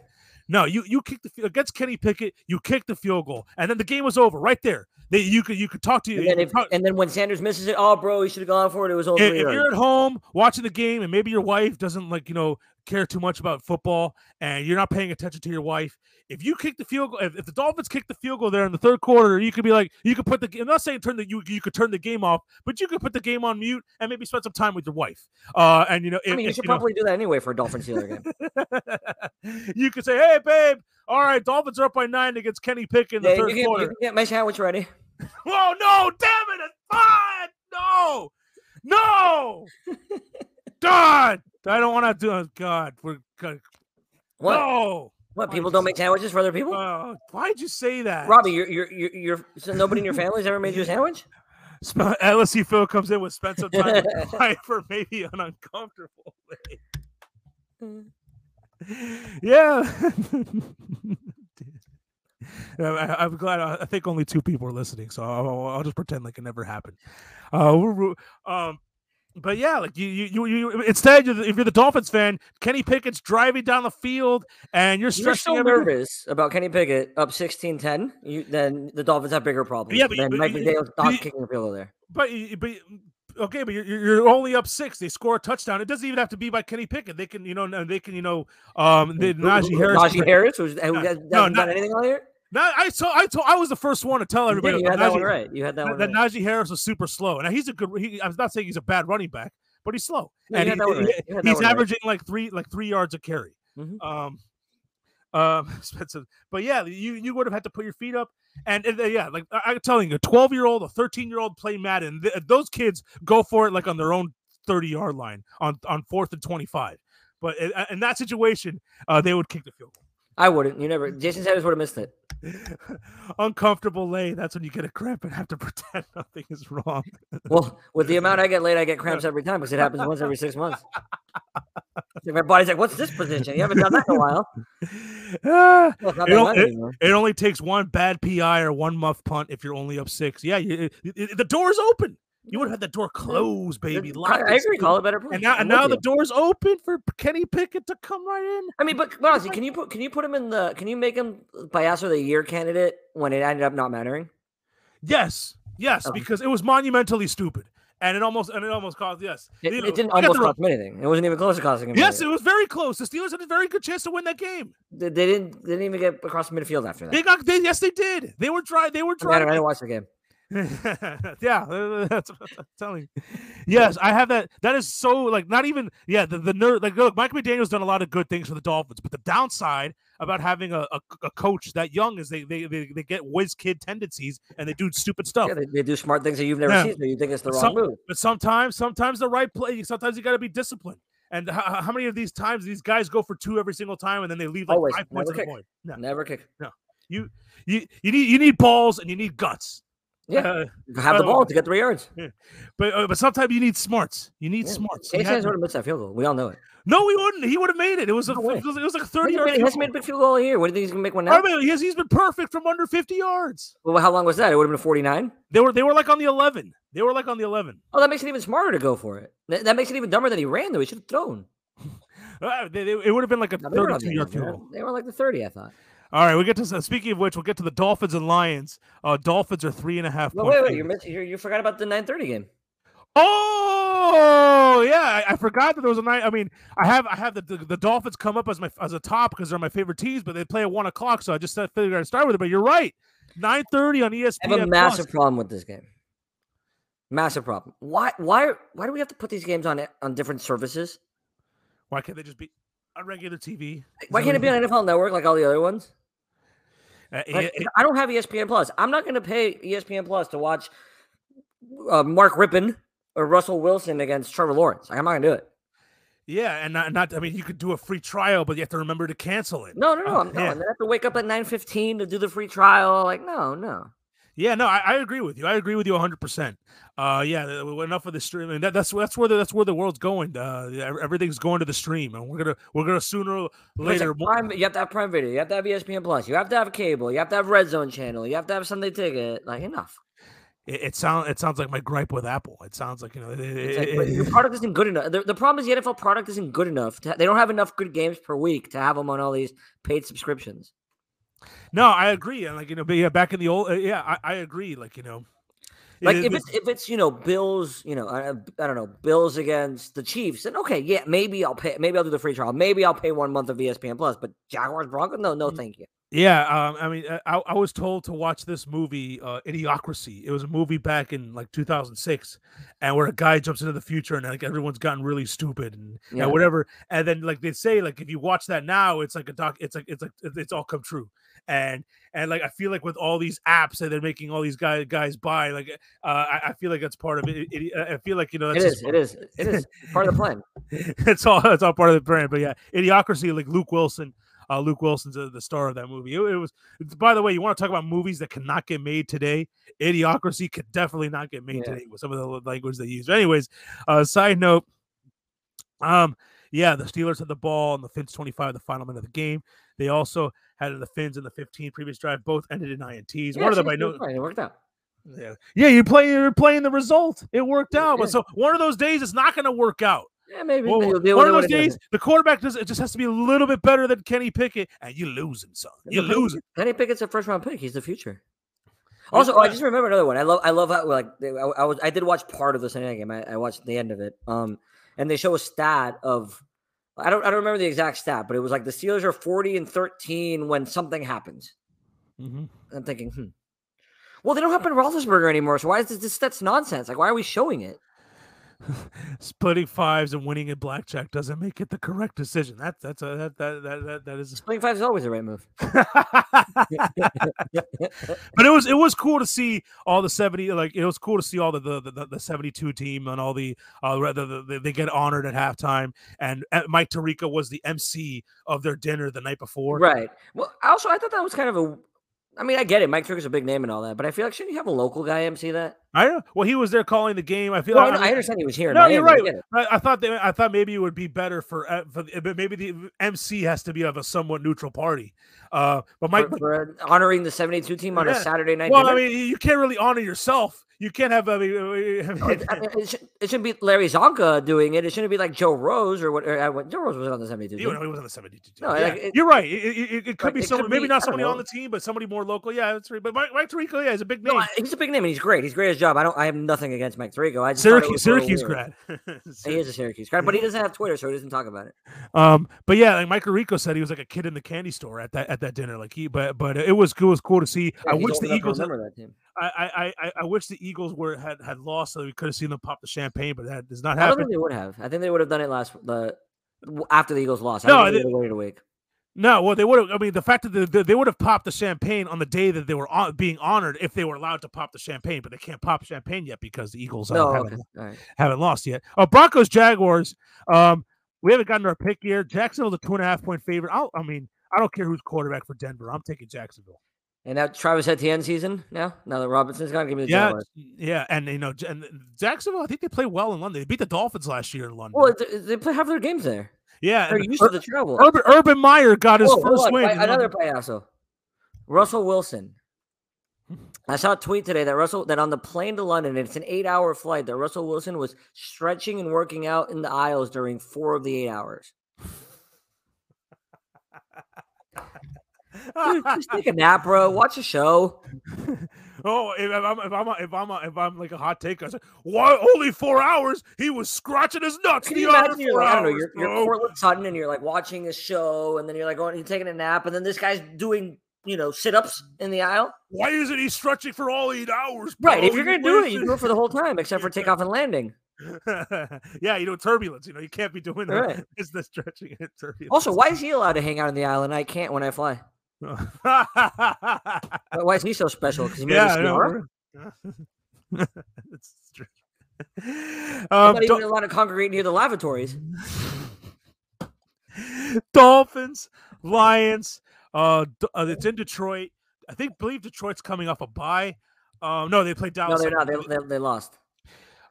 Speaker 1: No, you, you kicked the fi- against Kenny Pickett, you kicked the field goal, and then the game was over right there. They, you could, you could talk to you.
Speaker 2: And then,
Speaker 1: could
Speaker 2: if,
Speaker 1: talk-
Speaker 2: and then when Sanders misses it, oh, bro, he should have gone for it. It was only
Speaker 1: if,
Speaker 2: three
Speaker 1: if
Speaker 2: yards.
Speaker 1: you're at home watching the game and maybe your wife doesn't like you know care too much about football and you're not paying attention to your wife if you kick the field goal if, if the dolphins kick the field goal there in the third quarter you could be like you could put the i'm not saying turn the you, you could turn the game off but you could put the game on mute and maybe spend some time with your wife uh and you know
Speaker 2: I
Speaker 1: if-
Speaker 2: mean, you
Speaker 1: if,
Speaker 2: should
Speaker 1: you know-
Speaker 2: probably do that anyway for a Dolphins Steelers game.
Speaker 1: you could say hey babe all right dolphins are up by nine against kenny pick in the
Speaker 2: Yeah, you
Speaker 1: third
Speaker 2: can, you
Speaker 1: quarter
Speaker 2: can get my sandwich ready.
Speaker 1: Oh no! Damn it! God, no, no, God! I don't want to do it. God, we're God.
Speaker 2: What?
Speaker 1: No.
Speaker 2: What?
Speaker 1: Why
Speaker 2: People
Speaker 1: did
Speaker 2: don't
Speaker 1: you
Speaker 2: make sandwiches for other people?
Speaker 1: Oh, why'd you say that?
Speaker 2: Robbie, you're, you're, you're, you're so nobody in your family's ever made you a sandwich?
Speaker 1: Sp- LSU Phil comes in with spend some time with your wife for maybe an uncomfortable way. Yeah. Yeah, I, I'm glad. I I think only two people are listening, so I'll, I'll- I'll just pretend like it never happened. Uh, we're- we're- um, but yeah, like you, you, you, you instead, you're the, if you're the Dolphins fan, Kenny Pickett's driving down the field, and you're
Speaker 2: You're
Speaker 1: stressing.
Speaker 2: so
Speaker 1: every-
Speaker 2: nervous about Kenny Pickett up 16 10. You, then the Dolphins have bigger problems.
Speaker 1: Yeah, but you-
Speaker 2: than
Speaker 1: but
Speaker 2: Mike
Speaker 1: you-
Speaker 2: McDaniel's not
Speaker 1: you-
Speaker 2: kicking the field goal there.
Speaker 1: But y- but y- okay, but you're you're you're only up six. They score a touchdown. It doesn't even have to be by Kenny Pickett. They can you know n- they can you know um they,
Speaker 2: Who-
Speaker 1: Najee
Speaker 2: who-
Speaker 1: Harris.
Speaker 2: Najee Harris, who's, who
Speaker 1: No,
Speaker 2: has,
Speaker 1: no,
Speaker 2: not
Speaker 1: not-
Speaker 2: done anything all year?
Speaker 1: Now, I told I told I was the first one to tell
Speaker 2: You, did,
Speaker 1: everybody
Speaker 2: you
Speaker 1: about
Speaker 2: had that one
Speaker 1: Najee-
Speaker 2: right. You had that one
Speaker 1: that,
Speaker 2: right.
Speaker 1: that Najee Harris was super slow. Now he's a good. He, I'm not saying he's a bad running back, but he's slow,
Speaker 2: No, you
Speaker 1: and
Speaker 2: had
Speaker 1: he-
Speaker 2: that one right.
Speaker 1: he-
Speaker 2: You had that
Speaker 1: he's
Speaker 2: one right.
Speaker 1: averaging like three like three yards a carry.
Speaker 2: Mhm.
Speaker 1: Um, um, expensive, but yeah, you you would have had to put your feet up, and, and, uh, yeah, like I, I'm telling you, a 12 year old, a 13 year old play Madden. Th- those kids go for it like on their own 30 yard line on on fourth and 25. But in, in that situation, uh, they would kick the field goal.
Speaker 2: I wouldn't. You never. Jason Sanders would have missed it.
Speaker 1: Uncomfortable lay. That's when you get a cramp and have to pretend nothing is wrong.
Speaker 2: Well, with the amount I get late, I get cramps every time because it happens once every six months. My body's like, "What's this position? You haven't done that in a while."
Speaker 1: Ah,
Speaker 2: Well, it's not
Speaker 1: You
Speaker 2: that
Speaker 1: know,
Speaker 2: much anymore.
Speaker 1: it only takes one bad PI or one muff punt if you're only up six. Yeah, you, it- it- the door's open. You would have had the door closed, baby.
Speaker 2: It-
Speaker 1: Lock
Speaker 2: I, I
Speaker 1: this
Speaker 2: agree.
Speaker 1: thing.
Speaker 2: Call it better. play.
Speaker 1: And now,
Speaker 2: I'm
Speaker 1: and
Speaker 2: with
Speaker 1: now the
Speaker 2: you.
Speaker 1: door's open for Kenny Pickett to come right in.
Speaker 2: I mean, but honestly, can you put can you put him in the can you make him Bias of the year candidate when it ended up not mattering?
Speaker 1: Yes, yes,
Speaker 2: Oh.
Speaker 1: because it was monumentally stupid, and it almost and it almost caused yes.
Speaker 2: It,
Speaker 1: You
Speaker 2: it
Speaker 1: know,
Speaker 2: didn't
Speaker 1: I got
Speaker 2: almost
Speaker 1: the wrong-
Speaker 2: cost him anything. It wasn't even close to costing him.
Speaker 1: Yes, it
Speaker 2: anything.
Speaker 1: was very close. The Steelers had a very good chance to win that game.
Speaker 2: they, they didn't they didn't even get across the midfield after that.
Speaker 1: They got they, yes, they did. They were dry. They were
Speaker 2: Doesn't matter,
Speaker 1: driving.
Speaker 2: I didn't watch the game.
Speaker 1: yeah, that's what I'm telling you. Yes, I have that. That is so like not even yeah. The the nerd like look, Mike McDaniel's done a lot of good things for the Dolphins, but the downside about having a, a, a coach that young is they they, they they get whiz kid tendencies and they do stupid stuff.
Speaker 2: Yeah, they, they do smart things that you've never
Speaker 1: Yeah.
Speaker 2: seen, so you think it's the
Speaker 1: But
Speaker 2: wrong
Speaker 1: some-
Speaker 2: move.
Speaker 1: But sometimes sometimes the right play. Sometimes you got to be disciplined. And how, how many of these times these guys go for two every single time and then they leave like
Speaker 2: Always.
Speaker 1: five points
Speaker 2: Never
Speaker 1: on the
Speaker 2: kick.
Speaker 1: board? No,
Speaker 2: Never kick.
Speaker 1: you you need you need balls and you need guts.
Speaker 2: Yeah.
Speaker 1: Uh,
Speaker 2: Have the
Speaker 1: Oh.
Speaker 2: ball to get three yards.
Speaker 1: but uh, but sometimes you need smarts. You need
Speaker 2: Yeah.
Speaker 1: smarts. He
Speaker 2: Chase
Speaker 1: had
Speaker 2: has would have missed that field goal. We all know it.
Speaker 1: No, he wouldn't. He would have made it. It was a,
Speaker 2: No way.
Speaker 1: it was, it was like a
Speaker 2: He
Speaker 1: thirty
Speaker 2: hasn't
Speaker 1: yard.
Speaker 2: made, he hasn't made a big field goal all year. What do you think he's gonna make one now?
Speaker 1: I mean, he's, he's been perfect from under fifty yards.
Speaker 2: Well, how long was that? It would have been 49.
Speaker 1: They were they were like on the eleven. They were like on the eleven.
Speaker 2: Oh, that makes it even smarter to go for it. That, that makes it even dumber that he ran though. He should have thrown.
Speaker 1: Uh, they- they- it would have been like a
Speaker 2: No, they, were on the
Speaker 1: thirty-two yard
Speaker 2: end, they
Speaker 1: field.
Speaker 2: were-
Speaker 1: goal.
Speaker 2: they were like the 30, I thought.
Speaker 1: All right, we get to s- speaking of which, we'll get to the Dolphins and Lions. Uh, Dolphins are three and a half.
Speaker 2: No,
Speaker 1: point
Speaker 2: wait, wait. You're,
Speaker 1: favorites.
Speaker 2: miss- you're, you forgot about the 9:30 game.
Speaker 1: Oh yeah, I, I forgot that there was a night. I mean, I have I have the, the, the Dolphins come up as my as a top because they're my favorite teams, but they play at one o'clock, so I just said- figured I'd start with it. But you're right, nine thirty on E ESPN.
Speaker 2: I have a
Speaker 1: Plus.
Speaker 2: massive problem with this game. Massive problem. Why? Why? Why do we have to put these games on on different services?
Speaker 1: Why can't they just be on regular TV? Is
Speaker 2: Why
Speaker 1: that
Speaker 2: can't it
Speaker 1: what
Speaker 2: be
Speaker 1: you-
Speaker 2: on NFL Network like all the other ones?
Speaker 1: Uh,
Speaker 2: Like,
Speaker 1: it- it-
Speaker 2: I don't have E ESPN Plus. I'm not going to pay E ESPN Plus to watch uh, Mark Rippon or Russell Wilson against Trevor Lawrence. Like, I'm not going to do it.
Speaker 1: yeah, and not, not. I mean, you could do a free trial, but you have to remember to cancel it.
Speaker 2: No, no, no.
Speaker 1: Oh,
Speaker 2: I'm, no.
Speaker 1: yeah.
Speaker 2: And then I have to wake up at 9:15 to do the free trial. Like, no, no.
Speaker 1: Yeah, no, I, I agree with you. I agree with you 100%. Uh, yeah, th- w- enough of the stream. And that, that's that's where the, that's where the world's going. Uh, yeah, ev- everything's going to the stream, and we're gonna we're gonna sooner or
Speaker 2: But it's like
Speaker 1: later. mo-
Speaker 2: Prime- you have to have Prime Video. You have E to have ESPN Plus. You have to have cable. You have to have Red Zone Channel. You have to have Sunday Ticket. Like, enough.
Speaker 1: It, it sounds it sounds like my gripe with Apple. It sounds like you know. It,
Speaker 2: It's
Speaker 1: it,
Speaker 2: like, but your
Speaker 1: it-
Speaker 2: product isn't good enough. The, the problem is the NFL product isn't good enough. To, they don't have enough good games per week to have them on all these paid subscriptions.
Speaker 1: no, I agree. And like you know, but yeah, back in the old, uh, yeah, I, I agree. Like you know, it-
Speaker 2: Like
Speaker 1: it-
Speaker 2: if it's if it's you know Bills, you know I, I don't know Bills against the Chiefs, then okay, yeah, maybe I'll pay. Maybe I'll do the free trial. Maybe I'll pay one month of E ESPN Plus. But Jaguars Broncos, no, no,
Speaker 1: Mm.
Speaker 2: thank you.
Speaker 1: Yeah, um, I mean, uh, I, I was told to watch this movie, uh, Idiocracy. It was a movie back in like 2006, and where a guy jumps into the future and like everyone's gotten really stupid and, and
Speaker 2: Yeah.
Speaker 1: whatever. And then like they say, like if you watch that now, it's like a doc. It's like it's like it- it's all come true. And and like I feel like with all these apps that they're making all these guys guys buy, like uh, I, I feel like that's part of it. It- it- I feel like you know
Speaker 2: It
Speaker 1: that's
Speaker 2: is,
Speaker 1: just
Speaker 2: it is, it is part of the plan.
Speaker 1: it's all it's all part of the brand. But yeah, Idiocracy, like Luke Wilson. Uh, Luke Wilson's uh, the star of that movie. It, it was, by the way, you want to talk about movies that cannot get made today? Idiocracy could definitely not get made
Speaker 2: Yeah.
Speaker 1: today with some of the language they use. But anyways, uh, side note, um, yeah, the Steelers had the ball on the Finns 25, the final minute of the game. They also had the Finns in the 15 previous drive, both ended in INTs.
Speaker 2: Yeah,
Speaker 1: one of them
Speaker 2: it's
Speaker 1: I
Speaker 2: gonna
Speaker 1: know.
Speaker 2: be fine, It worked out.
Speaker 1: Yeah, yeah, you play, you're playing the result. It worked out,
Speaker 2: Yeah.
Speaker 1: but so one of those days, it's not going to work out.
Speaker 2: Yeah, maybe
Speaker 1: Well,
Speaker 2: you'll deal
Speaker 1: one of
Speaker 2: with it when
Speaker 1: those
Speaker 2: it doesn't.
Speaker 1: days, the quarterback does it just has to be a little bit better than Kenny Pickett, and you losing, son. You
Speaker 2: Penny-
Speaker 1: losing.
Speaker 2: Kenny Pickett's a first round pick. He's the future.
Speaker 1: Yeah,
Speaker 2: Also, oh, I
Speaker 1: yeah.
Speaker 2: just remember another one. I love, I love how like they- I, I was, I did watch part of the Sunday night game. I, I watched the end of it. Um, and they show a stat of, I don't, I don't remember the exact stat, but it was like the Steelers are forty and thirteen when something happens. And I'm thinking, hmm. Well, they don't have Ben Roethlisberger anymore, so why is this, this? That's nonsense. Like, why are we showing it?
Speaker 1: Splitting fives and winning in blackjack doesn't make it the correct decision. That's that's a that that that that, that is.
Speaker 2: Playing five is always the right move.
Speaker 1: but it was it was cool to see all the seventy like it was cool to see all the the the, the seventy two team and all the uh rather the, the, they get honored at halftime and uh, Mike Tirica was the MC of their dinner the night before.
Speaker 2: Right. Well, also, I thought that was kind of a. I mean, I get it. Mike Turk is a big name and all that, but I feel like shouldn't you have a local guy MC that?
Speaker 1: I know. Well, he was there calling the game. I feel.
Speaker 2: No, I,
Speaker 1: I,
Speaker 2: I understand he was here. in
Speaker 1: No, you're
Speaker 2: Miami, I
Speaker 1: right.
Speaker 2: get it.
Speaker 1: I, I thought they, I thought maybe it would be better for, uh, for the- but maybe the MC has to be of a somewhat neutral party. Uh, but Mike,
Speaker 2: for, for honoring the 72 team on a
Speaker 1: Yeah.
Speaker 2: Saturday night.
Speaker 1: well, I
Speaker 2: dinner?
Speaker 1: mean, you can't really honor yourself. You can't have. I mean, I
Speaker 2: Oh,
Speaker 1: mean,
Speaker 2: it, I mean, it, should, it shouldn't be Larry Zonka doing it. It shouldn't be like Joe Rose or what. Or, uh, Joe Rose was on the 72
Speaker 1: you
Speaker 2: team.
Speaker 1: know, he was on the seventy-two.
Speaker 2: No,
Speaker 1: yeah.
Speaker 2: like, it-
Speaker 1: you're right. It, it- it- it could
Speaker 2: like,
Speaker 1: be
Speaker 2: it could
Speaker 1: someone, maybe
Speaker 2: be- I
Speaker 1: not
Speaker 2: don't
Speaker 1: somebody
Speaker 2: know.
Speaker 1: on the team, but somebody more local. Yeah, that's right. But Mike, Mike Tirico, yeah, is a big name.
Speaker 2: No, I- he's a big name and he's great. He's great as job. I don't. I have nothing against Mike Tirico. I just thought it
Speaker 1: Syracuse,
Speaker 2: was a little
Speaker 1: Syracuse
Speaker 2: weird.
Speaker 1: grad.
Speaker 2: He is a Syracuse grad, but he doesn't have Twitter, so he doesn't talk about it.
Speaker 1: Um, but yeah, like Michael Rico said, he was like a kid in the candy store at that at that dinner. Like he, but but it was cool. It was cool to see. I
Speaker 2: He's
Speaker 1: wish
Speaker 2: old
Speaker 1: the
Speaker 2: enough to
Speaker 1: Eagles. had-
Speaker 2: remember that team.
Speaker 1: I, I I- I I wish the Eagles were had had lost so we could have seen them pop the champagne, but that does not
Speaker 2: I don't
Speaker 1: happen.
Speaker 2: think they would have. I think they would have done it last the w- after the Eagles lost. I
Speaker 1: No,
Speaker 2: no,
Speaker 1: I
Speaker 2: they would have waited a week.
Speaker 1: No, well, they would have. I mean, the fact that they, they, they would have popped the champagne on the day that they were on, being honored if they were allowed to pop the champagne, but they can't pop champagne yet because the Eagles uh,
Speaker 2: No,
Speaker 1: haven't,
Speaker 2: okay. All right.
Speaker 1: haven't lost yet. Uh, Broncos, Jaguars. Um, we haven't gotten our pick here. Jacksonville's a two and a half point favorite. I'll, I mean, I don't care who's quarterback for Denver. I'm taking Jacksonville.
Speaker 2: And now Travis Etienne season now. Now that Robinson's gone, give me the
Speaker 1: Yeah,
Speaker 2: Jaguars.
Speaker 1: yeah, and you know, J- and Jacksonville. I think they play well in London. They beat the Dolphins last year in London.
Speaker 2: Well, it- it- they play half their games there.
Speaker 1: yeah,
Speaker 2: They're
Speaker 1: and
Speaker 2: used
Speaker 1: Ur-
Speaker 2: to the travel.
Speaker 1: Urban, Urban Meyer got his
Speaker 2: Oh, hold
Speaker 1: first
Speaker 2: on,
Speaker 1: win.
Speaker 2: wait,
Speaker 1: in
Speaker 2: Another
Speaker 1: London.
Speaker 2: payaso. Russell Wilson.
Speaker 1: Hmm.
Speaker 2: I saw a tweet today that Russell that on the plane to London, it's an eight-hour flight, that Russell Wilson was stretching and working out in the aisles during four of the eight hours. Dude, just take a nap, bro. Watch a show.
Speaker 1: oh, if, if I'm if I'm a, if I'm a, if I'm like a hot take, I said, why only four hours? He was scratching his nuts.
Speaker 2: Can
Speaker 1: the
Speaker 2: you
Speaker 1: other
Speaker 2: imagine you're
Speaker 1: four
Speaker 2: like, I don't know,
Speaker 1: hours,
Speaker 2: you're, you're
Speaker 1: bro."
Speaker 2: Cortland Sutton and you're like watching a show, and then you're like going, you're taking a nap, and then this guy's doing, you know, sit-ups in the aisle.
Speaker 1: Why isn't he stretching for all eight hours?
Speaker 2: Right.
Speaker 1: bro?
Speaker 2: if you're
Speaker 1: You
Speaker 2: gonna do it,
Speaker 1: wasted-
Speaker 2: you do it for the whole time, except for takeoff and landing.
Speaker 1: yeah, you know turbulence. You know you can't be doing that.
Speaker 2: Right.
Speaker 1: It's the stretching and turbulence.
Speaker 2: Also, why is he allowed to hang out in the aisle and I can't when I fly? Why- Why is he so special? Because he made
Speaker 1: yeah,
Speaker 2: a
Speaker 1: I know,
Speaker 2: cigar.
Speaker 1: right? it's true. Um,
Speaker 2: not
Speaker 1: Dol-
Speaker 2: even allowed to congregate near the lavatories.
Speaker 1: Dolphins, Lions. Uh, D- uh, it's in Detroit. I think believe Detroit's coming off a bye. Um, no, they play
Speaker 2: No,
Speaker 1: Dallas.
Speaker 2: they're not.
Speaker 1: second.
Speaker 2: They, they, they lost.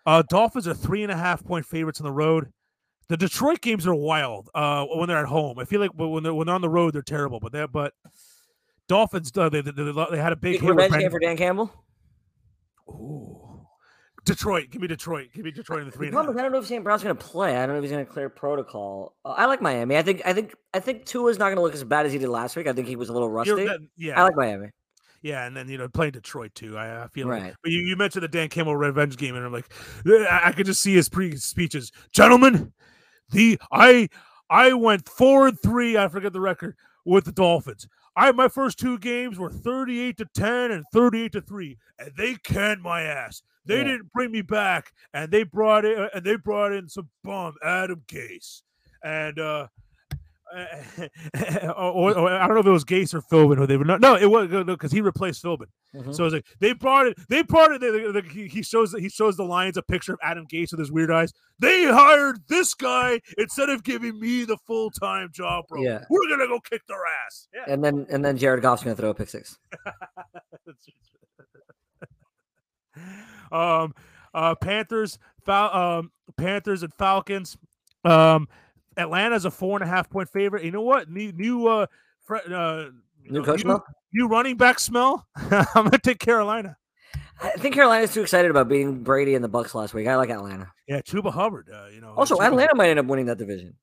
Speaker 1: Uh, Dolphins are three and a half point favorites on the road. The Detroit games are wild. Uh, when they're at home, I feel like when when they're when they're on the road, they're terrible. But they but Dolphins, uh, they, they, they lo- they had a big
Speaker 2: Big
Speaker 1: hit with
Speaker 2: revenge game
Speaker 1: Brandon-
Speaker 2: for Dan Campbell.
Speaker 1: Ooh. Detroit, give me Detroit, give me Detroit in the three.
Speaker 2: The
Speaker 1: And a
Speaker 2: problem
Speaker 1: half.
Speaker 2: is I don't know if Sam Brown's going to play. I don't know if he's going to clear protocol. Uh, I like Miami. I think. I think. I think Tua's not going to look as bad as he did last week. I think he was a little
Speaker 1: You're-
Speaker 2: rusty.
Speaker 1: that- yeah,
Speaker 2: I like Miami.
Speaker 1: Yeah, and then you know playing Detroit too. I, I feel
Speaker 2: Right.
Speaker 1: like, but you, you mentioned the Dan Campbell revenge game, and I'm like, I, I could just see his pre speeches, gentlemen. The I I went four and three. I forget the record with the Dolphins. I my first two games were 38 to 10 and 38 to three, and they canned my ass. They
Speaker 2: Yeah.
Speaker 1: didn't bring me back, and they brought in and they brought in some bum Adam Gase, and uh, or, or, or I don't know if it was Gase or Philbin who they were not. No, it was no because he replaced Philbin.
Speaker 2: Mhm.
Speaker 1: So it's like they brought it. They brought it. The, the- the- he he shows he shows the Lions a picture of Adam Gase with his weird eyes. They hired this guy instead of giving me the full time job, bro.
Speaker 2: Yeah.
Speaker 1: We're gonna go kick their ass. Yeah.
Speaker 2: And then and then Jared Goff's going to throw a pick six.
Speaker 1: um, uh, Panthers, Fal- um, Panthers and Falcons. Um, Atlanta's a four and a half point favorite. You know what? New, new, uh, fre- uh, you
Speaker 2: New
Speaker 1: know,
Speaker 2: coach.
Speaker 1: new,
Speaker 2: Mel?
Speaker 1: new running back smell. I'm gonna take Carolina.
Speaker 2: I think Carolina's too excited about beating Brady and the Bucks last week. I like Atlanta.
Speaker 1: Yeah, Chuba Hubbard. Uh, you know.
Speaker 2: Also,
Speaker 1: Chuba-
Speaker 2: Atlanta might end up winning that division.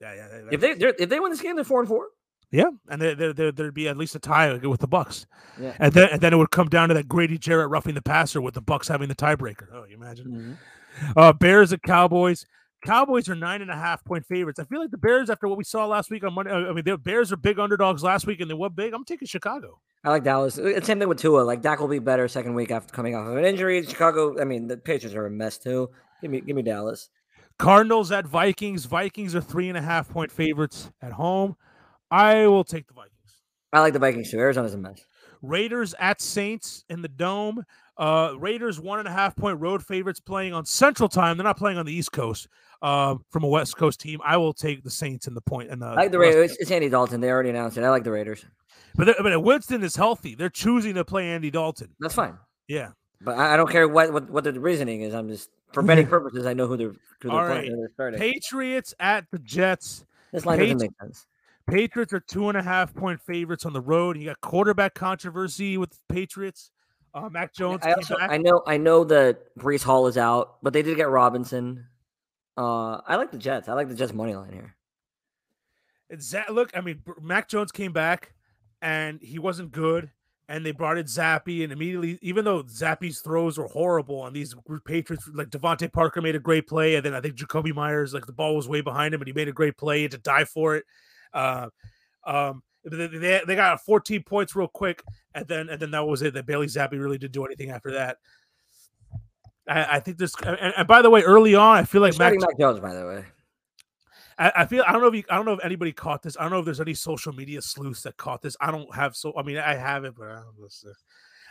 Speaker 1: Yeah, yeah. they-
Speaker 2: If they they're- if they win this game, they're four and four.
Speaker 1: Yeah, and there, there, there, there'd be at least a tie with the Bucks.
Speaker 2: Yeah.
Speaker 1: and then and then it would come down to that Grady Jarrett roughing the passer with the Bucks having the tiebreaker. Oh, you imagine? Uh, Bears and Cowboys. Cowboys are nine and a half point favorites. I feel like the Bears, after what we saw last week on Monday, uh, I mean, the Bears are big underdogs last week, and they were big. I'm taking Chicago.
Speaker 2: I like Dallas. Uh, Same thing with Tua. Like Dak will be better second week after coming off of an injury. Chicago. I mean, the Patriots are a mess too. Give me, give me Dallas.
Speaker 1: Cardinals at Vikings. Vikings are three and a half point favorites at home. I will take the Vikings.
Speaker 2: I like the Vikings too. Arizona's a mess.
Speaker 1: Raiders at Saints in the dome. Uh, Raiders one and a half point road favorites playing on Central Time. They're not playing on the East Coast. Uh, from a West Coast team, I will take the Saints and the point and the.
Speaker 2: I like the
Speaker 1: West-
Speaker 2: Raiders. It's, it's Andy Dalton. They already announced it. I like the Raiders.
Speaker 1: but they- but Winston is healthy. They're choosing to play Andy Dalton.
Speaker 2: That's fine.
Speaker 1: Yeah.
Speaker 2: But I, I don't care what, what what the reasoning is. I'm just for betting purposes. I know who they're who they're
Speaker 1: All
Speaker 2: playing.
Speaker 1: right.
Speaker 2: who they're starting.
Speaker 1: Patriots at the Jets.
Speaker 2: this line doesn't
Speaker 1: Patri-
Speaker 2: make sense.
Speaker 1: Patriots are two and a half point favorites on the road. You got quarterback controversy with the Patriots. Uh, Mac Jones.
Speaker 2: I
Speaker 1: came
Speaker 2: also
Speaker 1: back.
Speaker 2: I know I know that Brees Hall is out, but they did get Robinson. Uh, I like the Jets. I like the Jets money line here.
Speaker 1: It's that look, I mean, Br- Mac Jones came back and he wasn't good. and they brought in Zappy, and immediately, even though Zappy's throws were horrible, and these Patriots, like Devontae Parker made a great play, and then I think Jacoby Myers, like the ball was way behind him, and he made a great play to die for it. Uh, um, they, they, they got 14 points real quick, and then and then that was it. That Bailey Zappi really didn't do anything after that. I, I think this, and, and, by the way, early on, I feel like
Speaker 2: Mac, Mac Jones. By the way,
Speaker 1: I, I, feel I don't know if you, I don't know if anybody caught this. I don't know if there's any social media sleuths that caught this. I don't have so. I mean, I have it, but I don't listen.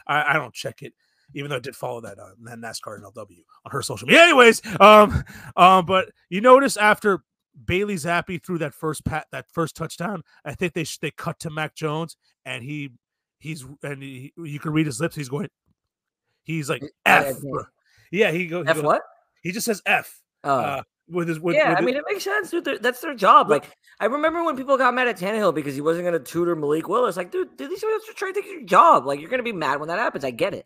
Speaker 1: I, I don't check it even though I did follow that on uh, NASCAR NLW on her social media. Anyways, um, um, but you notice after Bailey Zappi threw that first pat, that first touchdown, I think they sh- they cut to Mac Jones, and he he's and he, you can read his lips. He's going, he's like F, yeah. He goes
Speaker 2: F
Speaker 1: he goes,
Speaker 2: what?
Speaker 1: He just says F. Uh, uh, with his, with,
Speaker 2: yeah,
Speaker 1: with
Speaker 2: I mean, it makes sense. Dude. They're, that's their job. Like, I remember when people got mad at Tannehill because he wasn't going to tutor Malik Willis. Like, dude, dude these guys are trying to take your job. Like, you're going to be mad when that happens. I get it.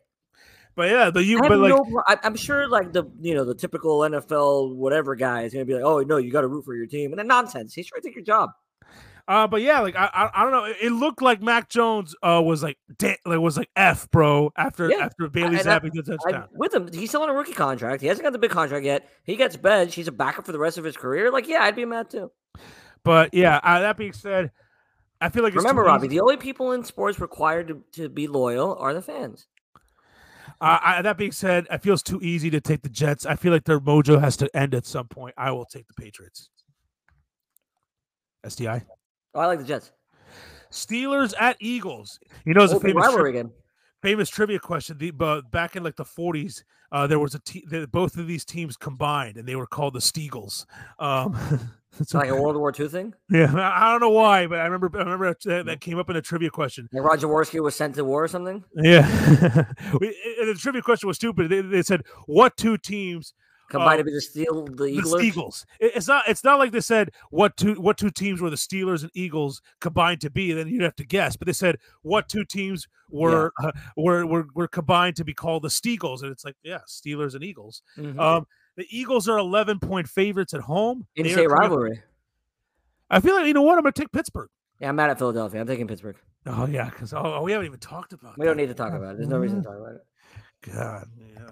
Speaker 1: But yeah, but you,
Speaker 2: I
Speaker 1: but like,
Speaker 2: no, I, am sure like the you know the typical NFL whatever guy is gonna be like, oh no, you got to root for your team, and then nonsense. He's trying to take your job.
Speaker 1: Uh, but yeah, like I, I, I don't know. It, it, looked like Mac Jones uh was like da- like was like f bro after
Speaker 2: Yeah.
Speaker 1: after Bailey's
Speaker 2: And I-
Speaker 1: happy to touchdown.
Speaker 2: I'm with him, he's still on a rookie contract. He hasn't got the big contract yet. He gets benched. He's a backup for the rest of his career. Like, yeah, I'd be mad too.
Speaker 1: but yeah, uh, that being said, I feel like it's
Speaker 2: Remember,
Speaker 1: too
Speaker 2: Robbie,
Speaker 1: easy-
Speaker 2: the only people in sports required to, to be loyal are the fans.
Speaker 1: Uh, I, that being said, I feel it's too easy to take the Jets. I feel like their mojo has to end at some point. I will take the Patriots. SDI.
Speaker 2: Oh, I like the Jets.
Speaker 1: Steelers at Eagles. You know, it's a
Speaker 2: Open
Speaker 1: famous, tri-
Speaker 2: rivalry again.
Speaker 1: famous trivia question. The, but back in like the 40s, uh, there was a te- the, both of these teams combined, and they were called the Steagles. Um,
Speaker 2: It's
Speaker 1: so-
Speaker 2: like a World War II thing.
Speaker 1: yeah, I I don't know why, but I remember I remember that, that came up in a trivia question.
Speaker 2: Like Roger Worski was sent to war or something.
Speaker 1: Yeah, We- and the trivia question was stupid. They, they said, "What two teams
Speaker 2: Combined
Speaker 1: Oh.
Speaker 2: to be the Steel, the
Speaker 1: the
Speaker 2: Eagles.
Speaker 1: Steagles. It- It's not. It's not like they said what two what two teams were the Steelers and Eagles combined to be. Then you'd have to guess. But they said what two teams were uh, were, were were combined to be called the Steagles, and it's like yeah, Steelers and Eagles.
Speaker 2: Mhm.
Speaker 1: Um, the Eagles are eleven point favorites at home. They are
Speaker 2: In-state
Speaker 1: coming-
Speaker 2: rivalry.
Speaker 1: I feel like you know what I'm gonna take Pittsburgh.
Speaker 2: Yeah, I'm mad at Philadelphia. I'm taking Pittsburgh.
Speaker 1: Oh yeah, because oh we haven't even talked about.
Speaker 2: We don't
Speaker 1: that.
Speaker 2: need to talk about it. There's no reason to talk about it.
Speaker 1: God. Yeah.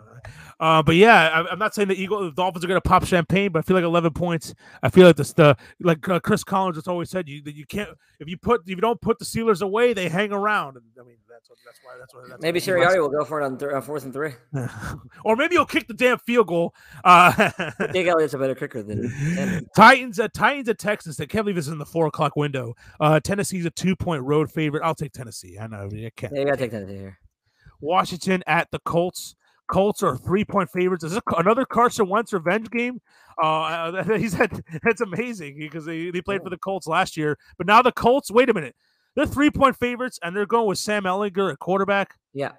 Speaker 1: Uh, but yeah, I, I'm not saying the Eagle, the Dolphins are going to pop champagne, but I feel like 11 points. I feel like this, the like uh, Chris Collins has always said, you that you can't if you put if you don't put the Steelers away, they hang around. And, I mean, that's what, that's why that's what that's
Speaker 2: Maybe
Speaker 1: what he
Speaker 2: Sirianni will go for it on, th- on fourth and three.
Speaker 1: wants. or maybe he'll kick the damn field goal. Uh,
Speaker 2: Jake Elliott's a better kicker than than-
Speaker 1: Titans at Titans at Texas. I can't believe this is in the four o'clock window. Uh, Tennessee's a two point road favorite. I'll take Tennessee. I know I can't.
Speaker 2: Yeah, you gotta take that here.
Speaker 1: Washington at the Colts. Colts are three point favorites. Is this another Carson Wentz revenge game? Uh, he's had, that's amazing because they, they played for the Colts last year, but now the Colts. Wait a minute, they're three point favorites and they're going with Sam Ellinger at quarterback.
Speaker 2: Yeah,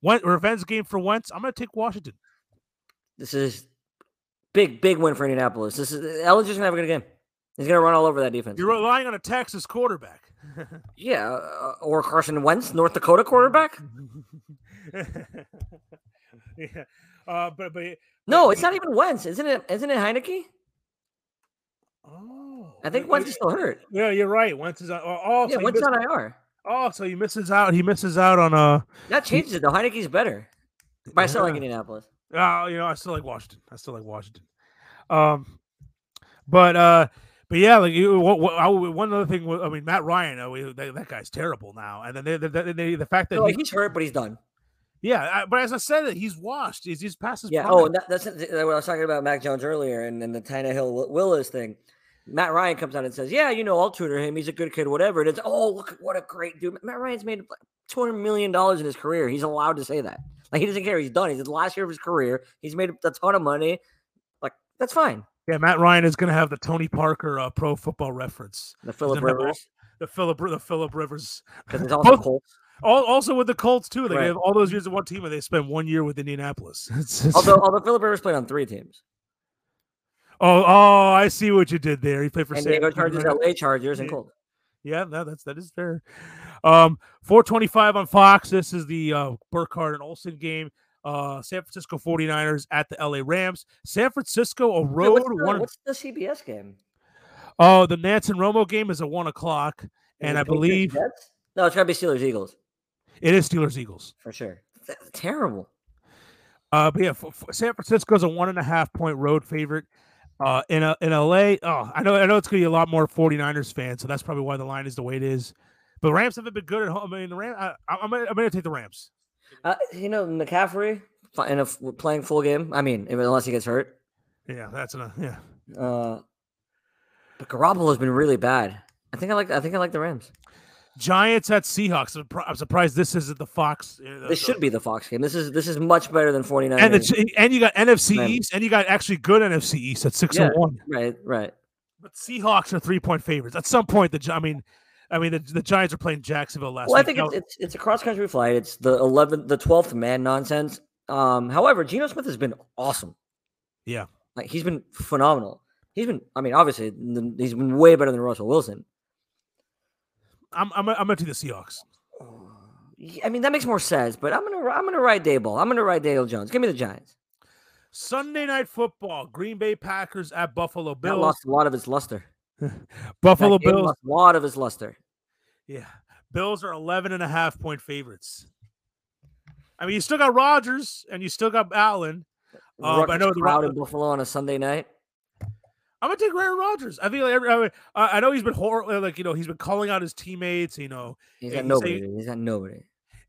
Speaker 1: Went revenge game for Wentz. I'm going to take Washington.
Speaker 2: this is big, big win for Indianapolis. This is Ellen's just gonna have a good game. He's gonna run all over that defense.
Speaker 1: You're relying on a Texas quarterback.
Speaker 2: Yeah, uh, or Carson Wentz, North Dakota quarterback.
Speaker 1: yeah, uh, but but
Speaker 2: No, it's not even Wentz, isn't it? Isn't it Heineke?
Speaker 1: oh,
Speaker 2: I think Wentz is still hurt.
Speaker 1: yeah, you're right. Wentz is on. Oh, oh,
Speaker 2: Yeah,
Speaker 1: so he
Speaker 2: Wentz
Speaker 1: missed-
Speaker 2: on IR.
Speaker 1: Oh, so he misses out. He misses out on uh
Speaker 2: That changes it though. Heineke's better. But I still like
Speaker 1: Yeah.
Speaker 2: Indianapolis.
Speaker 1: uh you know, I still like Washington. I still like Washington. Um but uh but yeah, like you, what, what, I, would- one other thing. wa- I mean, Matt Ryan. uh, we- that, that guy's terrible now. And then they, they, they, they- the fact that
Speaker 2: No,
Speaker 1: he-
Speaker 2: he's hurt, but he's done.
Speaker 1: yeah, I, but as I said, that he's washed. He's he's past his
Speaker 2: Yeah.
Speaker 1: prime.
Speaker 2: Oh, and that, that's the- the- what I was talking about Mac Jones earlier, and then the Tannehill Wi- Willis thing. Matt Ryan comes out and says, "Yeah, you know, I'll tutor him. He's a good kid, whatever." And it's, "Oh, look, at what a great dude!" Matt Ryan's made two hundred million dollars in his career. He's allowed to say that. Like he doesn't care. He's done. He's in the last year of his career. He's made a ton of money. Like that's fine.
Speaker 1: yeah. Matt Ryan is gonna have the Tony Parker uh, Pro Football reference,
Speaker 2: The Philip
Speaker 1: gonna have all-
Speaker 2: Rivers,
Speaker 1: the Philip the Philip Rivers.
Speaker 2: because it's also
Speaker 1: both-
Speaker 2: Colts.
Speaker 1: All, also with the Colts too. They
Speaker 2: Right.
Speaker 1: have all those years of one team, and they spend one year with Indianapolis. It's- it's-
Speaker 2: Although, although Philip Rivers played on three teams:
Speaker 1: oh, oh, I see what you did there. He played for
Speaker 2: San
Speaker 1: San
Speaker 2: Diego Chargers, L.A. Chargers, and
Speaker 1: Yeah.
Speaker 2: Colts.
Speaker 1: Yeah, no, that's that is fair. Um, 425 on Fox. This is the uh Burkhardt and Olsen game. Uh San Francisco 49ers at the LA Rams. San Francisco a
Speaker 2: Wait,
Speaker 1: road
Speaker 2: what's, the,
Speaker 1: one.
Speaker 2: what's the CBS game?
Speaker 1: Oh, the Nance and Romo game is at one o'clock.
Speaker 2: Is
Speaker 1: And
Speaker 2: it
Speaker 1: I
Speaker 2: Patriots,
Speaker 1: believe
Speaker 2: Jets? no, it's gotta be Steelers Eagles.
Speaker 1: It is Steelers Eagles.
Speaker 2: for sure. That's terrible.
Speaker 1: Uh, but yeah, f- f- San Francisco's a one and a half point road favorite. Uh, in a, in LA, oh, I know, I know it's gonna be a lot more 49ers fans, so that's probably why the line is the way it is. But Rams haven't been good at home. I mean, the Ram, I, I- I'm, gonna, I'm gonna take the Rams.
Speaker 2: Uh, you know, McCaffrey fi- in a f- playing full game. I mean, if- unless he gets hurt.
Speaker 1: Yeah, that's enough. Yeah,
Speaker 2: Uh, but Garoppolo's been really bad. I think I like. I think I like the Rams.
Speaker 1: Giants at Seahawks. I'm surpri- I'm surprised this isn't the Fox. uh, the-
Speaker 2: This should be the Fox game. This is this is much better than 49ers.
Speaker 1: and it's, and you got NFC
Speaker 2: Rams.
Speaker 1: East, and you got actually good NFC East at six and
Speaker 2: Yeah.
Speaker 1: one.
Speaker 2: right, right.
Speaker 1: But Seahawks are three point favorites. At some point, the Gi- I mean, I mean the, the Giants are playing Jacksonville last
Speaker 2: Well, I
Speaker 1: week.
Speaker 2: think
Speaker 1: Now-
Speaker 2: it's, it's it's a cross country flight. It's the 11th, the 12th man nonsense. Um, however, Geno Smith has been awesome.
Speaker 1: Yeah.
Speaker 2: like he's been phenomenal. He's been. I mean, obviously, the- he's been way better than Russell Wilson.
Speaker 1: I'm I'm I'm gonna do the Seahawks.
Speaker 2: Yeah, I mean, that makes more sense. But I'm gonna I'm gonna ride Dayball. I'm gonna ride Daniel Jones. Give me the Giants.
Speaker 1: Sunday night football: Green Bay Packers at Buffalo
Speaker 2: That
Speaker 1: Bills.
Speaker 2: lost a lot of its luster. That
Speaker 1: Buffalo
Speaker 2: game
Speaker 1: Bills.
Speaker 2: lost a lot of its luster.
Speaker 1: Yeah, Bills are 11 and a half point favorites. I mean, you still got Rodgers and you still got Allen. Uh, but I
Speaker 2: Rutgers
Speaker 1: know the
Speaker 2: crowd
Speaker 1: Ro-
Speaker 2: in Buffalo on a Sunday night.
Speaker 1: I'm gonna take Aaron Rodgers. I feel like every, I, mean, I I know he's been horrible. Like you know, he's been calling out his teammates. You know,
Speaker 2: He's
Speaker 1: Yeah, you say-
Speaker 2: got nobody. dude. He's got nobody.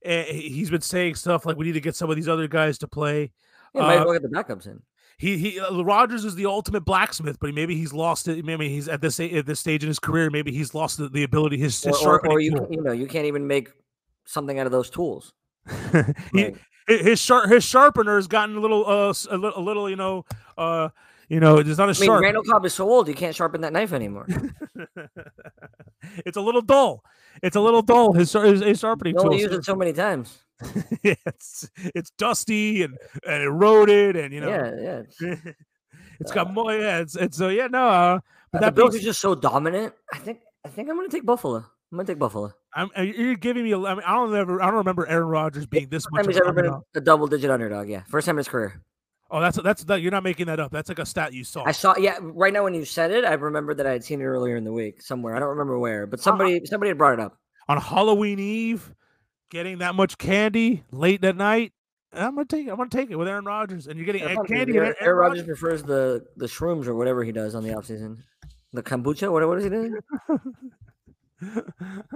Speaker 1: eh, he- he's been saying stuff like we need to get some of these other guys to play.
Speaker 2: Yeah, might as
Speaker 1: Uh,
Speaker 2: well get the backups in.
Speaker 1: He he uh, Rodgers is the ultimate blacksmith, but maybe he's lost it. Maybe he's at this a- at this stage in his career. Maybe he's lost the, the ability his, his
Speaker 2: Or, or,
Speaker 1: sharpening
Speaker 2: or you,
Speaker 1: tool.
Speaker 2: ca- you know, you can't even make something out of those tools.
Speaker 1: He-
Speaker 2: Like,
Speaker 1: hi- his sharp his sharpener has gotten a little uh s- a little, a little you know uh you know it's not a
Speaker 2: I mean,
Speaker 1: sharp.
Speaker 2: Randall Cobb is so old, you can't sharpen that knife anymore.
Speaker 1: it's a little dull. It's a little dull. His, shar- his, his sharpening
Speaker 2: You only
Speaker 1: tool.
Speaker 2: use it so many times.
Speaker 1: it's it's dusty and, and eroded and you know
Speaker 2: yeah, yeah. Uh, it's-
Speaker 1: it's got more. Yeah, it's it's so yeah no. Uh,
Speaker 2: uh,
Speaker 1: but
Speaker 2: the
Speaker 1: that
Speaker 2: Bills
Speaker 1: Bills,
Speaker 2: are just so dominant. I think. I think I'm gonna take Buffalo. I'm gonna take Buffalo.
Speaker 1: I'm, uh, you're giving me. a- I mean, I don't ever. I don't remember Aaron Rodgers being this
Speaker 2: First
Speaker 1: much.
Speaker 2: time
Speaker 1: Of
Speaker 2: he's
Speaker 1: an
Speaker 2: ever been
Speaker 1: underdog.
Speaker 2: a double digit underdog. Yeah, first time in his career.
Speaker 1: oh, that's that's that. You're not making that up. That's like a stat you saw.
Speaker 2: I saw. Yeah, right now when you said it, I remembered that I had seen it earlier in the week somewhere. I don't remember where,
Speaker 1: Uh,
Speaker 2: but somebody somebody had brought it up.
Speaker 1: on Halloween Eve, getting that much candy late at night. I'm gonna take it. I'm gonna take it with Aaron Rodgers, and you're getting
Speaker 2: That's
Speaker 1: egg
Speaker 2: not true.
Speaker 1: candy. and
Speaker 2: Aaron,
Speaker 1: Aaron
Speaker 2: Aaron Rodgers
Speaker 1: Rodgers-
Speaker 2: prefers the the shrooms or whatever he does on the offseason. The kombucha, what, what is he doing?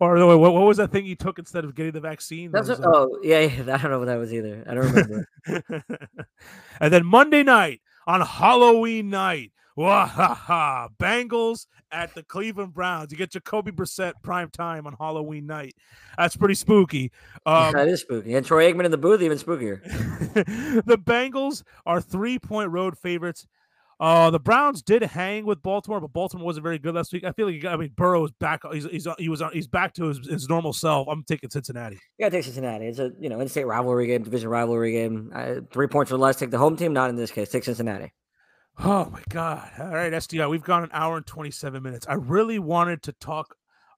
Speaker 1: or the- what, what was that thing you took instead of getting the vaccine? There
Speaker 2: That's what,
Speaker 1: was
Speaker 2: oh yeah, yeah, I don't know what that was either. I don't remember.
Speaker 1: a- and then Monday night on Halloween night, wahaha, Bengals at the Cleveland Browns. You get Jacoby Brissett prime time on Halloween night. That's pretty spooky. Um,
Speaker 2: that is spooky. And Troy Aikman in the booth, even spookier.
Speaker 1: the Bengals are three point road favorites. Uh, the Browns did hang with Baltimore, but Baltimore wasn't very good last week. I feel like I mean Burrow is back. He's, he's he was on, he's back to his, his normal self. I'm taking Cincinnati.
Speaker 2: You gotta take Cincinnati. It's a you know in-state rivalry game, division rivalry game. Uh, three points or less. Take the home team. Not in this case. Take Cincinnati.
Speaker 1: Oh my god! All right, SDI, we've gone an hour and 27 minutes. I really wanted to talk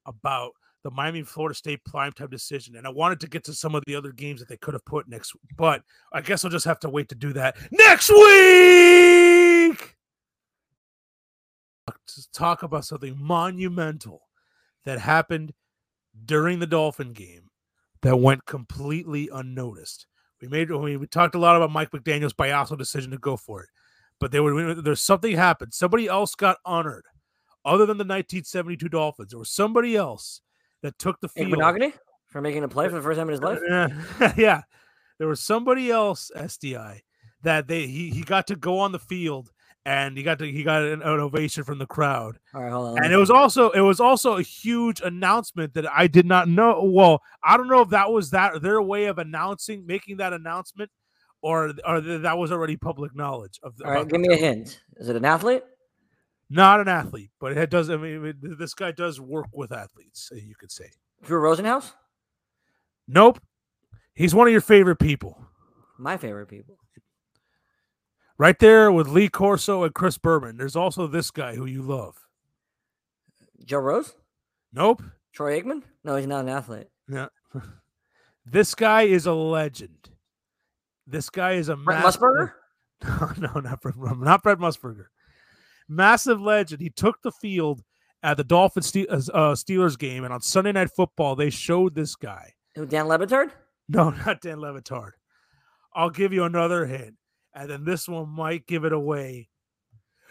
Speaker 1: about the Miami Florida State primetime decision, and I wanted to get to some of the other games that they could have put next. But I guess I'll just have to wait to do that next week. To talk about something monumental that happened during the Dolphin game that went completely unnoticed. We made we, we talked a lot about Mike McDaniel's Biasso decision to go for it but they were we- there's something happened. Somebody else got honored, other than the 1972 Dolphins. There was somebody else that took the
Speaker 2: Nick
Speaker 1: field.
Speaker 2: Monogany for making a play for the first time in his life.
Speaker 1: Yeah. yeah, there was somebody else SDI that they he he got to go on the field and he got to he got an, an ovation from the crowd.
Speaker 2: All right, hold on. let me
Speaker 1: And it was
Speaker 2: find
Speaker 1: also it was also a huge announcement that I did not know. Well, I don't know if that was that their way of announcing making that announcement. Or, or th- that was already public knowledge of
Speaker 2: All right,
Speaker 1: about
Speaker 2: give me a hint. Is it an athlete?
Speaker 1: not an athlete, but it does. I mean, it- this guy does work with athletes. uh, You could say,
Speaker 2: Drew Rosenhaus?
Speaker 1: nope, he's one of your favorite people,
Speaker 2: My favorite people.
Speaker 1: right there with Lee Corso and Chris Berman. There's also this guy who you love.
Speaker 2: Joe Rose?
Speaker 1: Nope,
Speaker 2: Troy Aikman? No, he's not an athlete.
Speaker 1: no, this guy is a legend. This guy is a
Speaker 2: Brett
Speaker 1: massive-
Speaker 2: Musburger?
Speaker 1: No, no, not Fred, not Fred Musburger. Massive legend. He took the field at the Dolphins Ste- uh, Steelers game, and on Sunday Night Football they showed this guy.
Speaker 2: Who, Dan Levitard?
Speaker 1: No, not Dan Levitard. I'll give you another hint, and then this one might give it away.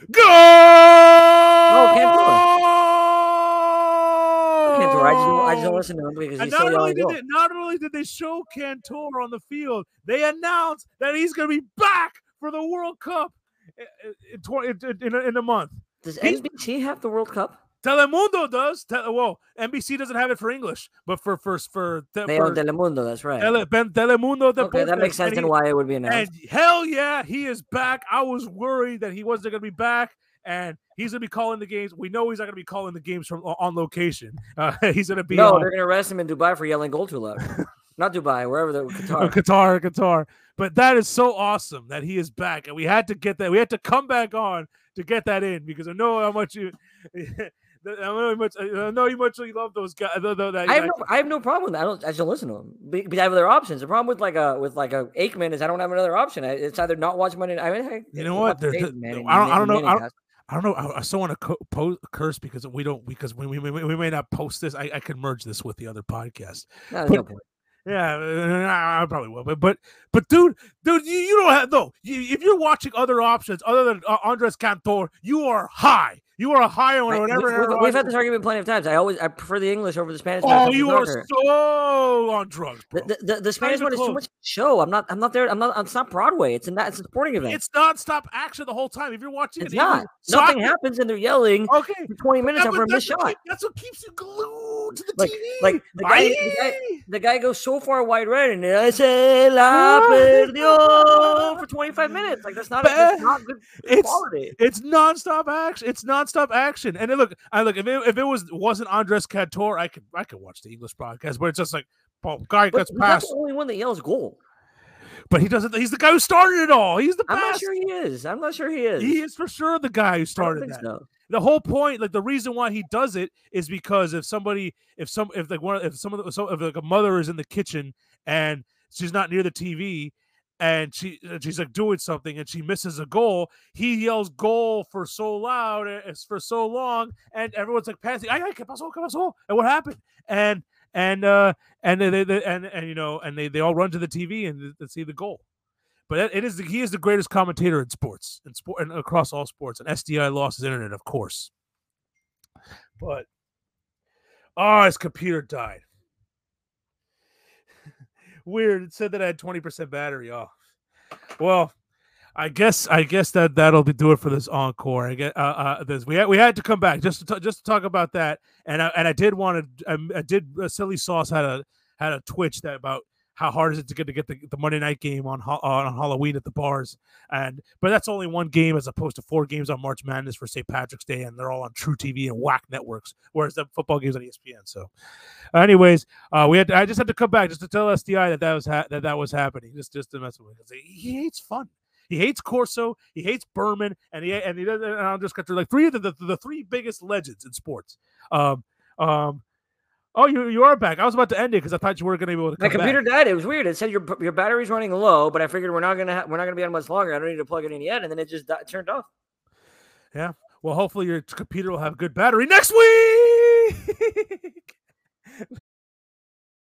Speaker 1: Go! No,
Speaker 2: can't do it.
Speaker 1: Can't
Speaker 2: Can't do it. I just, I just don't listen to him because
Speaker 1: And
Speaker 2: he's
Speaker 1: not
Speaker 2: so
Speaker 1: only,
Speaker 2: young.
Speaker 1: did they, not only did they show Cantor on the field, they announced that he's going to be back for the World Cup i- i- in, twen- in, in, a- in a month.
Speaker 2: Does
Speaker 1: he's-
Speaker 2: NBC have the World Cup?
Speaker 1: Telemundo does. Tele, well, NBC doesn't have it for English, but for for for, te-
Speaker 2: They
Speaker 1: for
Speaker 2: own Telemundo, that's right.
Speaker 1: Tele, ben, Telemundo.
Speaker 2: okay, that
Speaker 1: Deportes,
Speaker 2: makes sense
Speaker 1: and
Speaker 2: then
Speaker 1: he-
Speaker 2: why it would be announced.
Speaker 1: And hell yeah, he is back. I was worried that he wasn't going to be back, and he's going to be calling the games. We know he's not going to be calling the games from on location. Uh, he's going to be
Speaker 2: No,
Speaker 1: on-
Speaker 2: they're going to arrest him in Dubai for yelling goal too loud. Not Dubai, wherever the
Speaker 1: Oh,
Speaker 2: Qatar.
Speaker 1: Qatar, Qatar. But that is so awesome that he is back, and we had to get that. We had to come back on to get that in because I know how much you, I know how much, I know how much you love those guys. tho- tho- that-
Speaker 2: I have
Speaker 1: that-
Speaker 2: no, I have no problem with that. I don't, I just don't listen to them. Be- Because I have other options. The problem with like a with like a Aikman is I don't have another option. I, it's either not watch Monday. Night- I mean, heck,
Speaker 1: You know
Speaker 2: we'll
Speaker 1: what?
Speaker 2: watch
Speaker 1: There's-
Speaker 2: Peyton
Speaker 1: there-
Speaker 2: Manning
Speaker 1: I don't-
Speaker 2: and
Speaker 1: I don't know-
Speaker 2: Manning
Speaker 1: I don't-
Speaker 2: cast.
Speaker 1: I don't know. I, I still want to co- po- curse because we don't because we we, we, we may not post this. I, I could merge this with the other podcast.
Speaker 2: No, there's
Speaker 1: put-
Speaker 2: no point.
Speaker 1: Yeah, uh, I I probably will. But but but dude, dude, you, you don't have though. You, if you're watching other options other than uh, Andres Cantor, you are high. You are high on
Speaker 2: I-
Speaker 1: whatever.
Speaker 2: we,
Speaker 1: Aaron
Speaker 2: have
Speaker 1: Rodgers-
Speaker 2: had this argument plenty of times. I always I prefer the English over the Spanish. when it
Speaker 1: Oh,
Speaker 2: comes to
Speaker 1: you are
Speaker 2: soccer.
Speaker 1: so on drugs, bro.
Speaker 2: The, the, the, the Spanish
Speaker 1: even
Speaker 2: one is
Speaker 1: close.
Speaker 2: too much show. I'm not. I'm not there. I'm not. It's not Broadway. It's in that. It's a sporting event. It's,
Speaker 1: it's non-stop action the whole time. If you're watching, an
Speaker 2: not.
Speaker 1: English
Speaker 2: Nothing
Speaker 1: soccer-
Speaker 2: happens, and they're yelling
Speaker 1: Okay,
Speaker 2: for 20 minutes
Speaker 1: Yeah,
Speaker 2: after a
Speaker 1: but
Speaker 2: missed
Speaker 1: that's, what
Speaker 2: shot.
Speaker 1: keep- that's what keeps you glued to the
Speaker 2: Like-
Speaker 1: TV.
Speaker 2: like the guy- the guy-
Speaker 1: Aye.
Speaker 2: The guy goes so far wide right, and I say la perdió for 25 minutes. Like that's not. A, that's
Speaker 1: Bah.
Speaker 2: not good
Speaker 1: it's
Speaker 2: quality.
Speaker 1: it's nonstop action. It's nonstop action. And then look, I look if it, if it was wasn't Andres Cantor, I could I could watch the English podcast. But it's just like, Paul, guy
Speaker 2: But
Speaker 1: cuts
Speaker 2: he's not
Speaker 1: past,
Speaker 2: the only one that yells goal.
Speaker 1: but he doesn't. He's the guy who started it all. He's the
Speaker 2: I'm not
Speaker 1: best.
Speaker 2: sure he is. I'm not sure he is.
Speaker 1: He is for sure the guy who
Speaker 2: I don't
Speaker 1: started
Speaker 2: think
Speaker 1: that.
Speaker 2: so.
Speaker 1: the whole point like the reason why he does it is because if somebody if some if like one if some of the, so if like a mother is in the kitchen and she's not near the tv and she and she's like doing something and she misses a goal he yells goal for so loud and it's for so long and everyone's like passing i can't pass and what happened and and uh and they, they, they and and you know and they they all run to the tv and th- see the goal but it- it is the, he is the greatest commentator in sports and sport and across all sports. And SDI lost his internet, of course. But oh, his computer died. Weird. It said that I had twenty percent battery. Oh, well, I guess I guess that that'll be do it for this encore. I guess uh, uh, this we had, we had to come back just to ta- just to talk about that. And I and I did want to. I, I did. Uh, Silly Sauce had a had a twitch that about how hard is it to get to get the, the Monday night game on Ha- on Halloween at the bars, and but that's only one game as opposed to four games on March Madness for St. Patrick's Day, and they're all on True TV and whack networks, whereas the football games on E ESPN. So, anyways, uh, we had to, I just had to come back just to tell SDI that that was ha- that that was happening, just just to mess with him because he he hates fun. He hates Corso, he hates Berman, and he and he doesn't. And I'll just cut through like three of the, the the three biggest legends in sports. Um, um, oh, you you are back. I was about to end it because I thought you were going to be able to.
Speaker 2: My
Speaker 1: come back.
Speaker 2: computer died. It was weird. It said your p- your battery's running low, but I figured we're not gonna ha- we're not gonna be on much longer. I don't need to plug it in yet, and then it just di- turned off.
Speaker 1: Well, hopefully your t- computer will have good battery next week.